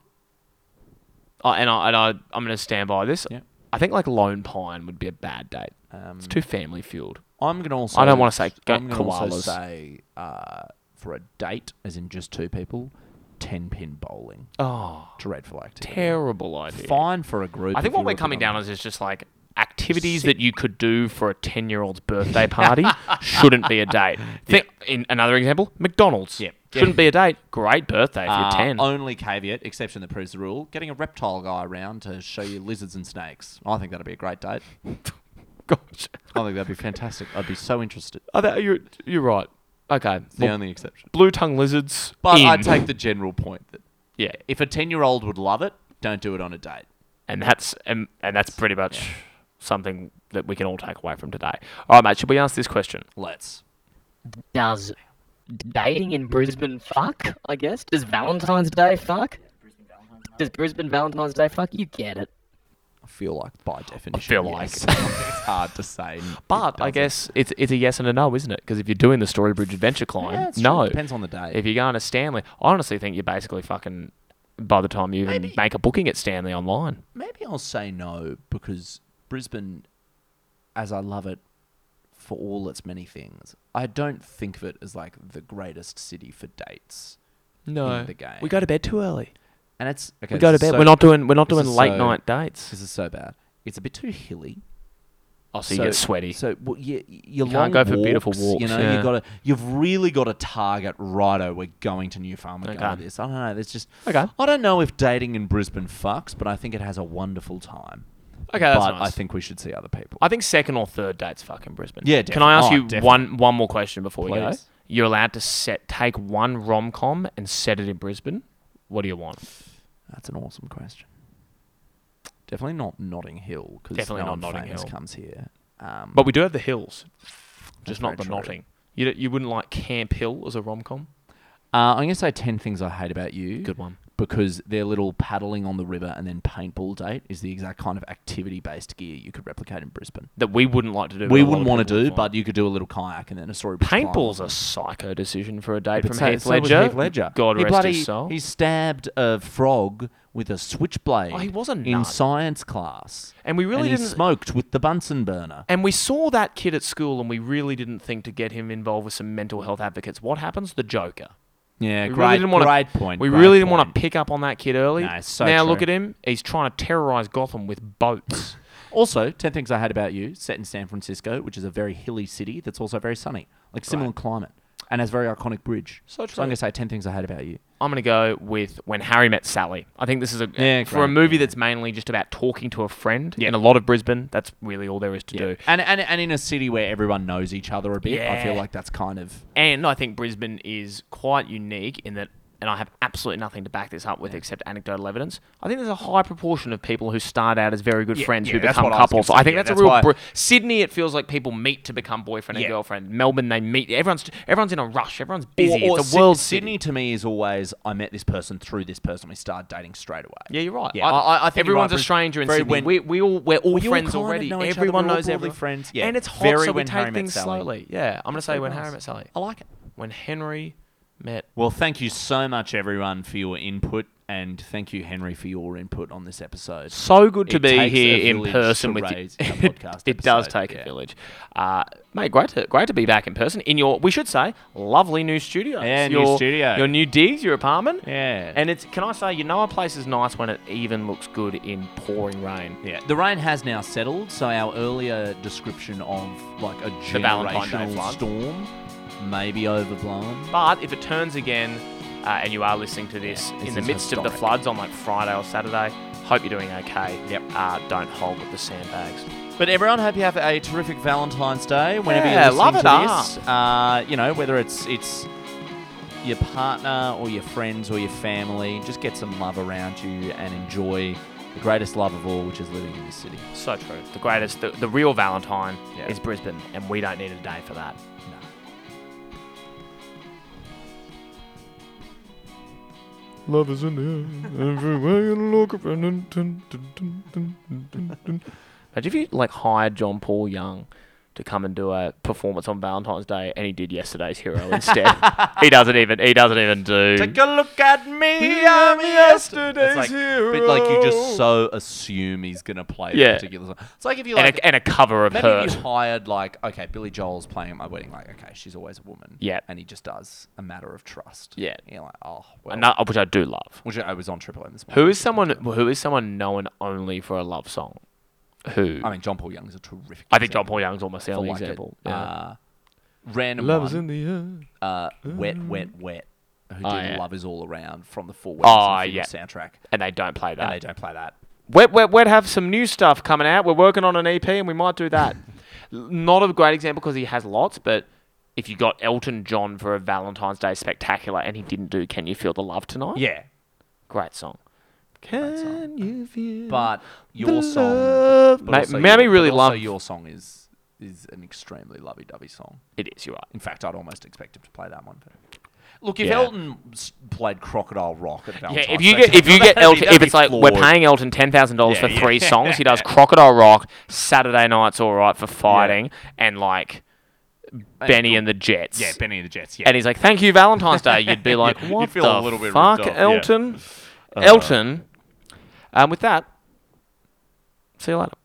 Speaker 6: Oh, and I, and I, I'm going to stand by this.
Speaker 5: Yeah.
Speaker 6: I think like Lone Pine would be a bad date.
Speaker 5: Um,
Speaker 6: it's too family fueled.
Speaker 5: I'm gonna also.
Speaker 6: I don't wanna say go-
Speaker 5: I'm gonna also
Speaker 6: koalas.
Speaker 5: say uh, for a date, as in just two people, ten pin bowling.
Speaker 6: Oh,
Speaker 5: It's a red flag. to me.
Speaker 6: terrible idea.
Speaker 5: Fine for a group.
Speaker 6: I think
Speaker 5: if
Speaker 6: what
Speaker 5: you
Speaker 6: we're
Speaker 5: look at
Speaker 6: coming
Speaker 5: them.
Speaker 6: down on is just like activities that you could do for a 10 year old's
Speaker 5: [laughs]
Speaker 6: birthday party shouldn't be a date. Think, in another example, McDonald's.
Speaker 5: Yep.
Speaker 6: Shouldn't be a date. Great birthday if
Speaker 5: Uh,
Speaker 6: you're 10.
Speaker 5: Only caveat, exception that proves the rule: getting a reptile guy around to show you lizards and snakes. I think that'd be a great date.
Speaker 6: gosh.
Speaker 5: I think that'd be fantastic. I'd be so interested.
Speaker 6: Are that, you're, you're right. Okay.
Speaker 5: It's the
Speaker 6: Well,
Speaker 5: only exception.
Speaker 6: blue tongue lizards.
Speaker 5: But I
Speaker 6: in.
Speaker 5: take the general point that yeah, if a ten year old would love it, don't do it on a date.
Speaker 6: And that's and, and that's pretty much something that we can all take away from today. All right, mate. Should we answer this question?
Speaker 5: Let's.
Speaker 9: Does dating in Brisbane fuck? I guess. Does Valentine's Day fuck? Does Brisbane Valentine's Day fuck? You get it.
Speaker 5: I feel like by definition.
Speaker 6: yes.
Speaker 5: [laughs] it's hard to say.
Speaker 6: But I guess it's it's a yes and a no, isn't it? Because if you're doing the Storybridge Adventure Climb, no.
Speaker 5: Depends on the day.
Speaker 6: If you're going to Stanley, I honestly think you're basically fucking. By the time you even
Speaker 5: Maybe-
Speaker 6: make a booking at Stanley online,
Speaker 5: Maybe I'll say no because Brisbane, as I love it for all its many things, I don't think of it as like the greatest city for dates.
Speaker 6: no,
Speaker 5: the game.
Speaker 6: we go to bed too early.
Speaker 5: And it's okay.
Speaker 6: we go to
Speaker 5: this
Speaker 6: bed.
Speaker 5: is so-
Speaker 6: we're not doing we're not
Speaker 5: this
Speaker 6: doing
Speaker 5: is
Speaker 6: late
Speaker 5: so-
Speaker 6: night dates.
Speaker 5: This is so bad. It's a bit too hilly.
Speaker 6: Oh, so, you get sweaty.
Speaker 5: So well, you, you
Speaker 6: can't
Speaker 5: long
Speaker 6: go for beautiful walks,
Speaker 5: You know,
Speaker 6: yeah.
Speaker 5: you got to. You've really got to target. Righto, we're going to New Farm. We're
Speaker 6: Okay.
Speaker 5: going to this. I don't know. There's just.
Speaker 6: Okay.
Speaker 5: I don't know if dating in Brisbane fucks, but I think it has a wonderful time.
Speaker 6: okay, that's
Speaker 5: but
Speaker 6: nice.
Speaker 5: I think we should see other people.
Speaker 6: I think second or third dates fucking Brisbane.
Speaker 5: Yeah,
Speaker 6: Can I ask
Speaker 5: definitely.
Speaker 6: you
Speaker 5: Oh, definitely.
Speaker 6: one one more question before we go?
Speaker 5: Please.
Speaker 6: You're allowed to set take one rom com and set it in Brisbane. What do you want?
Speaker 5: That's an awesome question. Definitely not Notting Hill because
Speaker 6: Definitely
Speaker 5: no
Speaker 6: not
Speaker 5: one
Speaker 6: Notting
Speaker 5: famous
Speaker 6: Hill.
Speaker 5: comes here. Um,
Speaker 6: But we do have the hills, just
Speaker 5: very
Speaker 6: not the
Speaker 5: true.
Speaker 6: Notting. You you wouldn't like Camp Hill as a rom com.
Speaker 5: uh, I'm gonna say ten things I hate about you.
Speaker 6: Good one.
Speaker 5: Because their little paddling on the river and then paintball date is the exact kind of activity-based gear you could replicate in Brisbane.
Speaker 6: That we wouldn't like to do.
Speaker 5: we wouldn't
Speaker 6: want to
Speaker 5: do, but you could do a little kayak and then a story.
Speaker 6: paintball's a psycho decision for a date
Speaker 5: But
Speaker 6: from
Speaker 5: so-
Speaker 6: Heath
Speaker 5: so was
Speaker 6: Ledger.
Speaker 5: Heath Ledger.
Speaker 6: God
Speaker 5: he
Speaker 6: rest
Speaker 5: bloody,
Speaker 6: his soul.
Speaker 5: He stabbed a frog with a switchblade.
Speaker 6: Oh, he was a
Speaker 5: in
Speaker 6: nut.
Speaker 5: science class,
Speaker 6: And we
Speaker 5: and
Speaker 6: really
Speaker 5: he
Speaker 6: didn't-
Speaker 5: smoked with the Bunsen burner.
Speaker 6: And we saw that kid at school, and we really didn't think to get him involved with some mental health advocates. What happens? The Joker.
Speaker 5: Yeah,
Speaker 6: We
Speaker 5: great,
Speaker 6: really didn't want
Speaker 5: great
Speaker 6: to,
Speaker 5: point.
Speaker 6: We
Speaker 5: great
Speaker 6: really didn't want
Speaker 5: point.
Speaker 6: to pick up on that kid early.
Speaker 5: No, it's so
Speaker 6: now look
Speaker 5: true.
Speaker 6: at him. He's trying to terrorize Gotham with boats.
Speaker 5: [laughs] Also, 10 Things I Hate About You, set in San Francisco, which is a very hilly city that's also very sunny, like similar climate, and has a very iconic bridge.
Speaker 6: So
Speaker 5: I'm going to say 10 Things I Hate About You.
Speaker 6: I'm going to go with When Harry Met Sally. I think this is a
Speaker 5: Yeah,
Speaker 6: for a
Speaker 5: great,
Speaker 6: movie
Speaker 5: yeah.
Speaker 6: that's mainly just about talking to a friend. In a lot of Brisbane, that's really all there is to do.
Speaker 5: And, and, and in a city where everyone knows each other a bit, I feel
Speaker 6: Yeah.
Speaker 5: like that's kind of.
Speaker 6: And I think Brisbane is quite unique in that, and I have absolutely nothing to back this up with except anecdotal evidence. I think there's a high proportion of people who start out as very good friends who
Speaker 5: yeah, that's
Speaker 6: become
Speaker 5: what I was
Speaker 6: couples.
Speaker 5: gonna
Speaker 6: I
Speaker 5: say,
Speaker 6: think
Speaker 5: yeah,
Speaker 6: that's,
Speaker 5: that's
Speaker 6: a real.
Speaker 5: why-
Speaker 6: Br- Sydney, it feels like people meet to become boyfriend and
Speaker 5: Yeah.
Speaker 6: girlfriend. Melbourne, they meet. Everyone's everyone's in a rush. Everyone's busy.
Speaker 5: Or, or
Speaker 6: it's a
Speaker 5: Syd-
Speaker 6: world city.
Speaker 5: Sydney to me is always I met this person through this person. We started dating straight away.
Speaker 6: Yeah, you're right.
Speaker 5: Yeah,
Speaker 6: I, I, I think
Speaker 5: you're
Speaker 6: everyone's
Speaker 5: right.
Speaker 6: a stranger in
Speaker 5: Very
Speaker 6: Sydney.
Speaker 5: when-
Speaker 6: we, we all we're all
Speaker 5: We all
Speaker 6: friends
Speaker 5: kind of
Speaker 6: already.
Speaker 5: know each other,
Speaker 6: Everyone
Speaker 5: we're all
Speaker 6: knows everyone.
Speaker 5: broadly friends. Yeah.
Speaker 6: and it's hot,
Speaker 5: Very
Speaker 6: so we
Speaker 5: when Harry
Speaker 6: take
Speaker 5: Met
Speaker 6: things
Speaker 5: Sally.
Speaker 6: slowly. Yeah, I'm gonna say
Speaker 5: very
Speaker 6: when
Speaker 5: nice.
Speaker 6: Harry met Sally.
Speaker 5: I like it.
Speaker 6: When Henry met
Speaker 5: Well, thank you so much, everyone, for your input, and thank you, Henry, for your input on this episode.
Speaker 6: So good to
Speaker 5: It
Speaker 6: be
Speaker 5: takes a
Speaker 6: here in
Speaker 5: village
Speaker 6: person
Speaker 5: to
Speaker 6: with you. [laughs]
Speaker 5: raise a podcast
Speaker 6: it does
Speaker 5: episode,
Speaker 6: take a
Speaker 5: yeah.
Speaker 6: village, uh, mate. Great to great to be back in person in your we should say lovely new studio.
Speaker 5: Yeah, new
Speaker 6: your,
Speaker 5: studio.
Speaker 6: Your new digs, your apartment.
Speaker 5: Yeah.
Speaker 6: And it's can I say you know a place is nice when it even looks good in pouring rain.
Speaker 5: Yeah, the rain has now settled, so our earlier description of like a
Speaker 6: The Valentine's Day
Speaker 5: generational
Speaker 6: flood.
Speaker 5: storm may be overblown.
Speaker 6: But if it turns again, uh, and you are listening to this
Speaker 5: this
Speaker 6: in the
Speaker 5: is
Speaker 6: midst of the
Speaker 5: historic.
Speaker 6: floods on like Friday or Saturday, hope you're doing okay. Yep. Uh, don't hog the sandbags.
Speaker 5: But everyone, hope you have a terrific Valentine's Day. Whenever
Speaker 6: Yeah,
Speaker 5: you're listening
Speaker 6: love
Speaker 5: to
Speaker 6: it ah.
Speaker 5: this, uh, you know whether it's it's your partner or your friends or your family, just get some love around you and enjoy the greatest love of all, which is living in this city.
Speaker 6: So true. The greatest, the, the real Valentine
Speaker 5: Yeah.
Speaker 6: is Brisbane, and we don't need a day for that.
Speaker 8: Love is in the air, everywhere you look around. Dun, dun, dun, dun, dun, dun, dun, dun.
Speaker 6: Imagine if you like hired John Paul Young to come and do a performance on Valentine's Day, and he did
Speaker 5: [laughs]
Speaker 6: yesterday's hero instead. he doesn't even. He doesn't even do.
Speaker 5: Take a look at me, I'm yesterday's it's like, But like you just so assume he's gonna play
Speaker 6: Yeah.
Speaker 5: a particular song. It's like if you
Speaker 6: and,
Speaker 5: like
Speaker 6: a, and a cover of
Speaker 5: Maybe
Speaker 6: Hurt.
Speaker 5: if you hired like okay, Billy Joel's playing at my wedding. Like okay, she's always a woman.
Speaker 6: Yeah.
Speaker 5: and he just does a matter of trust.
Speaker 6: Yeah.
Speaker 5: you're like oh well.
Speaker 6: Ano- which I do love.
Speaker 5: Which I was on Triple M this morning.
Speaker 6: Who is someone? Who is someone known only for a love song? Who?
Speaker 5: I mean, John Paul Young's a terrific.
Speaker 6: I think John
Speaker 5: example
Speaker 6: Paul Young's almost the
Speaker 5: for
Speaker 6: only
Speaker 5: like
Speaker 6: example.
Speaker 5: It,
Speaker 6: Yeah.
Speaker 5: uh, random
Speaker 8: Love
Speaker 5: one,
Speaker 8: is in the air.
Speaker 5: uh, wet, wet, wet. Who did
Speaker 6: Oh, yeah.
Speaker 5: Love Is All Around from the Four Weddings
Speaker 6: Oh,
Speaker 5: and a
Speaker 6: yeah.
Speaker 5: Funeral soundtrack?
Speaker 6: and they don't play that.
Speaker 5: And they don't play that.
Speaker 6: Wet, wet, wet have some new stuff coming out. We're working on an EP E and we might do that. Not a great example because he has lots, but if you got Elton John for a Valentine's Day spectacular and he didn't do Can You Feel the Love Tonight?
Speaker 10: Yeah,
Speaker 6: Great song. Can you feel
Speaker 5: But your song,
Speaker 6: love-
Speaker 5: but
Speaker 6: Ma-
Speaker 5: also
Speaker 6: Mammy
Speaker 5: your-
Speaker 6: really
Speaker 5: but also
Speaker 6: loved-
Speaker 5: your song is is an extremely lovey-dovey song.
Speaker 6: It is, you're right.
Speaker 5: In fact, I'd almost expect him to play that one. But look, if
Speaker 6: Yeah.
Speaker 5: Elton s- played Crocodile Rock at Valentine's
Speaker 6: Yeah, if you
Speaker 5: Day,
Speaker 6: get if you
Speaker 5: [laughs] that'd
Speaker 6: get
Speaker 5: be-
Speaker 6: Elton,
Speaker 5: that'd
Speaker 6: if
Speaker 5: be
Speaker 6: it's like we're
Speaker 5: flawed.
Speaker 6: paying Elton ten thousand dollars for
Speaker 5: Yeah,
Speaker 6: three
Speaker 5: yeah.
Speaker 6: songs,
Speaker 5: [laughs]
Speaker 6: he does Crocodile Rock, Saturday Night's All Right for fighting, and like Benny and the Jets.
Speaker 5: yeah, Benny and the Jets, yeah,
Speaker 6: And he's like, "Thank you, Valentine's Day."
Speaker 5: [laughs]
Speaker 6: You'd be like,
Speaker 10: you'd
Speaker 6: "What
Speaker 10: feel
Speaker 6: the
Speaker 10: a little bit
Speaker 6: fuck,
Speaker 10: ripped off, yeah.
Speaker 5: Uh.
Speaker 6: Elton?" Elton. Um, with that, see you later.